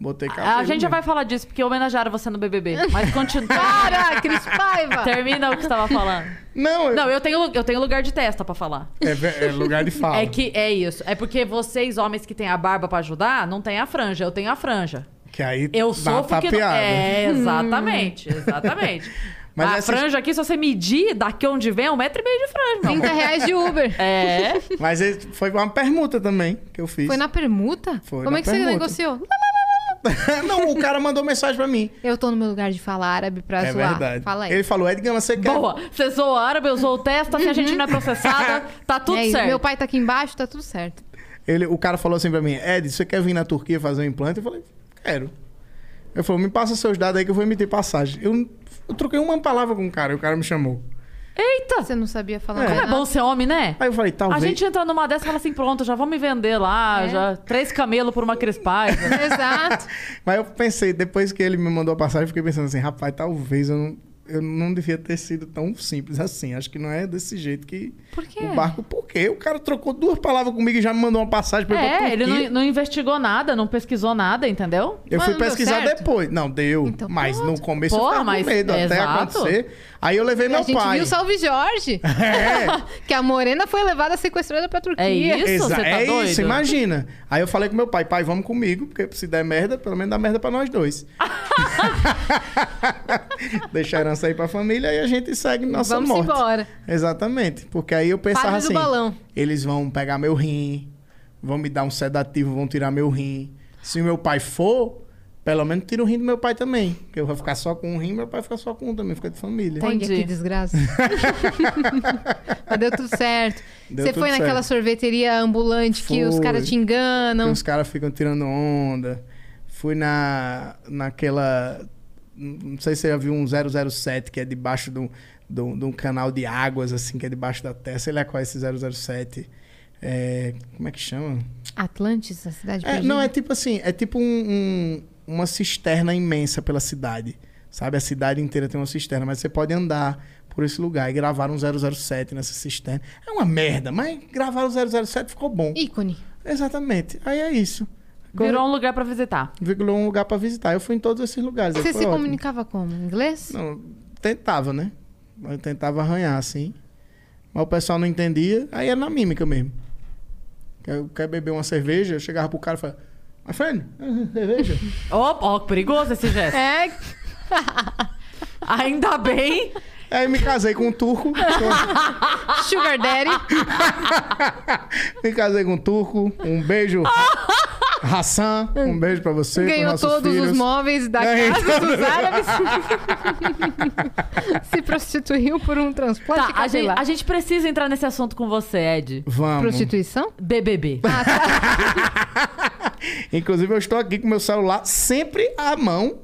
Botei cabelo. A gente já mesmo. vai falar disso, porque homenagearam você no BBB. Mas continua. Para, Cris Paiva! Termina o que você tava falando. Não, eu... Não, eu tenho, lu- eu tenho lugar de testa pra falar. É, ve- é lugar de fala. É que é isso. É porque vocês, homens que têm a barba pra ajudar, não tem a franja. Eu tenho a franja. Que aí Eu dá uma sofro que não... tapeada. Hum. É, exatamente, exatamente. Mas a essas- franja aqui, se você medir daqui onde vem, é um metro e meio de franja, meu 30 amor. reais de Uber. É. Mas ele- foi uma permuta também que eu fiz. Foi na permuta? Foi Como na é que permuta. você negociou? Não, o cara mandou mensagem pra mim. Eu tô no meu lugar de falar árabe pra é zoar. verdade. Fala aí. Tá Ele falou, Ed Gama, você quer... Boa. Você zoa árabe, eu sou o testa, se a gente não é processada, tá tudo Uhum. É isso, certo. Meu pai tá aqui embaixo, tá tudo certo. Ele, o cara falou assim pra mim, Ed, você quer vir na Turquia fazer um implante? Eu falei, quero. Ele falou, me passa seus dados aí que eu vou emitir passagem. Eu, eu troquei uma palavra com o cara e o cara me chamou. Eita! Você não sabia falar Como nada. é bom ser homem, né? Aí eu falei, A talvez... gente entra numa dessa e fala assim, pronto, já vão me vender lá, É. já três camelos por uma crispai. Exato. Mas eu pensei, depois que ele me mandou a passagem, eu fiquei pensando assim, rapaz, talvez eu não, eu não devia ter sido tão simples assim. Acho que não é desse jeito que Por quê? o barco... Por quê? O cara trocou duas palavras comigo e já me mandou uma passagem pra ir pra É, Turquia. ele não, não investigou nada, não pesquisou nada, entendeu? Eu Mas fui não deu pesquisar certo? depois. Não, deu. Então, mas pronto. no começo Porra, eu ficava mas- com medo até exato. acontecer. Aí eu levei a meu gente pai. É. viu o Salve Jorge. que a Morena foi levada sequestrada pra Turquia. É isso? Exa- Você tá é doido? isso, imagina. Aí eu falei com meu pai, pai, vamos comigo, porque se der merda, pelo menos dá merda pra nós dois. Deixa a herança aí pra família e a gente segue nossa Vamos morte. embora. Exatamente. Porque aí eu pensava Padre do assim, balão. eles vão pegar meu rim, vão me dar um sedativo, vão tirar meu rim. Se meu pai for, pelo menos tira o rim do meu pai também. Porque eu vou ficar só com um rim, meu pai fica só com um também, fica de família. Olha Entendi. que desgraça. Mas deu tudo certo. Deu Você tudo foi naquela certo. sorveteria ambulante que os Fui. caras te Que enganam. os caras ficam tirando onda. Fui na naquela não sei se você já viu um 007 que é debaixo de um, de um, de um canal de águas assim, que é debaixo da terra. Sei lá qual é esse 007. É, como é que chama? Atlantis, a cidade É, perdida. não, é tipo assim, é tipo um- um- uma cisterna imensa pela cidade. Sabe? A cidade inteira tem uma cisterna, mas você pode andar por esse lugar. E gravaram um 007 nessa cisterna. É uma merda, mas gravaram o 007 ficou bom. Ícone. Exatamente. Aí é isso. Virou um lugar pra visitar. Virou um lugar pra visitar. Eu fui em todos esses lugares. aí Você se foi ótimo. comunicava como? Inglês? Não, tentava, né? Eu tentava arranhar, assim. Mas o pessoal não entendia. Aí era na mímica mesmo. Eu quer beber uma cerveja, eu chegava pro cara e falava... My friend, cerveja? Ó, ó, que perigoso esse gesto. É, Ainda bem. Aí me casei com um turco. Sugar Daddy. me casei com um turco. Um beijo, Hassan. Um beijo pra você, pros Ganhou nossos todos os filhos. móveis da É, casa dos árabes. se prostituiu por um transplante Tá, a gente, capilar. a gente precisa entrar nesse assunto com você, Ed. Vamos. Prostituição? BBB. É Inclusive, eu estou aqui com meu celular sempre à mão.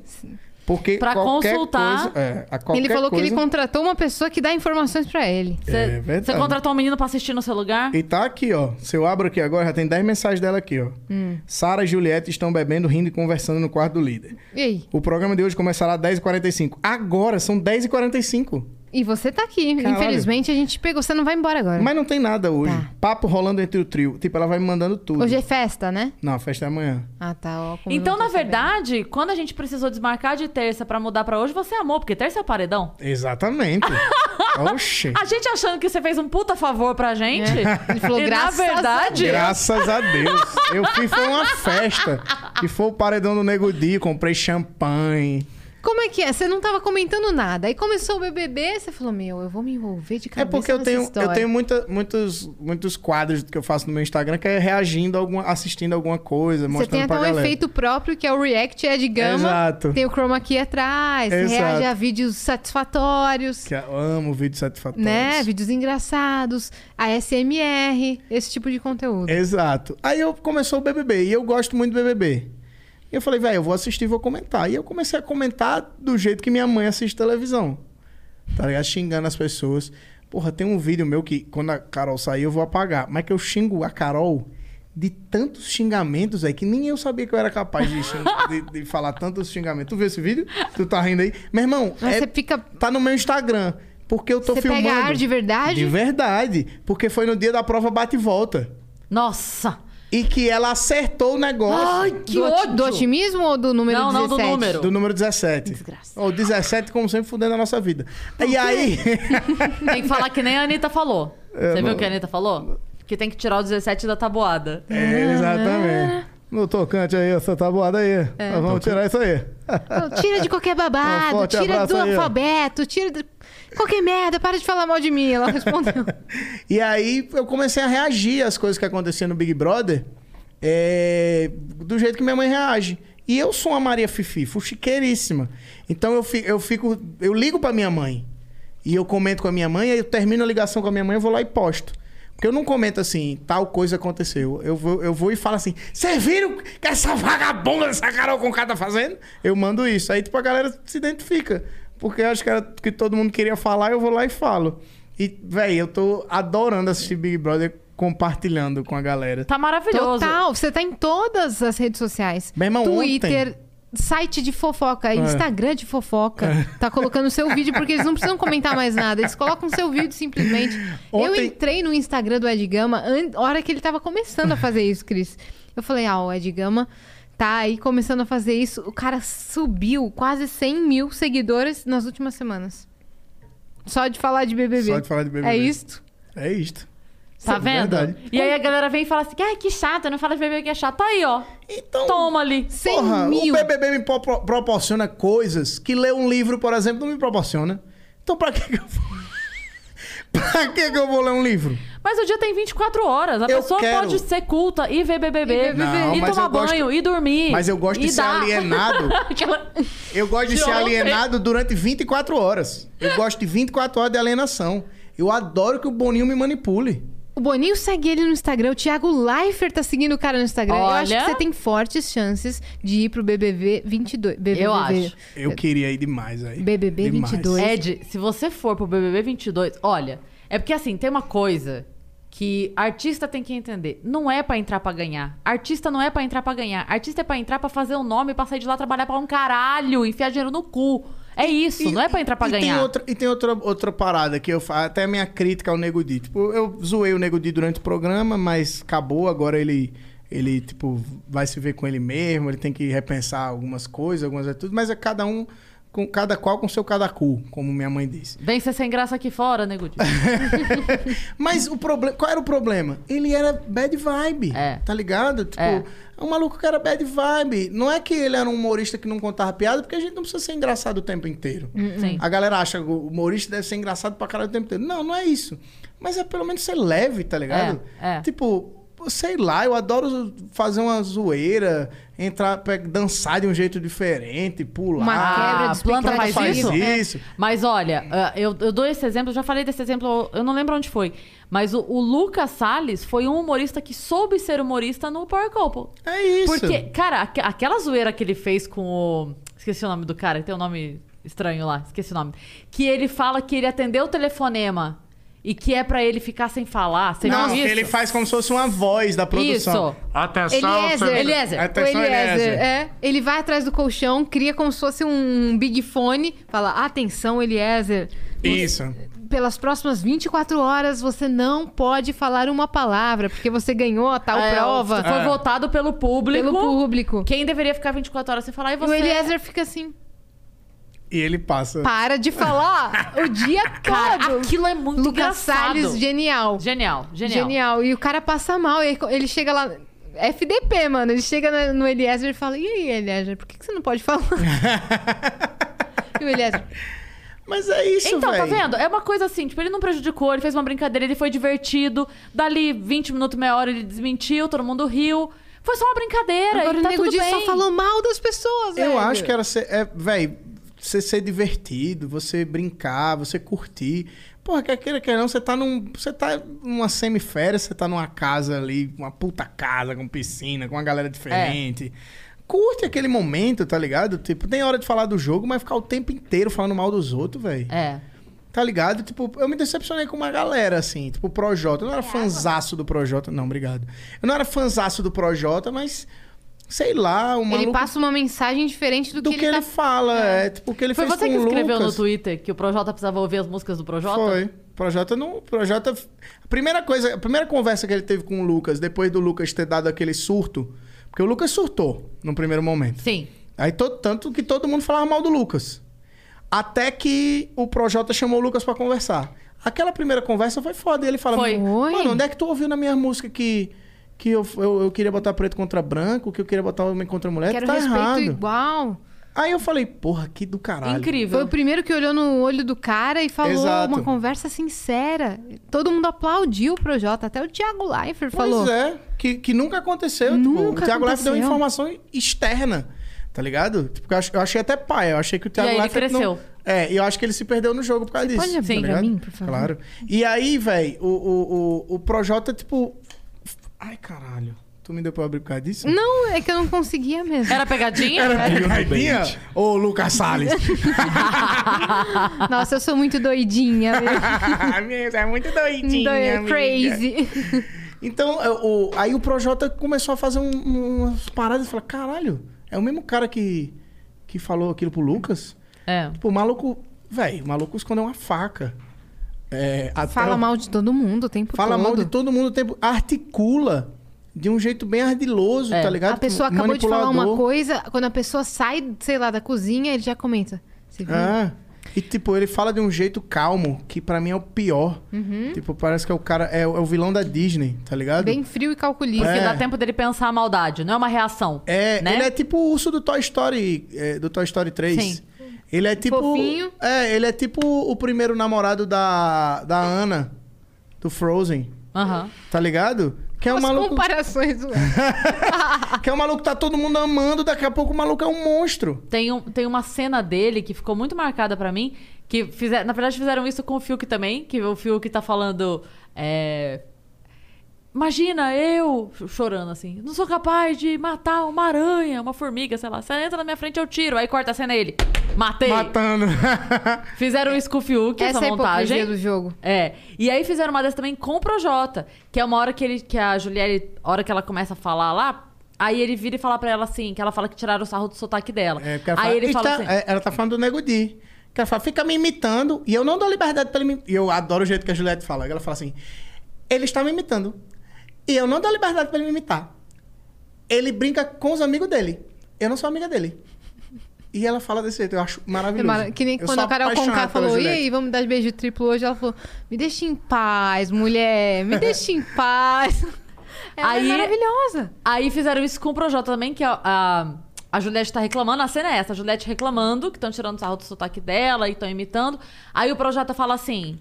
Porque Pra qualquer consultar. Coisa, é, a qualquer ele falou que coisa- ele contratou uma pessoa que dá informações pra ele. Você É verdade. você contratou um menino pra assistir no seu lugar? E tá aqui, ó. Se eu abro aqui agora, já tem 10 mensagens dela aqui, ó. Hum. Sara e Juliette estão bebendo, rindo e conversando no quarto do líder. E aí? O programa de hoje começará às 10h45. Agora, são 10h45. E você tá aqui. Caralho. Infelizmente, a gente te pegou. Você não vai embora agora. Mas não tem nada hoje. Tá. Papo rolando entre o trio. Tipo, ela vai me mandando tudo. Hoje é festa, né? Não, a festa é amanhã. Ah, tá. Ó, como Então, não tô na verdade, quando a gente precisou desmarcar de terça pra mudar pra hoje, você amou, porque terça é o paredão. Exatamente. Oxê. A gente achando que você fez um puta favor pra gente. É. Ele falou, e na "Graças a verdade, Graças a Deus. Eu fui, foi uma festa. Que foi o paredão do Nego Di, comprei champanhe. sabendo. Como é que é? Você não tava comentando nada. Aí começou o BBB, você falou, meu, eu vou me envolver de É cabeça porque eu nessa tenho, história. eu tenho muita- muitos, muitos quadros que eu faço no meu Instagram que é reagindo, a alguma, assistindo alguma coisa, Você mostrando tem até pra um galera. efeito próprio, que é o React é de gama. Exato. Tem o chroma key atrás. você Exato. Reage a vídeos satisfatórios. Que é, eu amo vídeos satisfatórios. Né? Vídeos engraçados, ASMR, esse tipo de É- conteúdo. Exato. Aí eu começou o BBB e eu gosto muito do BBB. E eu falei, velho, eu vou assistir, vou comentar. E eu comecei a comentar do jeito que minha mãe assiste televisão. Tá ligado? Xingando as pessoas. Porra, tem um vídeo meu que quando a Carol sair eu vou apagar. Mas que eu xingo a Carol de tantos xingamentos aí que nem eu sabia que eu era capaz de, xing- de- de falar tantos xingamentos. Tu viu esse vídeo? Tu tá rindo aí? Meu irmão, Mas é- você fica. tá no meu Instagram. Porque eu tô Você filmando. pega ar de verdade? De verdade. Porque foi no dia da prova bate e volta. Nossa! E que ela acertou o negócio Ai, que do, ot- ódio! do otimismo ou do número Não, não, 17? do número. do número 17. Desgraça. Ou 17, como sempre, fudendo a nossa vida. E aí. Tem que falar que nem a Anitta falou. É, Você viu não- o que a Anitta falou? Que tem que tirar o 17 da tabuada. É, exatamente. No tocante aí, essa tabuada aí. Nós vamos tirar isso aí. Não, Tira de qualquer Um babado, forte tira abraço do aí, ó. alfabeto, tira de qualquer merda, para de falar mal de mim. Ela respondeu. E aí eu comecei a reagir às coisas que aconteciam no Big Brother é, do jeito que minha mãe reage. E eu sou uma Maria Fifi, fuxiqueiríssima. Então eu fico, eu fico. Eu ligo pra minha mãe. E eu comento com a minha mãe, aí eu termino a ligação com a minha mãe, eu vou lá e posto. Porque eu não comento assim, tal coisa aconteceu. Eu vou, eu vou e falo assim, vocês viram que essa vagabunda dessa Carol com tá fazendo? Eu mando isso. Aí, tipo, a galera se identifica. Porque eu acho que era o que todo mundo queria falar, eu vou lá e falo. E, véi, eu tô adorando assistir Big Brother compartilhando com a galera. Tá maravilhoso. Total, você tá em todas as redes sociais. Meu irmão, É. Twitter, site de fofoca, Instagram de fofoca. Tá colocando seu vídeo porque eles não precisam comentar mais nada. Eles colocam seu vídeo simplesmente. Eu Ontem- entrei no Instagram do Ed Gama an- hora que ele tava começando a fazer isso, Cris. Eu falei, ah, o Ed Gama tá aí começando a fazer isso. O cara subiu quase 100 mil seguidores nas últimas semanas. Só de falar de BBB. Só de falar de BBB. É isto. É isto. Tá Isso é vendo? verdade. E aí a galera vem e fala assim: ai, que chato, não fala de bebê que é chato. Aí, ó. Então, Toma ali. 100 porra, mil. o BBB me pro- proporciona coisas que ler um livro, por exemplo, não me proporciona. Então, pra que, que eu vou... pra que, que eu vou ler um livro? Mas o dia tem 24 horas. A Eu pessoa quero. pode ser culta e ver BBB. E, Não, mas tomar eu gosto- banho, e dormir. Mas eu gosto e de ser dar. alienado. Tipo, Aquela- Eu gosto de, De ser ontem. alienado durante 24 horas. Eu gosto de 24 horas de alienação. Eu adoro que o Boninho me manipule. O Boninho segue ele no Instagram. O Thiago Leifert tá seguindo o cara no Instagram. Eu acho Olha. que você tem fortes chances de ir pro BBB 22. BBB. Eu acho. Eu queria ir demais aí. BBB Demais. 22. Ed, se você for pro BBB 22, olha, é porque assim, tem uma coisa que artista tem que entender. Não é pra entrar pra ganhar. Artista não é pra entrar pra ganhar. Artista é pra entrar pra fazer o nome, pra sair de lá trabalhar pra um caralho, enfiar dinheiro no cu. É isso, não é pra entrar pra e ganhar. Tem outra, e tem outra, outra parada que eu fa- até a minha crítica ao Nego Di. Tipo, eu zoei o Nego Di durante o programa, mas acabou, agora ele ele tipo vai se ver com ele mesmo, ele tem que repensar algumas coisas, algumas atitudes, mas é cada um com cada qual com seu cada cu, como minha mãe disse. Vem ser sem graça aqui fora, nego. Di. Mas o problema. Qual era o problema? Ele era bad vibe. É. Tá ligado? Tipo, É. é. um maluco que era bad vibe. Não é que ele era um humorista que não contava piada, porque a gente não precisa ser engraçado o tempo inteiro. Sim. A galera acha que o humorista deve ser engraçado pra caralho o tempo inteiro. Não, não é isso. Mas é pelo menos ser leve, tá ligado? É, é. Tipo, sei lá, eu adoro fazer uma zoeira, entrar, pe- dançar de um jeito diferente, pular. Uma quebra Ah, de É. planta espectro. faz isso? É. isso. Mas olha, ah, eu, eu dou esse exemplo, eu já falei desse exemplo, eu não lembro onde foi. Mas o, o Lucas Salles foi um humorista que soube ser humorista no Power Couple. É isso. Porque, cara, aque- aquela zoeira que ele fez com o. Esqueci o nome do cara, tem um nome estranho lá, esqueci o nome. Que ele fala que ele atendeu o telefonema e que é pra ele ficar sem falar. Você Não, viu isso? ele faz como se fosse uma voz da produção. Isso. Eliezer. Eliezer. O Atenção, Eliezer. Eliezer. É. Ele vai atrás do colchão, cria como se fosse um big fone. Fala, atenção, Eliezer. Isso. Pelas próximas 24 horas, você não pode falar uma palavra, porque você ganhou a tal É, prova Foi votado pelo público. pelo público. Quem deveria ficar 24 horas sem falar E e o você. Eliezer fica assim, E ele passa. para de falar o dia Cara, todo. aquilo é muito Lucas engraçado. Salles, genial. Genial, genial. Genial. E o cara passa mal. E aí ele chega lá. FDP, mano. Ele chega na- no Eliezer e fala: E aí, Eliezer, por que, que você não pode falar? e o Eliezer. Mas é isso, Então, tá véi. vendo? É uma coisa assim, tipo, ele não prejudicou, ele fez uma brincadeira, ele foi divertido. Dali 20 minutos, meia hora, ele desmentiu, todo mundo riu. Foi só uma brincadeira, Agora e o tá nego tudo Di bem. só falou mal das pessoas, Eu velho. acho que era ser. É, véi, você ser divertido, você brincar, você curtir. Porra, quer queira, quer não, você tá num. Você tá numa semiférias, você tá numa casa ali, uma puta casa, com piscina, com uma galera diferente. Curte aquele momento, tá ligado? Tipo, tem hora de falar do jogo, mas ficar o tempo inteiro falando mal dos outros, véi. É. Tá ligado? Tipo, eu me decepcionei com uma galera, assim. Tipo, o Projota. Eu não era fanzaço do Projota. Não, obrigado. Eu não era fanzaço do Projota, mas... Sei lá, o um maluco... Ele passa uma mensagem diferente do, do que, ele, tá. fala. É. tipo, o que ele Foi fez você com que o escreveu Lucas. no Twitter que o Projota precisava ouvir as músicas do Projota? Foi. Projota não... Projota... A primeira coisa... A primeira conversa que ele teve com o Lucas, depois do Lucas ter dado aquele surto... Porque o Lucas surtou, no primeiro momento. Sim. Aí, to- tanto que todo mundo falava mal do Lucas. Até que o Projota chamou o Lucas pra conversar. Aquela primeira conversa foi foda. E ele fala: Foi. Oi. Mano, onde é que tu ouviu na minha música que, que eu, eu, eu queria botar preto contra branco, que eu queria botar homem contra mulher? Quero tá respeito errado. igual. Aí eu falei: Porra, que do caralho. Foi Incrível. o primeiro que olhou no olho do cara e falou Exato. uma conversa sincera. Todo mundo aplaudiu o Projota, até o Thiago Leifert falou. Pois é, que, que nunca aconteceu. tipo, o Nunca Thiago Leifert deu uma aconteceu. informação externa, tá ligado? Tipo, eu ach- eu achei até pai, eu achei que o Thiago aí ele Leifert não- cresceu. É, e eu acho que ele se perdeu no jogo por causa disso. pode abrir tá pra ligado? mim, por favor? Claro. E aí, velho, o, o, o, o Projota, tipo. Ai, caralho. Tu me deu pra eu abrir por causa disso? Não, é que eu não conseguia mesmo. Era pegadinha? É. Raidinha? Ô, Lucas Salles. Nossa, eu sou muito doidinha. Meu, é muito doidinha. Doida, amiga. crazy. Então, eu- o- aí o Projota começou a fazer um- umas paradas e falou: caralho, é o mesmo cara que, que falou aquilo pro Lucas? É. Tipo, o maluco. Velho, o maluco escondeu uma faca. É, até Fala o- mal de todo mundo o tempo Fala todo. mal de todo mundo o tempo. Articula de um jeito bem ardiloso, tá ligado? É, A pessoa acabou de falar uma Manipulador. coisa, quando a pessoa sai, sei lá, da cozinha, ele já comenta. Você viu? É. E, tipo, ele fala de um jeito calmo, que pra mim é o pior. Tipo, parece que é o cara. É, o é o vilão da Disney, tá ligado? Uhum. Bem frio e calculista. Porque É. dá tempo dele pensar a maldade, não é uma reação. É, né? ele é tipo o urso do Toy Story, é, do Toy Story 3. Sim. Ele é tipo. Fofinho. É, ele é tipo o primeiro namorado da, da Ana, do Frozen, Aham. tá ligado? Que é um As maluco. comparações. Que é um maluco que tá todo mundo amando, daqui a pouco o maluco é um monstro. Tem, um, tem uma cena dele que ficou muito marcada pra mim. Que fizeram, na verdade, fizeram isso com o Fiuk também. Que o Fiuk tá falando. é, Imagina eu ch- chorando assim. Não sou capaz de matar uma aranha, uma formiga, sei lá. Você entra na minha frente, eu tiro. Aí corta a cena ele. Matei. Matando. Fizeram isso com o Fiuk, essa, Essa é a montagem. hipocrisia do jogo. É. E aí fizeram uma dessa também com o Projota, que é uma hora que ele que a Juliette, a hora que ela começa a falar lá, aí ele vira e fala pra ela assim, que ela fala que tiraram o sarro do sotaque dela. É, porque aí ela fala, ele fala "Está-" assim, é, Ela tá falando do Nego Di. Que ela fala, fica me imitando e eu não dou liberdade pra ele me... E eu adoro o jeito que a Juliette fala. Ela fala assim, ele está me imitando e eu não dou liberdade pra ele me imitar. Ele brinca com os amigos dele. Eu não sou amiga dele. E ela fala desse jeito, eu acho É maravilhoso. mara- Que nem Eu quando sou a Carol apaixonado Conká pela falou, e Juliette." aí, vamos dar de beijo triplo hoje? Ela falou, me deixa em paz, mulher, me deixa em paz. Ela é Aí- maravilhosa. Aí fizeram isso com o Projota também, que a, a, a Juliette tá reclamando. A cena é essa, a Juliette reclamando, que estão tirando sarro do sotaque dela e estão imitando. Aí o Projota fala assim...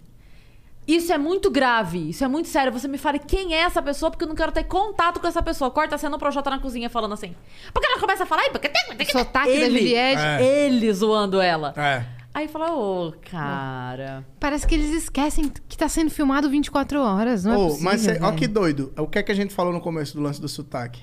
Isso é muito grave, isso é muito sério. Você me fale quem é essa pessoa, porque eu não quero ter contato com essa pessoa. Corta a cena o Projota na cozinha falando assim. Porque ela começa a falar. "Ih, porque tem- tem- tem-" Sotaque da Ele. Juliette. É. Ele zoando ela. É. Aí fala, ô, cara. Parece que eles esquecem que tá sendo filmado 24 horas, não é Ô, possível, mas cê- ó velho. que doido. O que é que a gente falou no começo do lance do sotaque?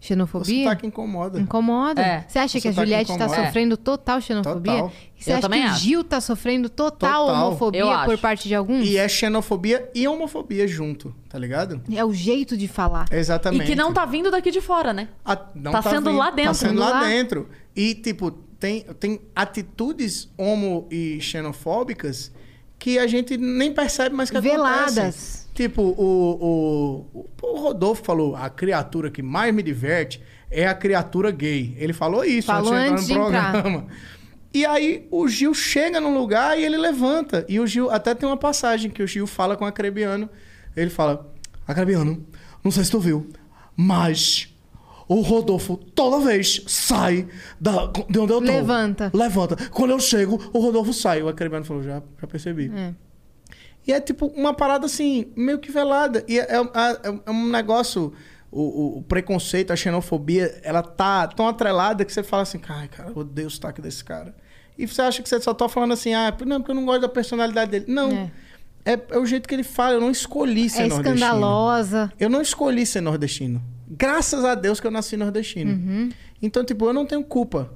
O Xenofobia? sotaque incomoda. Incomoda. É. Você acha O que a sotaque Juliette tá incomoda. É. sofrendo total xenofobia? Total. E Você Eu acha também que o acho. Gil tá sofrendo total, Total. homofobia Eu por acho. parte de alguns? E é xenofobia e homofobia junto, tá ligado? É o jeito de falar. É Exatamente. E que não tá vindo daqui de fora, né? A- não Tá sendo lá dentro. Tá sendo Sendo lá, lá. dentro. E, tipo, tem, tem atitudes homo e xenofóbicas que a gente nem percebe mais que Veladas. acontecem. Tipo, o, o, o Rodolfo falou, a criatura que mais me diverte é a criatura gay. Ele falou isso Falou antes de entrar no antes de entrar. programa. E aí o Gil chega num lugar e ele levanta. E o Gil, até tem uma passagem que o Gil fala com a Crebiano. Ele fala: Acrebiano, não sei se tu viu, mas o Rodolfo toda vez sai da, de onde eu tô. Levanta. Levanta. Quando eu chego, o Rodolfo sai. O Acrebiano falou: já, já percebi. E é tipo uma parada assim, meio que velada. E é, é- é- é um negócio. O, o- o preconceito, a xenofobia, ela tá tão atrelada que você fala assim, ai, cara, eu odeio o sotaque desse cara. E você acha que você só tá falando assim, ah, não, porque eu não gosto da personalidade dele. Não. É. É, é o jeito que ele fala, eu não escolhi ser É nordestino. escandalosa. Eu não escolhi ser nordestino. Graças a Deus que eu nasci nordestino. Uhum. Então, tipo, eu não tenho culpa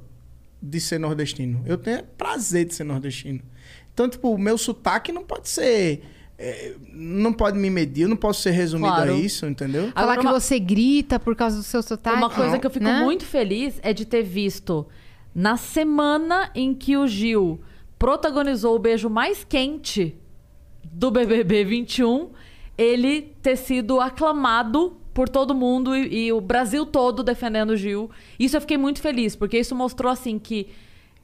de ser nordestino. Eu tenho prazer de ser nordestino. Então, tipo, o meu sotaque não pode ser. eh, não pode me medir, eu não posso ser resumido Claro. a isso, entendeu? Falar Agora, que uma- você grita por causa do seu sotaque. Uma coisa que eu fico né? muito feliz é de ter visto na semana em que o Gil protagonizou o beijo mais quente do BBB 21, ele ter sido aclamado por todo mundo e, e o Brasil todo defendendo o Gil. Isso eu fiquei muito feliz, porque isso mostrou assim que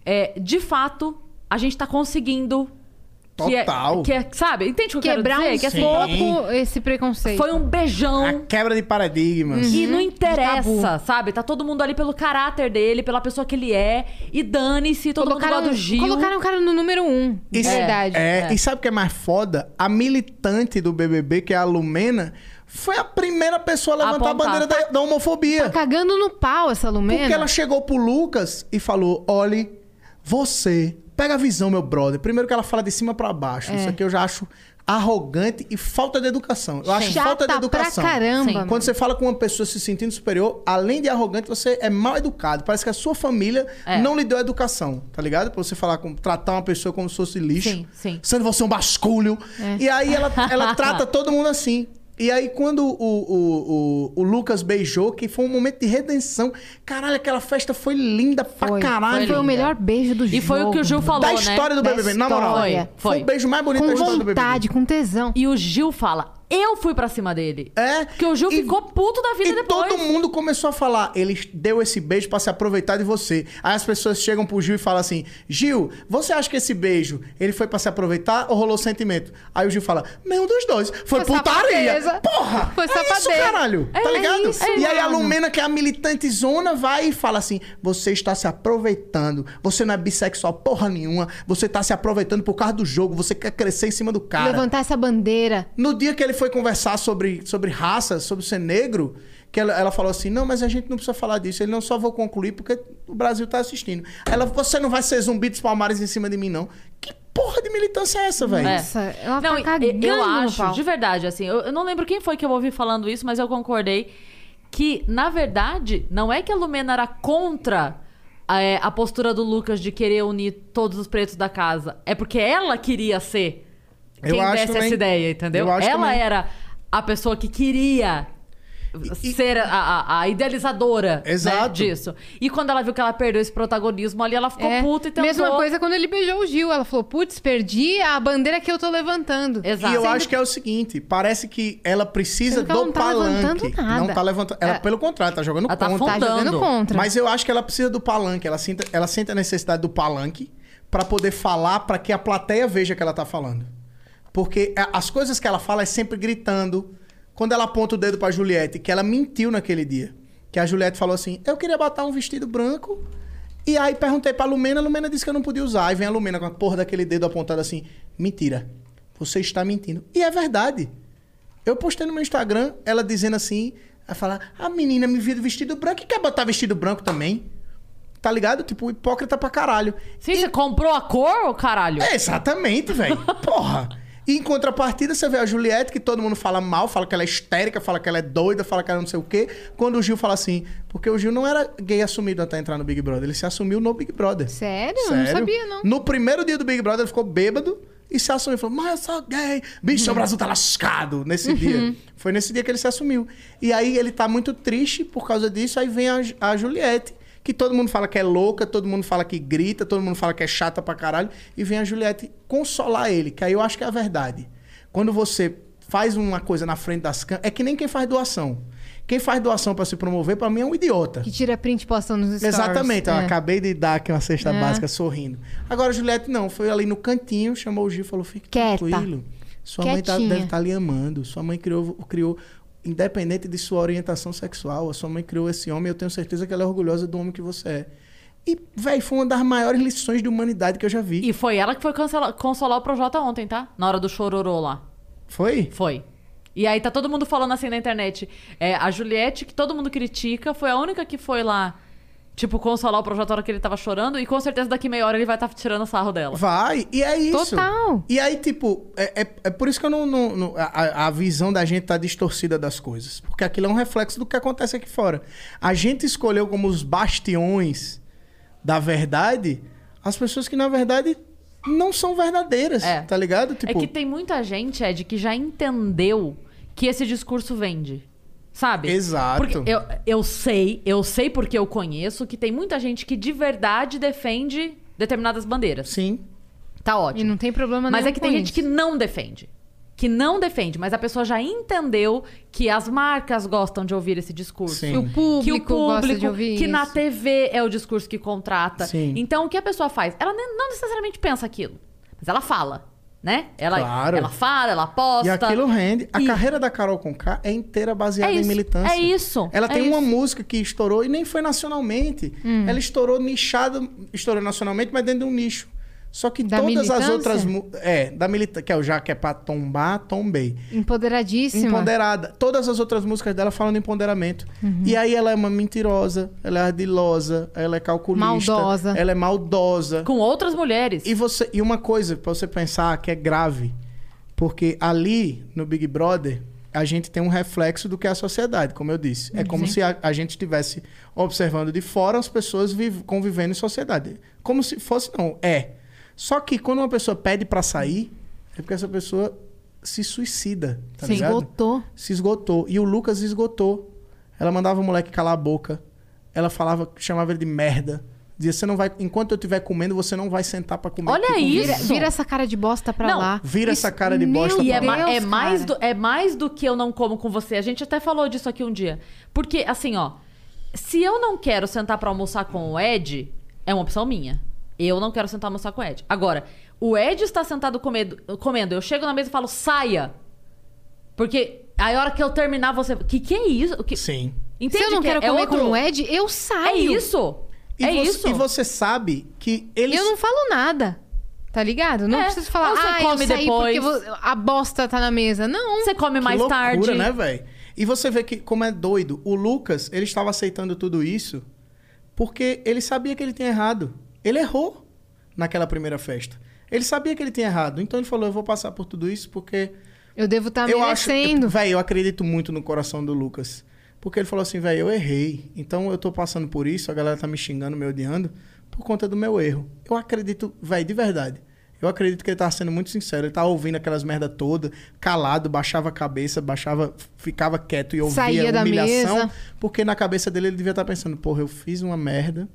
é, de fato a gente tá conseguindo que é- Total. que é- sabe? Entende o que eu Quebrar quero dizer? um que assim, Sim. pouco esse preconceito. foi um beijão A quebra de paradigmas. e Uhum. não De interessa, sabe? Tá todo mundo ali pelo caráter dele, pela pessoa que ele é. E dane-se, todo mundo gosta do Gil. colocaram o cara no número um. De Isso- verdade. É, E sabe o que é mais foda? A militante do BBB, que é a Lumena, foi a primeira pessoa a levantar a Apontar. bandeira da, da homofobia. Cagando no pau essa Lumena. Porque ela chegou pro Lucas e falou: olhe, você Pega a visão, meu brother. Primeiro que ela fala de cima pra baixo. É. Isso aqui eu já acho arrogante e falta de educação. Eu acho Chata falta de pra educação. caramba, Sim. mano. Quando você fala com uma pessoa se sentindo superior, além de arrogante, você é mal educado. Parece que a sua família É. não lhe deu educação, tá ligado? Pra você falar com, tratar uma pessoa como se fosse lixo. Sim, sim. Sendo você é um basculho. É. E aí ela, ela trata todo mundo assim. E aí, quando o, o, o, o Lucas beijou, que foi um momento de redenção. Caralho, aquela festa foi linda pra Foi, caralho. foi o melhor beijo do jogo. E foi o que o Gil mano. falou, da né? história do Da BBB, na moral. história. Foi. Foi. o beijo mais bonito da Com história é do BBB. vontade, com tesão. E o Gil fala, eu fui pra cima dele. É. Porque o Gil E- ficou puto da vida e depois. todo mundo começou a falar, ele deu esse beijo pra se aproveitar de você. Aí as pessoas chegam pro Gil e falam assim: Gil, você acha que esse beijo ele foi pra se aproveitar ou rolou sentimento? Aí o Gil fala: nenhum dos dois. Foi, Foi putaria. safadeza. Porra! Foi é isso, safadeza. caralho. É, tá é ligado? isso, e aí a mano. Lumena, que é a militante zona, vai e fala assim: você está se aproveitando. Você não é bissexual porra nenhuma. Você tá se aproveitando por causa do jogo. Você quer crescer em cima do cara. Levantar essa bandeira. No dia que ele foi conversar sobre, sobre raça, sobre ser negro, que ela, ela falou assim: não, mas a gente não precisa falar disso. Ele não só vou concluir porque o Brasil tá assistindo. Ela, você não vai ser zumbi dos palmares em cima de mim, não. Que porra de militância é essa, velho? Nossa, ela Não, tá e- cagando eu no acho, pau. de verdade, assim, eu, eu não lembro quem foi que eu ouvi falando isso, mas eu concordei que, na verdade, não é que a Lumena era contra é, a postura do Lucas de querer unir todos os pretos da casa. É porque ela queria ser Eu quem acho desse também. essa ideia, entendeu? Eu acho ela também. era a pessoa que queria E- e- ser a, a- a idealizadora né, Exato. disso. E quando ela viu que ela perdeu esse protagonismo ali, ela ficou É. puta e tentou... Mesma coisa quando ele beijou o Gil. Ela falou, putz, perdi a bandeira que eu tô levantando. Exato. E eu acho que é o seguinte, parece que ela precisa Sendo que ela do não tá palanque. levantando nada. Não tá levantando. Ela, É. pelo contrário, tá jogando Ela tá contra. Tá jogando Dando. contra. Mas eu acho que ela precisa do palanque. Ela sente, ela sente a necessidade do palanque pra poder falar pra que a plateia veja que ela tá falando. Porque a- as coisas que ela fala é sempre gritando. Quando ela aponta o dedo pra Juliette, que ela mentiu naquele dia. Que a Juliette falou assim: Eu queria botar um vestido branco. E aí perguntei pra Lumena, a Lumena disse que eu não podia usar. Aí vem a Lumena com a porra daquele dedo apontado assim: Mentira, você está mentindo. E é verdade. Eu postei no meu Instagram ela dizendo assim, ela fala, a menina me viu de vestido branco e quer botar vestido branco também. Tá ligado? Tipo, hipócrita pra caralho. Sim, você comprou a cor, ô caralho? É, exatamente, velho. Porra. E em contrapartida, você vê a Juliette, que todo mundo fala mal, fala que ela é histérica, fala que ela é doida, fala que ela não sei o quê. Quando o Gil fala assim, porque o Gil não era gay assumido até entrar no Big Brother, ele se assumiu no Big Brother. Sério? Eu Não sabia, não. No primeiro dia do Big Brother, ele ficou bêbado e se assumiu. Falou, mas eu sou gay. Bicho, o Brasil tá lascado nesse dia. Foi nesse dia que ele se assumiu. E aí ele tá muito triste por causa disso. Aí vem a, a Juliette, que todo mundo fala que é louca, todo mundo fala que grita, todo mundo fala que é chata pra caralho. E vem a Juliette consolar ele, que aí eu acho que é a verdade. Quando você faz uma coisa na frente das câmeras, é que nem quem faz doação. Quem faz doação pra se promover, pra mim é um idiota. Que tira print e posta nos stories. Exatamente, eu É. acabei de dar aqui uma cesta É. básica sorrindo. Agora a Juliette não, foi ali no cantinho, chamou o Gil e falou: fique Quieta. tranquilo. Sua mãe tá- Quietinha. deve estar lhe amando. Sua mãe criou, criou, independente de sua orientação sexual, a sua mãe criou esse homem. Eu tenho certeza que ela é orgulhosa do homem que você é. E, velho, foi uma das maiores lições de humanidade que eu já vi. E foi ela que foi cancela- consolar o Projota ontem, tá? Na hora do chororô lá. Foi? Foi. E aí tá todo mundo falando assim na internet. É, a Juliette, que todo mundo critica, foi a única que foi lá, tipo, consolar o Projota na hora que ele tava chorando. E com certeza daqui meia hora ele vai estar tirando sarro dela. Vai, e é isso. Total. E aí, tipo, é, é, é por isso que eu não. não- não- a, a visão da gente tá distorcida das coisas. Porque aquilo é um reflexo do que acontece aqui fora. A gente escolheu como os bastiões da verdade as pessoas que, na verdade, não são verdadeiras. É. Tá ligado? É Tipo, que tem muita gente, Ed, que já entendeu que esse discurso vende. Sabe? Exato. Porque eu, eu sei, eu sei porque eu conheço que tem muita gente que de verdade defende determinadas bandeiras. sim. Tá ótimo. E não tem problema Mas nenhum é que tem com gente isso. que não defende. Que não defende, mas a pessoa já entendeu que as marcas gostam de ouvir esse discurso. Sim. Que o público, que o gosta público, de ouvir que na isso. TV é o discurso que contrata. Sim. Então, o que a pessoa faz? Ela ne- não necessariamente pensa aquilo, mas ela fala, né? Ela, Claro. ela fala, ela E posta. aquilo rende. A E- carreira da Carol Conká é inteira baseada É em isso, militância. é isso, Ela é tem isso. uma Hum. música que estourou e nem foi nacionalmente. Ela estourou nichada, estourou nacionalmente, mas dentro de um nicho. Só que Da todas as militância? outras. mu- É, da militância. Que é o Já que é pra tombar, tombei. Empoderadíssima. Empoderada. Todas as outras músicas dela falam de empoderamento. Uhum. E aí ela é uma mentirosa, ela é ardilosa, ela é calculista. Maldosa. Ela é maldosa. Com outras mulheres. E, você, e uma coisa pra você pensar que é grave, porque ali no Big Brother a gente tem um reflexo do que é a sociedade, como eu disse. É como se a, a gente estivesse observando de fora as pessoas viv- convivendo em sociedade. Como se fosse, não, é. Só que quando uma pessoa pede pra sair, é porque essa pessoa se suicida, tá Se ligado? esgotou. se esgotou. E o Lucas esgotou. Ela mandava o moleque calar a boca. Ela falava, chamava ele de merda. Dizia, você não vai. Enquanto eu estiver comendo, você não vai sentar pra comer. Olha aqui comigo." Vira, Isso. vira essa cara de bosta pra Não, lá. vira essa cara de meu bosta E é, pra ma- Deus, é mais cara. do, é mais do que eu não como com você. A gente até falou disso aqui um dia. Porque, assim, ó. Se eu não quero sentar pra almoçar com o Ed, é uma opção minha. Eu não quero sentar almoçar com o Ed. Agora, o Ed está sentado comendo, comendo. Eu chego na mesa e falo, saia. Porque a hora que eu terminar, você. Que que é isso? O Que... Sim. Entende Se eu não que quero é comer outro- com o Ed, eu É saio. isso. E, é você, isso. e você sabe que eles. Eu não falo nada. Tá ligado? Não É. preciso falar, Ou você ah, come eu saí depois." porque vo- a bosta tá na mesa. Não. Você come Que mais loucura, tarde. né, velho? E você vê que como é doido. O Lucas, ele estava aceitando tudo isso porque ele sabia que ele tinha errado. Ele errou naquela primeira festa. Ele sabia que ele tinha errado. Então ele falou: eu vou passar por tudo isso porque Eu devo estar eu acho, tá merecendo. velho, eu acredito muito no coração do Lucas. Porque ele falou assim, velho, eu errei. Então eu tô passando por isso, a galera tá me xingando, me odiando por conta do meu erro. Eu acredito, velho, de verdade. Eu acredito que ele tá sendo muito sincero. Ele tá ouvindo aquelas merda toda, calado, baixava a cabeça, baixava, ficava quieto e ouvia Saía da humilhação. mesa. Porque na cabeça dele ele devia estar pensando, porra, eu fiz uma merda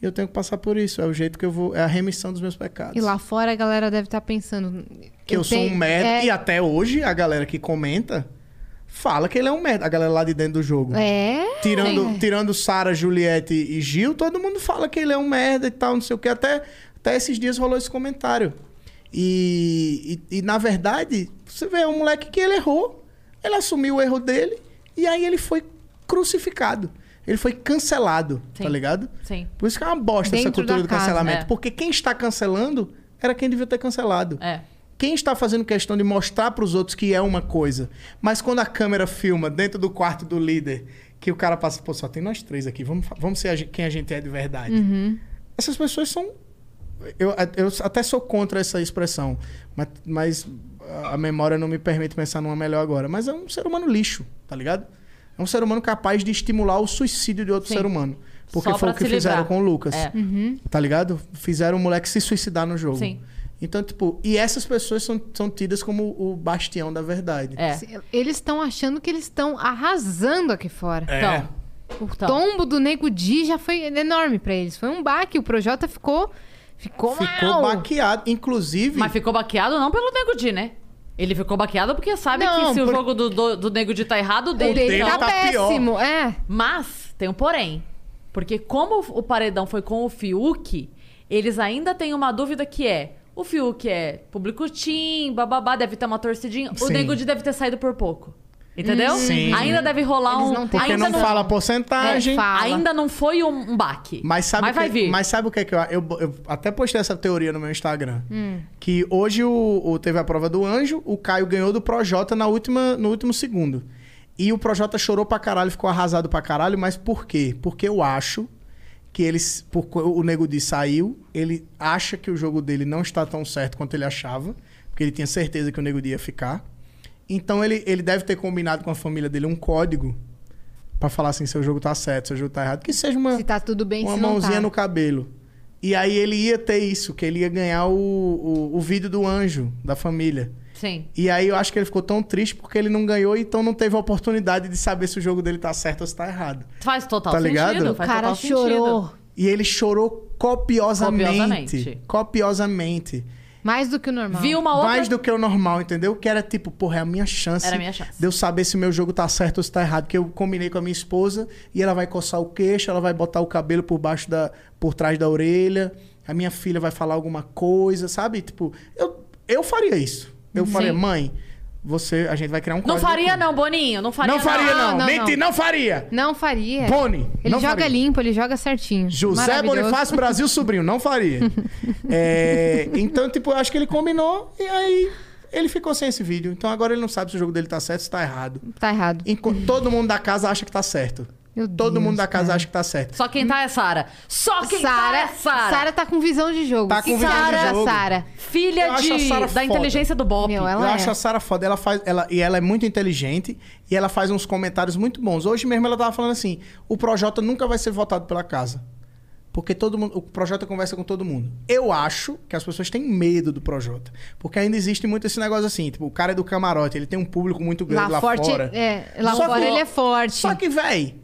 e eu tenho que passar por isso. É o jeito que eu vou. É a remissão dos meus pecados E lá fora a galera deve estar pensando. que eu, sou tenho- um merda. É, E até hoje, a galera que comenta fala que ele é um merda. A galera lá de dentro do jogo. é... Tirando, tirando Sara, Juliette e Gil, todo mundo fala que ele é um merda e tal, não sei o que. Até, até esses dias rolou esse comentário. E, e, e, na verdade, você vê, é um moleque que ele errou, ele assumiu o erro dele e aí ele foi crucificado. Ele foi cancelado, Sim. tá ligado? Sim. Por isso que é uma bosta essa Dentro cultura da do casa, cancelamento. é. Porque quem está cancelando era quem devia ter cancelado. É. Quem está fazendo questão de mostrar para os outros que é uma coisa, mas quando a câmera filma dentro do quarto do líder, que o cara passa, pô, só tem nós três aqui, vamos, fa- vamos ser a gen- quem a gente é de verdade. Uhum. Essas pessoas são. Eu, eu até sou contra essa expressão, mas, mas a memória não me permite pensar numa melhor agora. Mas é um ser humano lixo, tá ligado? É um ser humano capaz de estimular o suicídio de outro Sim. ser humano. Porque Só foi o pra que se fizeram livrar. com o Lucas. É. Uhum. Tá ligado? Fizeram o moleque se suicidar no jogo. Sim. Então, tipo, e essas pessoas são, são tidas como o bastião da verdade. É. Assim, Eles estão achando que eles estão arrasando aqui fora. É. Então. O Então. tombo do Nego Di já foi enorme pra eles. Foi um baque. O Projota ficou... Ficou, Ficou mal. baqueado. Inclusive, Mas ficou baqueado não pelo Nego Di, né? Ele ficou baqueado porque sabe Não, que se por- o jogo do, do, do Nego Di tá errado, o O dele, dele dele tá, não. tá pior. péssimo. É. Mas tem um porém. Porque como o paredão foi com o Fiuk, eles ainda têm uma dúvida que é... O Fiuk é público tim, bababá, deve ter uma torcidinha. O Sim. Hum, Nego Di deve ter saído por pouco. Entendeu? Sim. Ainda deve rolar Eles um... não têm- porque ainda não, fala a porcentagem. É, fala. Ainda não foi um, um baque. Mas sabe, vai que, vir. mas sabe o que é que eu, eu, eu até postei essa teoria no meu Instagram. Que hoje o, o- teve a prova do anjo, o Caio ganhou do Projota na última, no último segundo. E o Projota chorou pra caralho, ficou arrasado pra caralho, mas por quê? Porque eu acho que eles. Por, co- o Nego Di saiu, ele acha que o jogo dele não está tão certo quanto ele achava, porque ele tinha certeza que o Nego Di ia ficar. Então ele, ele deve ter combinado com a família dele um código pra falar assim: seu jogo tá certo, seu jogo tá errado. Que seja uma Se tá tudo bem, uma se não mãozinha tá. no cabelo. E aí ele ia ter isso, que ele ia ganhar o, o, o vídeo do anjo da família. Sim. E aí eu acho que ele ficou tão triste porque ele não ganhou, então não teve a oportunidade de saber se o jogo dele tá certo ou se tá errado. Faz total Tá sentido. ligado? O Faz cara total sentido. chorou. E ele chorou copiosamente. Copiosamente. Copiosamente. copiosamente. Mais do que o normal. Vi uma outra... Mais do que o normal, entendeu? Que era tipo, porra, é a minha chance. Era a minha chance. De eu saber se o meu jogo tá certo ou se tá errado. Que eu combinei com a minha esposa e ela vai coçar o queixo, ela vai botar o cabelo por baixo da. por trás da orelha. A minha filha vai falar alguma coisa, sabe? Tipo, eu, eu faria isso. Eu faria, mãe, você, a gente vai criar um Não código. faria aqui. não, Boninho. Não faria Não faria, não. Não, não, Mentira, não faria. Não faria. Boni, Ele não joga faria. limpo, ele joga certinho. José Maravilhoso. Bonifácio Brasil Sobrinho, não faria. É, então, tipo, eu acho que ele combinou e aí ele ficou sem esse vídeo. Então agora ele não sabe se o jogo dele tá certo ou se tá errado. Tá errado. Enco- todo mundo da casa acha que tá certo. Meu todo Deus, mundo da casa cara. acha que tá certo. Só quem tá é Sara. Só quem tá é Sara, Sara. Sara tá com visão de jogo. Tá com visão de Sara, jogo. Sara. Filha Eu acho a de, Sara da foda. inteligência do Bop. Meu, ela eu é. acho a Sara foda. Ela faz, ela, e ela é muito inteligente e ela faz uns comentários muito bons. Hoje mesmo ela tava falando assim: o Projota nunca vai ser votado pela casa. Porque todo mundo, o Projota conversa com todo mundo. Eu acho que as pessoas têm medo do Projota. Porque ainda existe muito esse negócio assim: tipo, o cara é do camarote, ele tem um público muito grande Lá, lá, forte, fora. é, lá Só fora que- ele é forte. Só que, véi,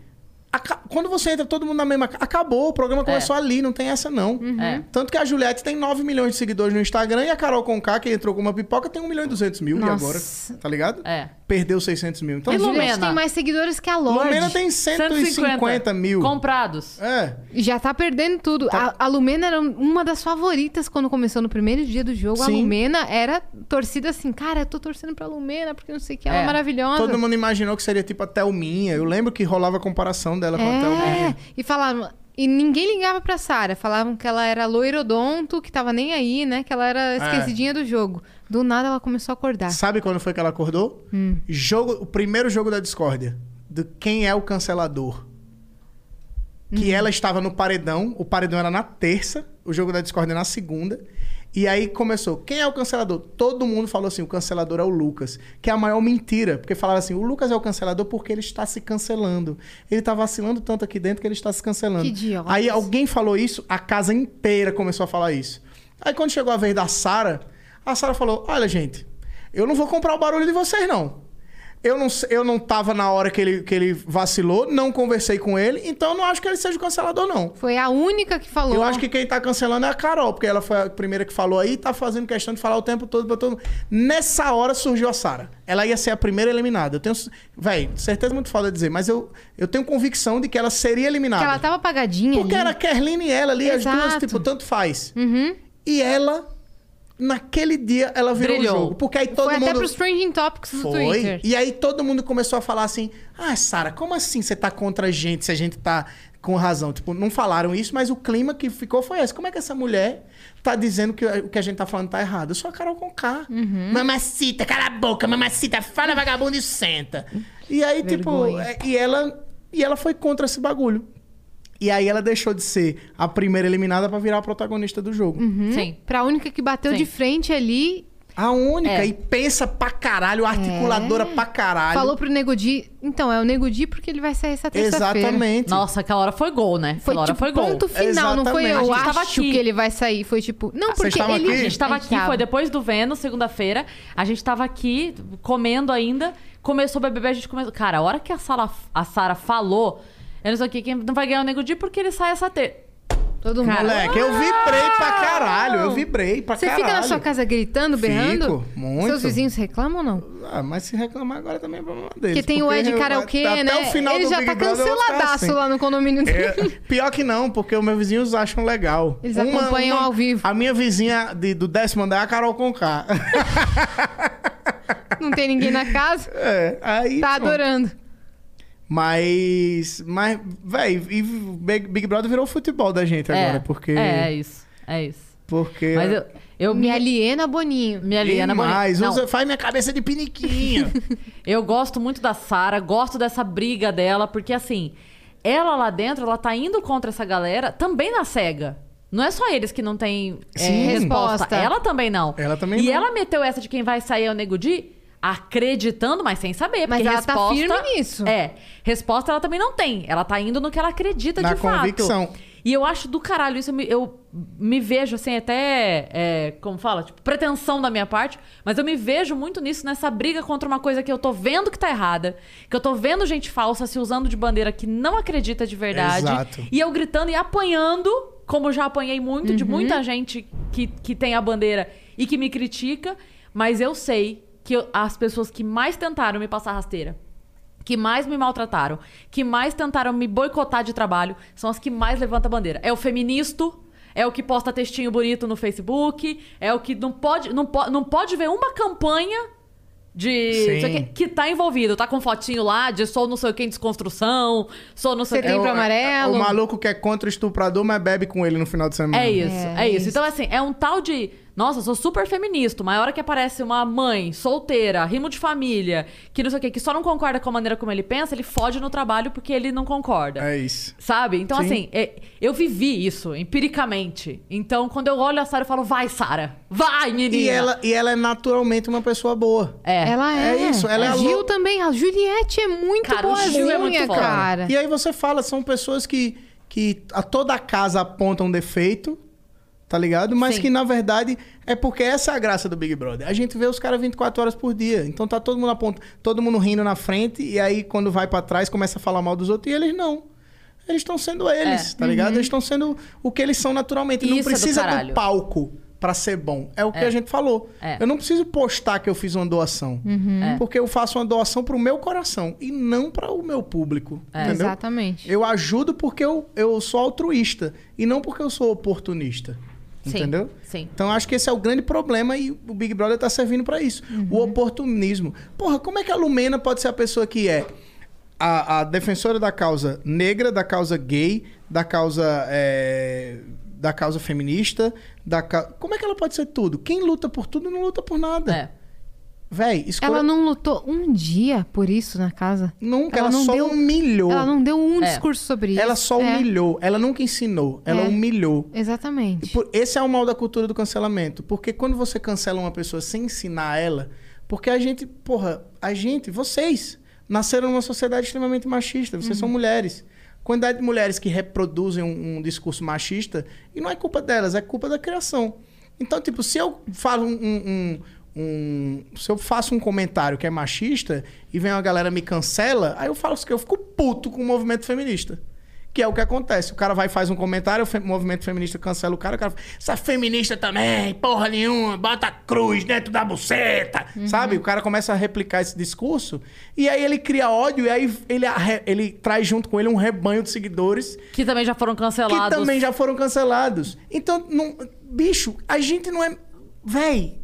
aca- quando você entra todo mundo na mesma. ca- Acabou, o É. programa começou ali, não tem essa não. Uhum. É. Tanto que a Juliette tem 9 milhões de seguidores no Instagram e a Carol Conká, que entrou com uma pipoca, tem 1 milhão e 200 mil e Nossa. agora. Tá ligado? É. Perdeu 600 mil. Então, a E Lu- Juliette Lumena? tem mais seguidores que a Lorde. Lumena tem 150, mil. Comprados. É. Já tá perdendo tudo. A, a Lumena era uma das favoritas quando começou no primeiro dia do jogo. A Sim. Lumena era torcida assim, cara, eu tô torcendo pra Lumena porque não sei o que, ela é, É. maravilhosa. Todo mundo imaginou que seria tipo a Thelminha. Eu lembro que rolava a comparação dela com a É, Thelminha. e falaram. E ninguém ligava pra Sara. Falavam que ela era loirodonto, que tava nem aí, né? Que ela era É. esquecidinha do jogo. Do nada ela começou a acordar. Hum. Sabe quando foi que ela acordou? Jogo, o primeiro jogo da discórdia. Do quem é o cancelador. Uhum. Que ela estava no paredão. O paredão era na terça. O jogo da discórdia na segunda. E aí começou. Quem é o cancelador? Todo mundo falou assim, o cancelador é o Lucas. Que é a maior mentira. Porque falaram assim, o Lucas é o cancelador porque ele está se cancelando. Ele está vacilando tanto aqui dentro que ele está se cancelando. Que idiotas. Aí alguém falou isso, a casa inteira começou a falar isso. Aí quando chegou a vez da Sara, a Sara falou: Olha, gente, eu não vou comprar o barulho de vocês, não. Eu não, se- eu não tava na hora que ele, que ele vacilou, não conversei com ele, então eu não acho que ele seja o cancelador, não. Foi a única que falou. Eu acho que quem tá cancelando é a Carol, porque ela foi a primeira que falou aí, tá fazendo questão de falar o tempo todo pra todo mundo. Nessa hora surgiu a Sara. Ela ia ser a primeira eliminada. Eu tenho, véi, certeza muito foda dizer, mas eu, eu tenho convicção de que ela seria eliminada. Que ela tá tava apagadinha. Porque ali. era Kerline e ela ali, as duas, Exato. Uhum. tipo, tanto faz. E ela, naquele dia, ela virou o Brilhou. jogo. Porque aí todo Foi até mundo. pros Trending Topics do Foi. Twitter. E aí todo mundo começou a falar assim: Ah, Sara, como assim você tá contra a gente se a gente tá com razão? Tipo, não falaram isso, mas o clima que ficou foi esse. Como é que essa mulher tá dizendo que o que a gente tá falando tá errado? Eu sou a Carol Conká. Uhum. Mamacita, cala a boca, mamacita, fala vagabundo e senta. E aí, tipo, é- e ela, e ela foi contra esse bagulho. E aí ela deixou de ser a primeira eliminada pra virar a protagonista do jogo. Uhum. Hum? Sim. Pra única que bateu de frente ali, A única, É. e pensa pra caralho, articuladora pra caralho. É. falou pro Nego Di. Então, é o Nego Di porque ele vai sair essa terça-feira. Exatamente. Nossa, aquela hora foi gol, né? Foi aquela hora tipo foi gol. ponto final, não foi Exatamente. eu A gente acho tava aqui. que ele vai sair. Foi tipo, não, vocês porque estavam ele... É aqui? A gente tava aqui, foi depois do Vênus, segunda-feira. A gente tava aqui, comendo ainda. Começou o BBB, a gente começou... Cara, a hora que a Sara a Sara falou... Eu não sei o que, quem não vai ganhar o Nego Di porque ele sai essa ter... Todo mundo. Moleque, eu vibrei pra caralho. Eu vibrei pra Você caralho. fica na sua casa gritando, berrando? Fico, muito. Seus vizinhos reclamam ou não? Ah, mas se reclamar agora também é problema deles. Porque tem o Ed eu- Karaokê, até né? o final ele do já Big tá Brother eu vou ficar canceladaço assim. lá no condomínio dele. É, pior que não, porque os meus vizinhos acham legal. Eles acompanham ao vivo. A minha vizinha de- do décimo andar é a Carol Conká. Não tem ninguém na casa. É, aí, Tá pronto. adorando. Mas, mas, véi, e Big Big Brother virou futebol da gente agora, é, porque... É, é isso. É isso. Porque... Mas eu... eu Me aliena, Boninho. Me aliena Demais, Não, usa, faz minha cabeça de piniquinho. Eu gosto muito da Sara, gosto dessa briga dela, porque assim, ela lá dentro, ela tá indo contra essa galera também na cega. Não é só eles que não têm é, Sim. resposta. Resposta. Ela também não. Ela também e não. ela meteu essa de quem vai sair é o Nego Di, acreditando, mas sem saber. Mas porque ela tá resposta, firme nisso. É. Resposta ela também não tem. Ela tá indo no que ela acredita Na de fato. convicção. E eu acho do caralho isso. Eu me, eu me vejo, assim, até. é, como fala? Tipo, pretensão da minha parte. Mas eu me vejo muito nisso, nessa briga contra uma coisa que eu tô vendo que tá errada. Que eu tô vendo gente falsa se usando de bandeira que não acredita de verdade. Exato. E eu gritando e apanhando, como já apanhei muito, Uhum. de muita gente que, que tem a bandeira e que me critica. Mas eu sei que eu- as pessoas que mais tentaram me passar rasteira que mais me maltrataram, que mais tentaram me boicotar de trabalho, são as que mais levantam a bandeira. É o feministo, é o que posta textinho bonito no Facebook, é o que não pode, não po- não pode ver uma campanha de não sei o Sim. quê, que tá envolvido, tá com fotinho lá de sou não sei o que em desconstrução, sou não sei o Você tem que. pro o- amarelo. O maluco que é contra o estuprador, mas bebe com ele no final de semana. É isso, É, é, é isso. isso. Então, assim, é um tal de. Nossa, sou super feminista, mas a hora que aparece uma mãe solteira, rimo de família, que não sei o que, que só não concorda com a maneira como ele pensa, ele foge no trabalho porque ele não concorda. É isso. Sabe? Então, Sim. assim, é- eu vivi isso empiricamente. Então, quando eu olho a Sara, eu falo, vai, Sara! Vai, menina! E ela, e ela é naturalmente uma pessoa boa. É. Ela é. É isso, ela é a a Gil lou- também. A Juliette é muito Cara, o boazinha, Gil é muito foda. cara. E aí você fala, são pessoas que, que a toda a casa apontam um defeito, tá ligado? Mas Sim. que na verdade é porque essa é a graça do Big Brother. A gente vê os caras 24 horas por dia. Então tá todo mundo apontando, todo mundo rindo na frente e aí quando vai pra trás começa a falar mal dos outros e eles não. Eles estão sendo eles, tá ligado? Eles estão sendo o que eles são naturalmente. não É. Uhum. Isso é do precisa caralho. do palco pra ser bom. É o que a gente falou. É. Uhum. Eu não preciso postar que eu fiz uma doação. Porque eu faço uma doação pro meu coração e não para o meu público. É. Entendeu? É. Exatamente. Eu ajudo porque eu, eu sou altruísta e não porque eu sou oportunista. Sim, entendeu? sim. Então acho que esse é o grande problema e o Big Brother tá servindo para isso. O Uhum. oportunismo. Porra, como é que a Lumena pode ser a pessoa que é a, a defensora da causa negra, da causa gay, da causa. é, da causa feminista, da ca- Como é que ela pode ser tudo? Quem luta por tudo não luta por nada. É. Véi, escolha... Ela não lutou um dia por isso na casa. Nunca, ela ela, não só deu- humilhou. Ela Ela, não deu um É. discurso sobre isso. só É, humilhou. Ela nunca ensinou. Ela É. humilhou. Exatamente. Por- Esse é o mal da cultura do cancelamento. Porque quando você cancela uma pessoa sem ensinar ela. Porque a gente, porra, a gente, vocês, nasceram numa sociedade extremamente machista. Vocês Uhum. são mulheres. Quantidade de mulheres que reproduzem um, um discurso machista. E não é culpa delas, é culpa da criação. Então, tipo, se eu falo um. um- um- um- se eu faço um comentário que é machista e vem uma galera me cancela, aí eu falo isso que eu fico puto com o movimento feminista. Que é o que acontece. O cara vai e faz um comentário, o fe- movimento feminista cancela o cara, o cara fala, essa feminista também, porra nenhuma, bota a cruz dentro da buceta. Sabe? O cara começa a replicar esse discurso e aí ele cria ódio e aí ele, arre- ele traz junto com ele um rebanho de seguidores Que também já foram cancelados. que também já foram cancelados. Então, não- bicho, a gente não é. Véi,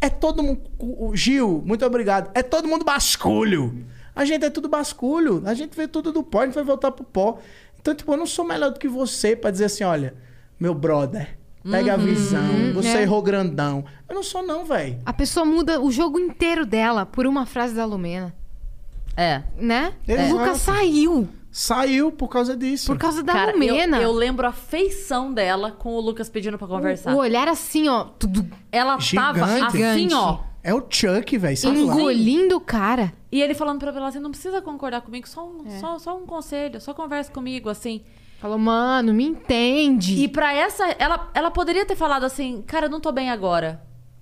é todo mundo. o- o Gil, muito obrigado. É todo mundo basculho. A gente é tudo basculho. A gente vê tudo do pó, a gente vai voltar pro pó. Então, tipo, eu não sou melhor do que você pra dizer assim: olha, meu brother, pega a visão, você Uhum. é. errou grandão. Eu não sou, não, véi. A pessoa muda o jogo inteiro dela por uma frase da Lumena. É. Né? Exato. O Lucas saiu Saiu por causa disso. por causa da Cara, eu, Lumena. eu lembro a feição dela com o Lucas pedindo pra conversar. O olhar assim, ó, tudo, Tá Ela tava Gigante. assim, ó. É o Chuck, véi. sabe lá? engolindo o cara. E ele falando pra ela assim, não precisa concordar comigo, só um, só, só um conselho, só conversa comigo, assim. Falou, mano, me entende. E pra essa, ela, ela poderia ter falado assim, cara, eu não tô bem agora.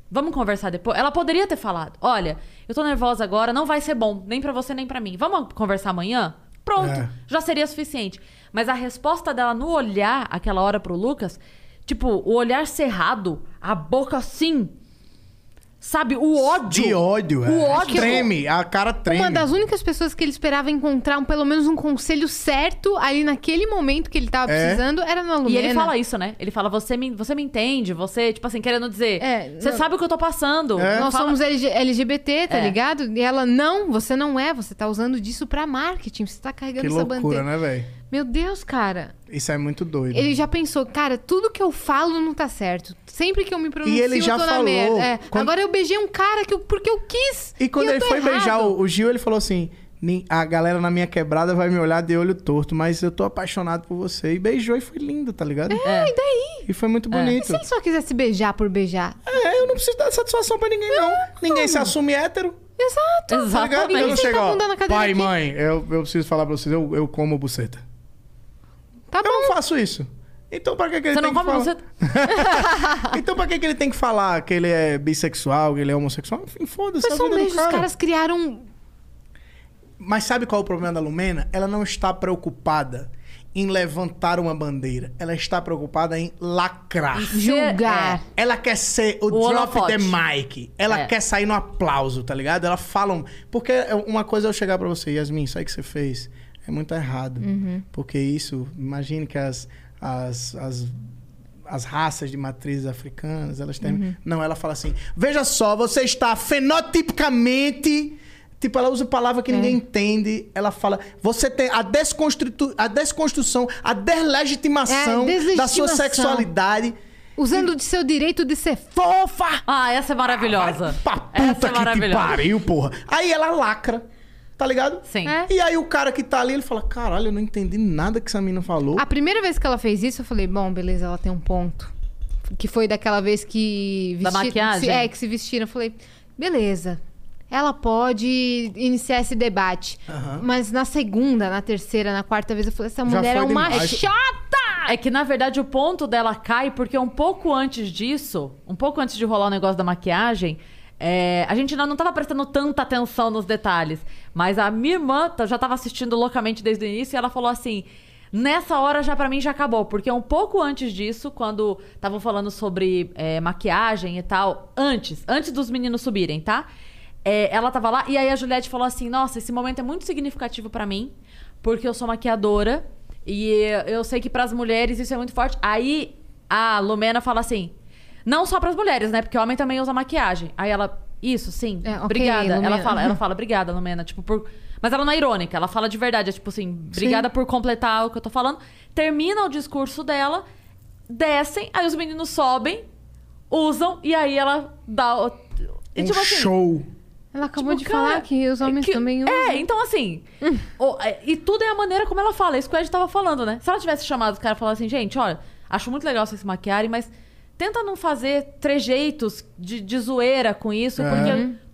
Vamos conversar depois. Ela poderia ter falado, olha, eu tô nervosa agora, não vai ser bom, nem pra você nem pra mim. Vamos conversar amanhã? Pronto, É. já seria suficiente. Mas a resposta dela no olhar aquela hora pro Lucas, tipo, o olhar cerrado, a boca assim, sabe, o ódio. De ódio, é. O ódio. Treme, a cara treme. Uma das únicas pessoas que ele esperava encontrar um, pelo menos um conselho certo ali naquele momento que ele tava É. precisando era na Lumena. E ele fala isso, né? Ele fala, você me, você me entende, você, tipo assim, querendo dizer, É, você não- sabe o que eu tô passando. É. Nós Fala- somos LG LGBT, tá É. ligado? E ela, não, você não é, você tá usando disso pra marketing, você tá carregando Que essa loucura, bandeira. né, véi? Meu Deus, cara. Isso é muito doido. Ele já pensou, cara, tudo que eu falo não tá certo. Sempre que eu me pronuncio, E ele já eu tô na falou, merda. É, quando- Agora eu beijei um cara que eu- porque eu quis. E quando eu ele tô foi errado. beijar o, o Gil, ele falou assim: "Nin- a galera na minha quebrada vai me olhar de olho torto, mas eu tô apaixonado por você. E beijou e foi lindo, tá ligado? É, e daí? E foi muito E bonito. se ele só quisesse beijar por beijar? É, eu não preciso dar satisfação pra ninguém, não. Ninguém se assume hétero. Exato. Tá ligado? Exatamente. Eu não Ninguém chego, senta a ó, bunda na cadeira pai, aqui." mãe, eu, eu preciso falar pra vocês, eu, eu como buceta. Tá Eu não bom. faço isso. Então pra que, que ele Você tem não que come falar? você. Então pra que, que ele tem que falar que ele é bissexual, que ele é homossexual? Enfim, foda-se. Mas é a são vida do beijos, um os cara. caras criaram. Mas sabe qual é o problema da Lumena? Ela não está preocupada em levantar uma bandeira. Ela está preocupada em lacrar. Julgar. Ela quer ser o, drop holofote. the mic. Ela É. quer sair no aplauso, tá ligado? Ela fala. um- Porque uma coisa é eu chegar pra você, Yasmin, isso aí que você fez é muito errado. Porque isso, imagine que as, as, as as raças de matrizes africanas, elas têm. Não, ela fala assim: veja só, você está fenotipicamente. Tipo, ela usa palavra que ninguém entende. Ela fala: você tem a, desconstritu... a desconstrução, a deslegitimação É, da sua deslegitimação. sexualidade. Usando de seu direito de ser f... Fofa! Ah, essa é maravilhosa. Pra essa puta é que te maravilhosa. pariu, porra. Aí ela lacra, tá ligado? Sim. É. E aí o cara que tá ali, ele fala, caralho, eu não entendi nada que essa mina falou. A primeira vez que ela fez isso, eu falei, bom, beleza, ela tem um ponto. Que foi daquela vez que... Da maquiagem? se- é, que se vestiram. Eu falei, beleza. Ela pode iniciar esse debate. Mas na segunda, na terceira, na quarta vez, eu falei, essa Já mulher é foi uma demais. chata! É que, na verdade, o ponto dela cai porque um pouco antes disso, um pouco antes de rolar o negócio da maquiagem, é, a gente ainda não tava prestando tanta atenção nos detalhes. Mas a minha irmã tá- já tava assistindo loucamente desde o início e ela falou assim... Nessa hora já pra mim já acabou, porque um pouco antes disso, quando estavam falando sobre é, maquiagem e tal, antes, antes dos meninos subirem, tá? É, ela tava lá e aí a Juliette falou assim: Nossa, esse momento é muito significativo pra mim, porque eu sou maquiadora e eu sei que pras mulheres isso é muito forte. Aí a Lumena fala assim: Não só pras mulheres, né? Porque o homem também usa maquiagem. Aí ela, isso, sim, É, ok, obrigada. Lumena. Ela fala, ela fala, obrigada, Lumena. Tipo, por... Mas ela não é irônica, ela fala de verdade. É tipo assim, obrigada por completar o que eu tô falando. Termina o discurso dela, descem, aí os meninos sobem, usam, e aí ela dá. o- E, um tipo assim, show. Ela acabou Tipo, de cara, falar que os homens que- também usam. É, então assim. o- é, e tudo é a maneira como ela fala. É isso que a gente tava falando, né? Se ela tivesse chamado os caras e falado assim, gente, olha, acho muito legal vocês se maquiarem, mas tenta não fazer trejeitos de, de zoeira com isso, É. Uhum. porque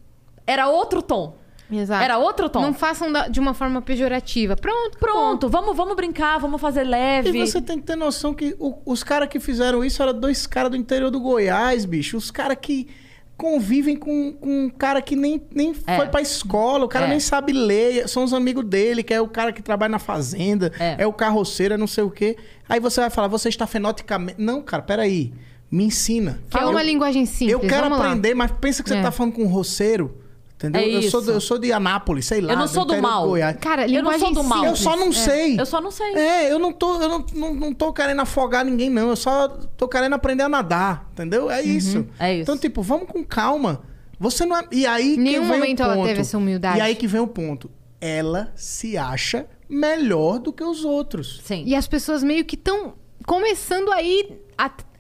era outro tom. Exato. Era outro tom. Não façam da- de uma forma pejorativa. Pronto, Pronto, vamos, vamos brincar, vamos fazer E leve. você tem que ter noção que o- os caras que fizeram isso eram dois caras do interior do Goiás, bicho. Os caras que convivem com, com um cara que nem, nem É. foi pra escola, o cara É. nem sabe ler, são os amigos dele, que é o cara que trabalha na fazenda, É. é, o carroceiro, é não sei o quê. Aí você vai falar, você está fenoticamente... Não, cara, peraí. Me ensina. Que é Eu- uma linguagem simples. Eu quero vamos lá. aprender, mas pensa que você É. tá falando com um roceiro. Entendeu? É eu, isso. sou do- eu sou de Anápolis, sei lá. Eu não sou do interior mal. Goiás. Cara, é Eu não sou linguagem do mal. Eu só não sei. Eu só não sei. É, eu não tô, eu não, não, não tô querendo afogar ninguém, não. Eu só tô querendo aprender a nadar, entendeu? É isso. é isso. Então, tipo, vamos com calma. Você não é... E aí que Nenhum vem momento o ela ponto. teve essa humildade. E aí que vem o ponto. Ela se acha melhor do que os outros. Sim. E as pessoas meio que estão começando aí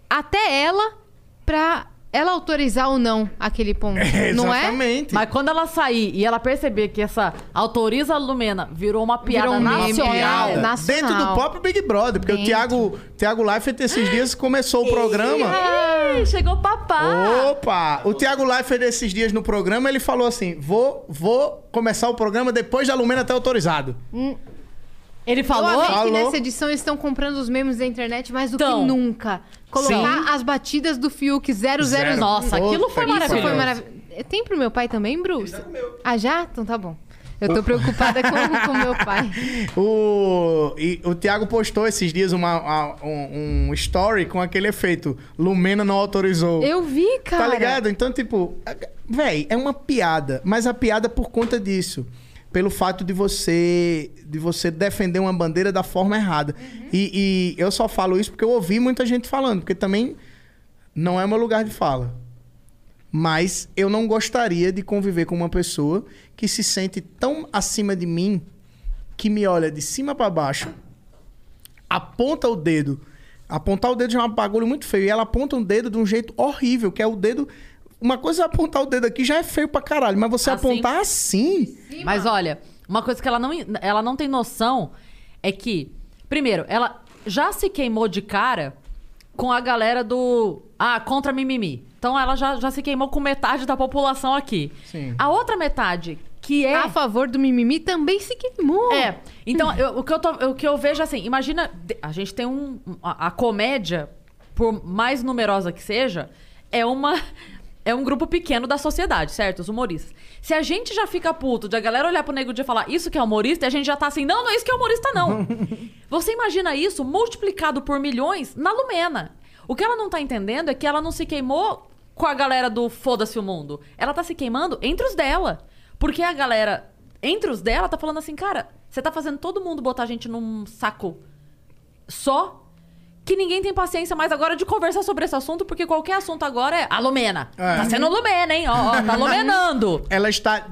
até ela pra ela autorizar ou não aquele ponto. não é? Exatamente. Mas quando ela sair e ela perceber que essa autoriza a Lumena virou uma piada Virou um meme, nacional. é. Na- Nacional. Dentro do próprio Big Brother. Porque Dentro. o Thiago, Thiago Leifert, esses dias, começou o programa... Ih, chegou o Ah! papá. Opa! O Thiago Leifert, esses dias no programa, ele falou assim: vou, vou começar o programa depois da Lumena ter autorizado. Hum. Ele Eu falou. amei que Falou. nessa edição eles estão comprando os memes da internet mais do Então. que nunca. Colocar as batidas do Fiuk 000. Zero. é Nossa, aquilo foi Puta que Isso foi maravilhoso. maravilhoso. Tem pro meu pai também, Bruce? Ah, já? Então tá bom. Eu tô preocupada com com o meu pai. O, e o Thiago postou esses dias uma, a- um, um story com aquele efeito: Lumena não autorizou. Eu vi, cara. Tá ligado? Então, tipo, a- véi, é uma piada. Mas a piada é por conta disso. Pelo fato de você de você defender uma bandeira da forma errada. E, e eu só falo isso porque eu ouvi muita gente falando, porque também não é meu lugar de fala. Mas eu não gostaria de conviver com uma pessoa que se sente tão acima de mim que me olha de cima pra baixo, aponta o dedo. Apontar o dedo já é um bagulho muito feio. E ela aponta um dedo de um jeito horrível, que é o dedo. Uma coisa é apontar o dedo aqui já é feio pra caralho, mas você Assim? apontar assim. Mas olha, uma coisa que ela não, ela não tem noção é que, primeiro, ela já se queimou de cara com a galera do. Ah, contra mimimi. Então ela já, já se queimou com metade da população aqui. Sim. A outra metade, que é. A favor do mimimi também se queimou. É. Então, eu- o, que eu tô- o que eu vejo assim, imagina, de- a gente tem um. A, a comédia, por mais numerosa que seja, é uma. É um grupo pequeno da sociedade, certo? Os humoristas. Se a gente já fica puto de a galera olhar pro nego dia e falar isso que é humorista, e a gente já tá assim, não, não é isso que é humorista, não. Você imagina isso multiplicado por milhões na Lumena. O que ela não tá entendendo é que ela não se queimou com a galera do foda-se o mundo. Ela tá se queimando entre os dela. Porque a galera entre os dela tá falando assim, cara, você tá fazendo todo mundo botar a gente num saco só. que ninguém tem paciência mais agora de conversar sobre esse assunto, porque qualquer assunto agora é alumena. Tá sendo alumena, hein? Ó, ó, tá alumenando. Ela está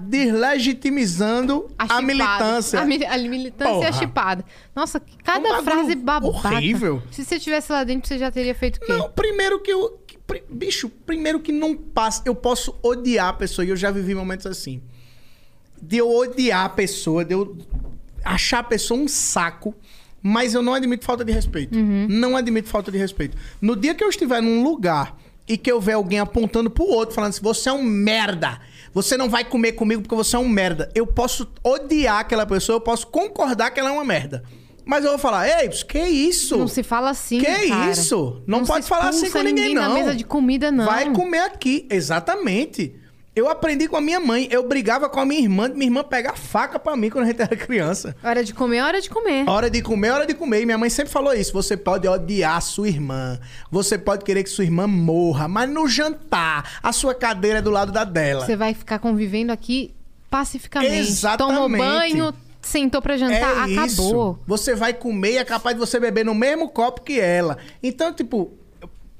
deslegitimizando A a, chipada. militância. A, mi- a militância é Porra. a chipada. Nossa, Um cada bagulho frase babaca. horrível. Se você tivesse lá dentro, você já teria feito o quê? Não, primeiro que eu. que pri- bicho, primeiro que não passa. Eu posso odiar a pessoa e eu já vivi momentos assim. De eu odiar a pessoa, de eu achar a pessoa um saco, mas eu não admito falta de respeito. Uhum. Não admito falta de respeito. No dia que eu estiver num lugar e que eu ver alguém apontando pro outro, falando assim: você é um merda. Você não vai comer comigo porque você é um merda. Eu posso odiar aquela pessoa, eu posso concordar que ela é uma merda. Mas eu vou falar, ei, que isso? Não se fala assim, Que cara. isso? Não, Não se pode falar assim expulsa com ninguém, ninguém na não. mesa de comida, não. Vai comer aqui. Exatamente. Eu aprendi com a minha mãe. Eu brigava com a minha irmã, de minha irmã pegar faca pra mim quando a gente era criança. Hora de comer, é hora de comer. Hora de comer, hora de comer. E minha mãe sempre falou isso. Você pode odiar a sua irmã. Você pode querer que sua irmã morra. Mas no jantar, a sua cadeira é do lado da dela. Você vai ficar convivendo aqui pacificamente. Exatamente. Tomou banho, sentou pra jantar, É isso. acabou. Você vai comer e é capaz de você beber no mesmo copo que ela. Então, tipo,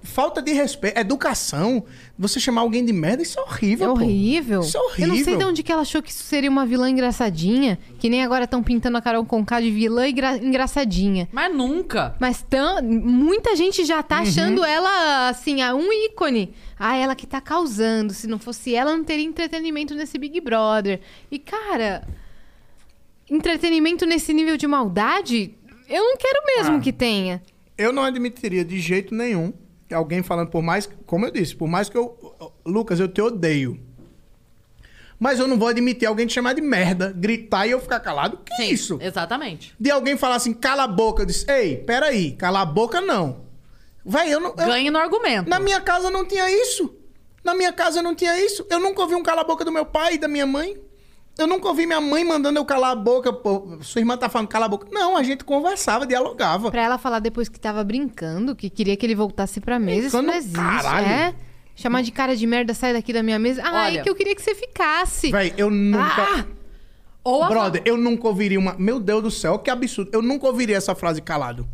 falta de respeito, educação. Você chamar alguém de merda, isso é horrível. É pô. horrível. Isso é Eu horrível. não sei de onde que ela achou que isso seria uma vilã engraçadinha, que nem agora estão pintando a Carol Conká de vilã engra- engraçadinha. Mas nunca. Mas tão, muita gente já tá achando ela, assim, a um ícone. Ah, ela que tá causando. Se não fosse ela, não teria entretenimento nesse Big Brother. E, cara, entretenimento nesse nível de maldade, eu não quero mesmo que tenha. Eu não admitiria de jeito nenhum que alguém falando, por mais, como eu disse, por mais que eu. Lucas, eu te odeio. Mas eu não vou admitir alguém te chamar de merda, gritar e eu ficar calado. Que É isso? Exatamente. De alguém falar assim, cala a boca. Eu disse, ei, peraí, cala a boca não. Vai, eu não. eu- Ganhe no argumento. É. Na minha casa não tinha isso. Na minha casa não tinha isso. Eu nunca ouvi um cala-boca do meu pai e da minha mãe. Eu nunca ouvi minha mãe mandando eu calar a boca. Pô, sua irmã tá falando cala a boca. Não, a gente conversava, dialogava. Pra ela falar depois que tava brincando, que queria que ele voltasse pra mesa, isso Brincando, não existe, caralho. é? Chamar de cara de merda, sai daqui da minha mesa. Ah, Olha. é que eu queria que você ficasse. Véi, eu Ah! nunca. Ou a- Brother, eu nunca ouviria uma. Meu Deus do céu, que absurdo. Eu nunca ouviria essa frase calado.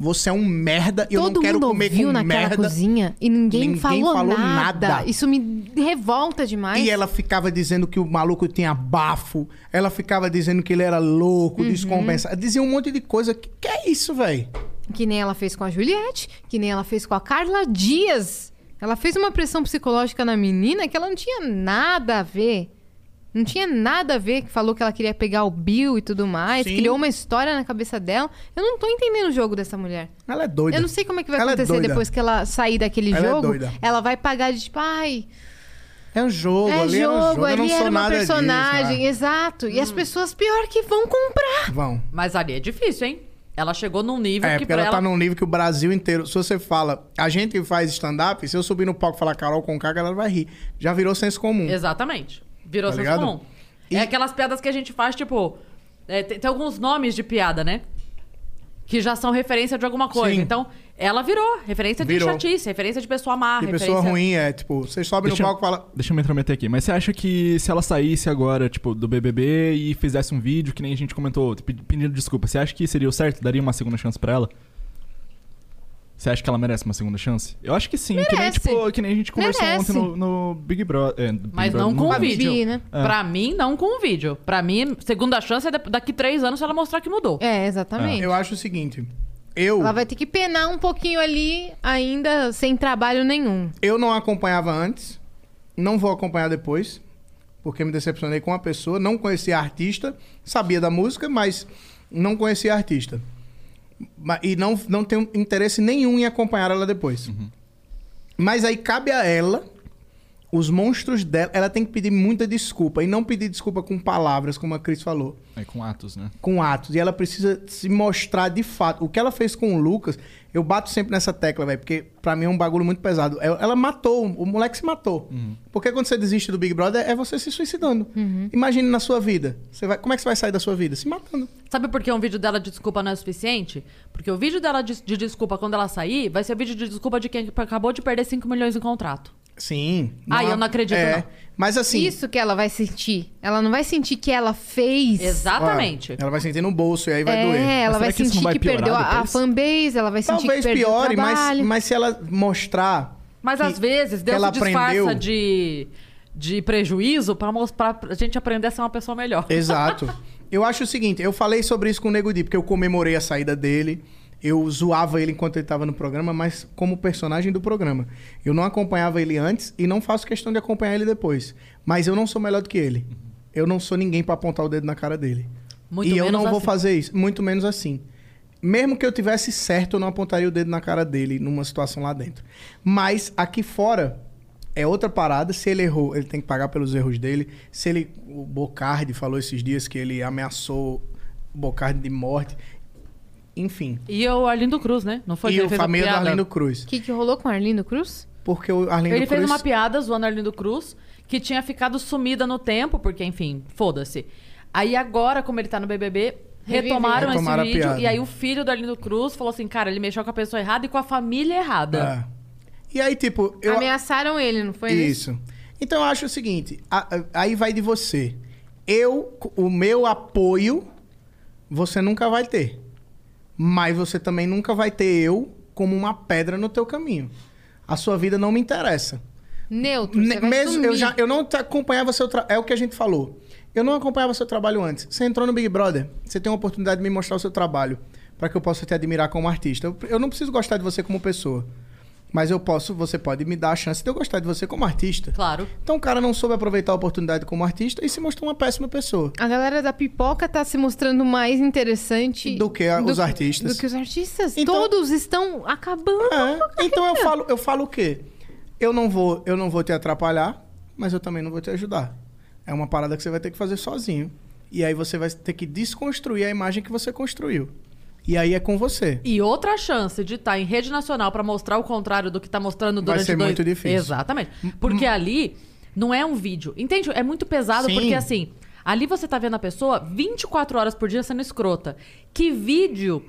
Você é um merda e eu Todo não quero mundo comer ouviu com naquela merda. cozinha e ninguém, Ninguém falou, falou nada. nada. Isso me revolta demais. E ela ficava dizendo que o maluco tinha bafo. Ela ficava dizendo que ele era louco, Uhum. descompensado. Dizia um monte de coisa. Que, que é isso, véi? Que nem ela fez com a Juliette, que nem ela fez com a Carla Dias. Ela fez uma pressão psicológica na menina que ela não tinha nada a ver. Não tinha nada a ver que falou que ela queria pegar o Bill e tudo mais. Sim. Criou uma história na cabeça dela. Eu não tô entendendo o jogo dessa mulher. Ela é doida. Eu não sei como é que vai Ela é acontecer doida. depois que ela sair daquele Ela é jogo. doida. Ela vai pagar de tipo, ai, É um jogo, é ali é um jogo, jogo. eu não ali sou era uma nada personagem. Disso, né? Hum. Exato. E as pessoas pior que vão comprar. ah. Vão. Mas ali é difícil, hein? Ela chegou num nível É, que porque pra ela ela... tá num nível que o Brasil inteiro. Se você fala, a gente faz stand-up, se eu subir no palco e falar Carol com K, a galera vai rir. Já virou senso comum. Exatamente. Virou Tá senso ligado? comum. E- É aquelas piadas que a gente faz, tipo... é, tem, tem alguns nomes de piada, né? Que já são referência de alguma coisa. Sim. Então, ela virou. Referência de Virou. chatice, referência de pessoa má, E referência... pessoa ruim é, tipo, você sobe Deixa no eu- palco e fala. Deixa eu me intrometer aqui. Mas você acha que se ela saísse agora, tipo, do BBB e fizesse um vídeo, que nem a gente comentou, pe- pedindo desculpa, você acha que seria o certo? Daria uma segunda chance pra ela? Você acha que ela merece uma segunda chance? Eu acho que sim. Que nem, Merece. tipo, que nem a gente conversou ontem Merece. no, no Big Brother. é, Mas não com o Fabi, vídeo. né? Ah. Pra mim, não com o vídeo. Pra mim, segunda chance é da- daqui três anos se ela mostrar que mudou. É, exatamente. Ah, Eu acho o seguinte. Eu, Ela vai ter que penar um pouquinho ali, ainda sem trabalho nenhum. eu não acompanhava antes, não vou acompanhar depois, porque me decepcionei com uma pessoa, não conhecia a artista, sabia da música, mas não conhecia a artista. Ma- E não, não tenho interesse nenhum em acompanhar ela depois. Mas aí cabe a ela, os monstros dela, ela tem que pedir muita desculpa. E não pedir desculpa com palavras, como a Cris falou É, com atos, né? com atos. E ela precisa se mostrar de fato. O que ela fez com o Lucas, eu bato sempre nessa tecla, velho, porque pra mim é um bagulho muito pesado. Ela ela matou, o moleque se matou. Uhum. Porque quando você desiste do Big Brother, é você se suicidando. Imagine na sua vida. Você vai, como é que você vai sair da sua vida? Se matando. Sabe por que um vídeo dela de desculpa não é suficiente? Porque o vídeo dela de, de desculpa quando ela sair vai ser vídeo de desculpa de quem acabou de perder 5 milhões em contrato. Sim. Ah, eu não acredito, não. Mas assim. Isso que ela vai sentir. Ela não vai sentir que ela Ah, fez. ó, Ela vai sentir no bolso e aí vai é, doer. ela vai sentir que, perdeu a, a fanbase, ela vai sentir Talvez que perdeu piore, o trabalho. mas, mas se ela mostrar. Mas que- às vezes que Deus ela se disfarça aprendeu- de, de prejuízo pra mostrar pra gente aprender a ser uma pessoa melhor. Exato. Eu acho o seguinte, eu falei sobre isso com o Nego Di, porque eu comemorei a saída dele. Eu zoava ele enquanto ele estava no programa, mas como personagem do programa. Eu não acompanhava ele antes e não faço questão de acompanhar ele depois. Mas eu não sou melhor do que ele. Eu não sou ninguém para apontar o dedo na cara dele. Muito e eu menos não vou assim. fazer isso, muito menos assim. Mesmo que eu tivesse certo, eu não apontaria o dedo na cara dele numa situação lá dentro. Mas aqui fora, é outra parada. Se ele errou, ele tem que pagar pelos erros dele. Se ele. O Bocardi falou esses dias que ele ameaçou o Bocardi de morte. Enfim. E o Arlindo Cruz, né? Não foi E que ele o fez a família do piada? Arlindo Cruz. O que, que rolou com o Arlindo Cruz? Porque o Arlindo ele Cruz. fez uma piada zoando Arlindo Cruz, que tinha ficado sumida no tempo, porque, enfim, foda-se. Aí agora, como ele tá no BBB, Reviveu. retomaram, Retomaram a esse vídeo. piada. E aí o filho do Arlindo Cruz falou assim, cara, ele mexeu com a pessoa errada e com a família É. errada. E aí, tipo, eu. Ameaçaram ele, não foi Isso. Então eu acho o seguinte: a- a- aí vai de você. Eu, o meu apoio, você nunca vai ter. Mas você também nunca vai ter eu como uma pedra no teu caminho. A sua vida não me interessa. Neutro, Ne- você vai mesmo eu sumir. já eu não te acompanhava seu tra... é o que a gente falou. Eu não acompanhava seu trabalho antes. Você entrou no Big Brother, você tem uma oportunidade de me mostrar o seu trabalho para que eu possa te admirar como artista. Eu, eu não preciso gostar de você como pessoa, mas eu posso, você pode me dar a chance de eu gostar de você como artista. Claro. Então o cara não soube aproveitar a oportunidade como artista e se mostrou uma péssima pessoa. A galera da pipoca tá se mostrando mais interessante Do que a- os artistas. Então- Do que os artistas. Todos estão acabando. É, então eu falo, eu falo o quê? Eu não vou, eu não vou te atrapalhar, mas eu também não vou te ajudar. É uma parada que você vai ter que fazer sozinho. E aí você vai ter que desconstruir a imagem que você construiu. E aí é com você. E outra chance de estar em rede nacional pra mostrar o contrário do que tá mostrando Vai durante ser dois... muito difícil. Hum, Exatamente. Porque ali não é um vídeo. Entende? É muito pesado Sim. porque assim, ali você tá vendo a pessoa 24 horas por dia sendo escrota. Que vídeo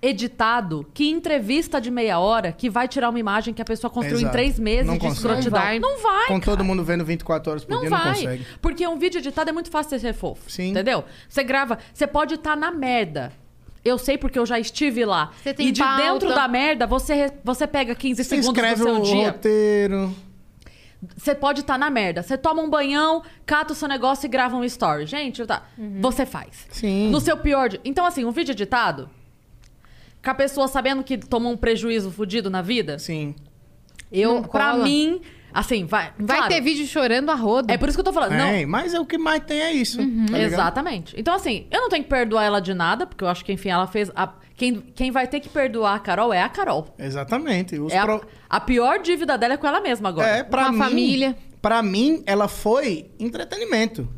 editado, que entrevista de meia hora que vai tirar uma imagem que a pessoa construiu em Exato. três meses de consegue. escrotidão. Não vai. Com todo mundo vendo 24 horas por Não dia, vai. não consegue. Porque um vídeo editado é muito fácil de ser fofo. Sim. Entendeu? Você grava, você pode estar na merda. Eu sei porque eu já estive lá. Você tem e de pauta. dentro da merda, você, re- você pega 15 Você segundos do escreve seu o é um dia. roteiro. Você pode estar na merda. Você toma um banhão, cata o seu negócio e grava um story. Gente, tá. Uhum. Você faz. Sim. No seu pior dia. Então, assim, um vídeo editado, com a pessoa sabendo que tomou um prejuízo fudido na vida. Sim. Eu, Não pra cola. mim, assim, vai. Vai ter vídeo chorando a roda. É por isso que eu tô falando. não, Uhum, Tem, mas é o que mais tem é isso. tá ligado? Exatamente. Então, assim, eu não tenho que perdoar ela de nada, porque eu acho que, enfim, ela fez. a- Quem, quem vai ter que perdoar a Carol é a Carol. Exatamente. Os É a, pro- a pior dívida dela é com ela mesma agora. É, pra mim, Pra mim, ela foi entretenimento.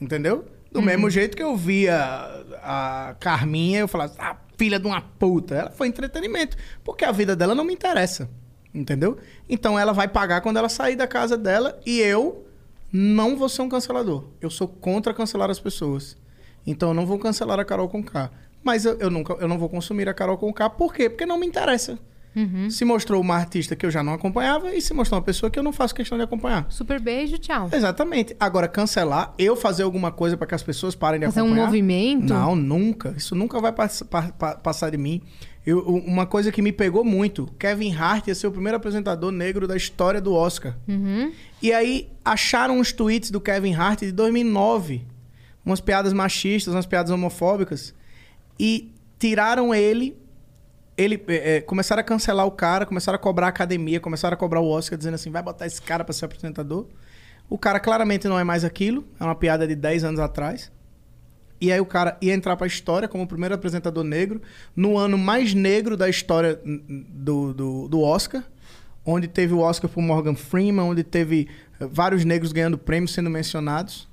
Entendeu? Do mesmo jeito que eu via a Carminha, eu falava, ah, filha de uma puta. Ela foi entretenimento. Porque a vida dela não me interessa. Entendeu? Então ela vai pagar quando ela sair da casa dela e eu não vou ser um cancelador. Eu sou contra cancelar as pessoas. Então eu não vou cancelar a Carol Conká. Mas eu, eu nunca, eu não vou consumir a Carol Conká. Por quê? Porque não me interessa. Se mostrou uma artista que eu já não acompanhava e se mostrou uma pessoa que eu não faço questão de acompanhar. Super beijo, tchau. É. Exatamente. Agora, cancelar, eu fazer alguma coisa para que as pessoas parem de Fazer um acompanhar. movimento? Não, nunca. Isso nunca vai pass- pa- pa- passar de mim. Eu- u- uma coisa que me pegou muito: Kevin Hart ia ser o primeiro apresentador negro da história do Oscar. Uhum. E aí acharam uns tweets do Kevin Hart de 2009, umas piadas machistas, umas piadas homofóbicas, e tiraram ele. Ele é, é, começaram a cancelar o cara, começaram a cobrar a academia, começaram a cobrar o Oscar, dizendo assim: vai botar esse cara pra ser apresentador. O cara claramente não é mais aquilo, é uma piada de 10 anos atrás. E aí o cara ia entrar pra história como o primeiro apresentador negro, no ano mais negro da história hum, hum, do, do, do Oscar, onde teve o Oscar pro Morgan Freeman, onde teve eh, vários negros ganhando prêmios sendo mencionados.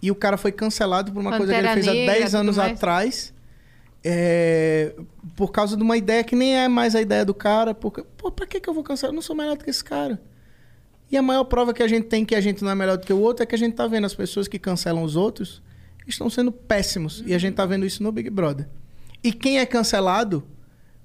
E o cara foi cancelado por uma coisa que Pantera ele fez Negra, há 10 tudo anos mais. atrás. é, por causa de uma ideia que nem é mais a ideia do cara. Porque, pô, pra que, que eu vou cancelar? Eu não sou melhor do que esse cara. E a maior prova que a gente tem que a gente não é melhor do que o outro é que a gente tá vendo as pessoas que cancelam os outros estão sendo péssimos. E a gente tá vendo isso no Big Brother. E quem é cancelado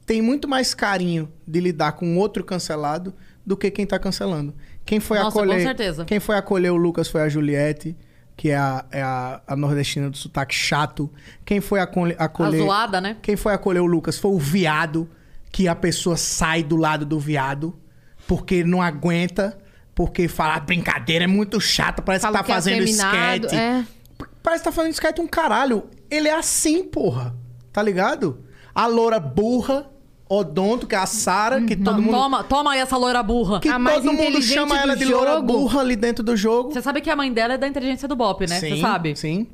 tem muito mais carinho de lidar com outro cancelado do que quem tá cancelando. Quem foi Nossa, acolher. com certeza. Quem foi acolher o Lucas foi a Juliette, que é a, é a, a nordestina do sotaque chato. Quem foi acolhe- acolher. A zoada, né? Quem foi acolher o Lucas foi o viado, que a pessoa sai do lado do viado, porque não aguenta, porque falar brincadeira é muito chata, parece Fala que tá que é fazendo afeminado, esquete. é. P- Parece que tá fazendo esquete um caralho. Ele é assim, porra. Tá ligado? A loura burra, Odonto, que é a Sara, que todo mundo. Toma, toma aí essa loira burra. Que Uhum. A mais todo mundo inteligente chama do ela de loura jogo. burra ali dentro do jogo. Você sabe que a mãe dela é da inteligência do Bop, né? Você Sim, sabe? Sim.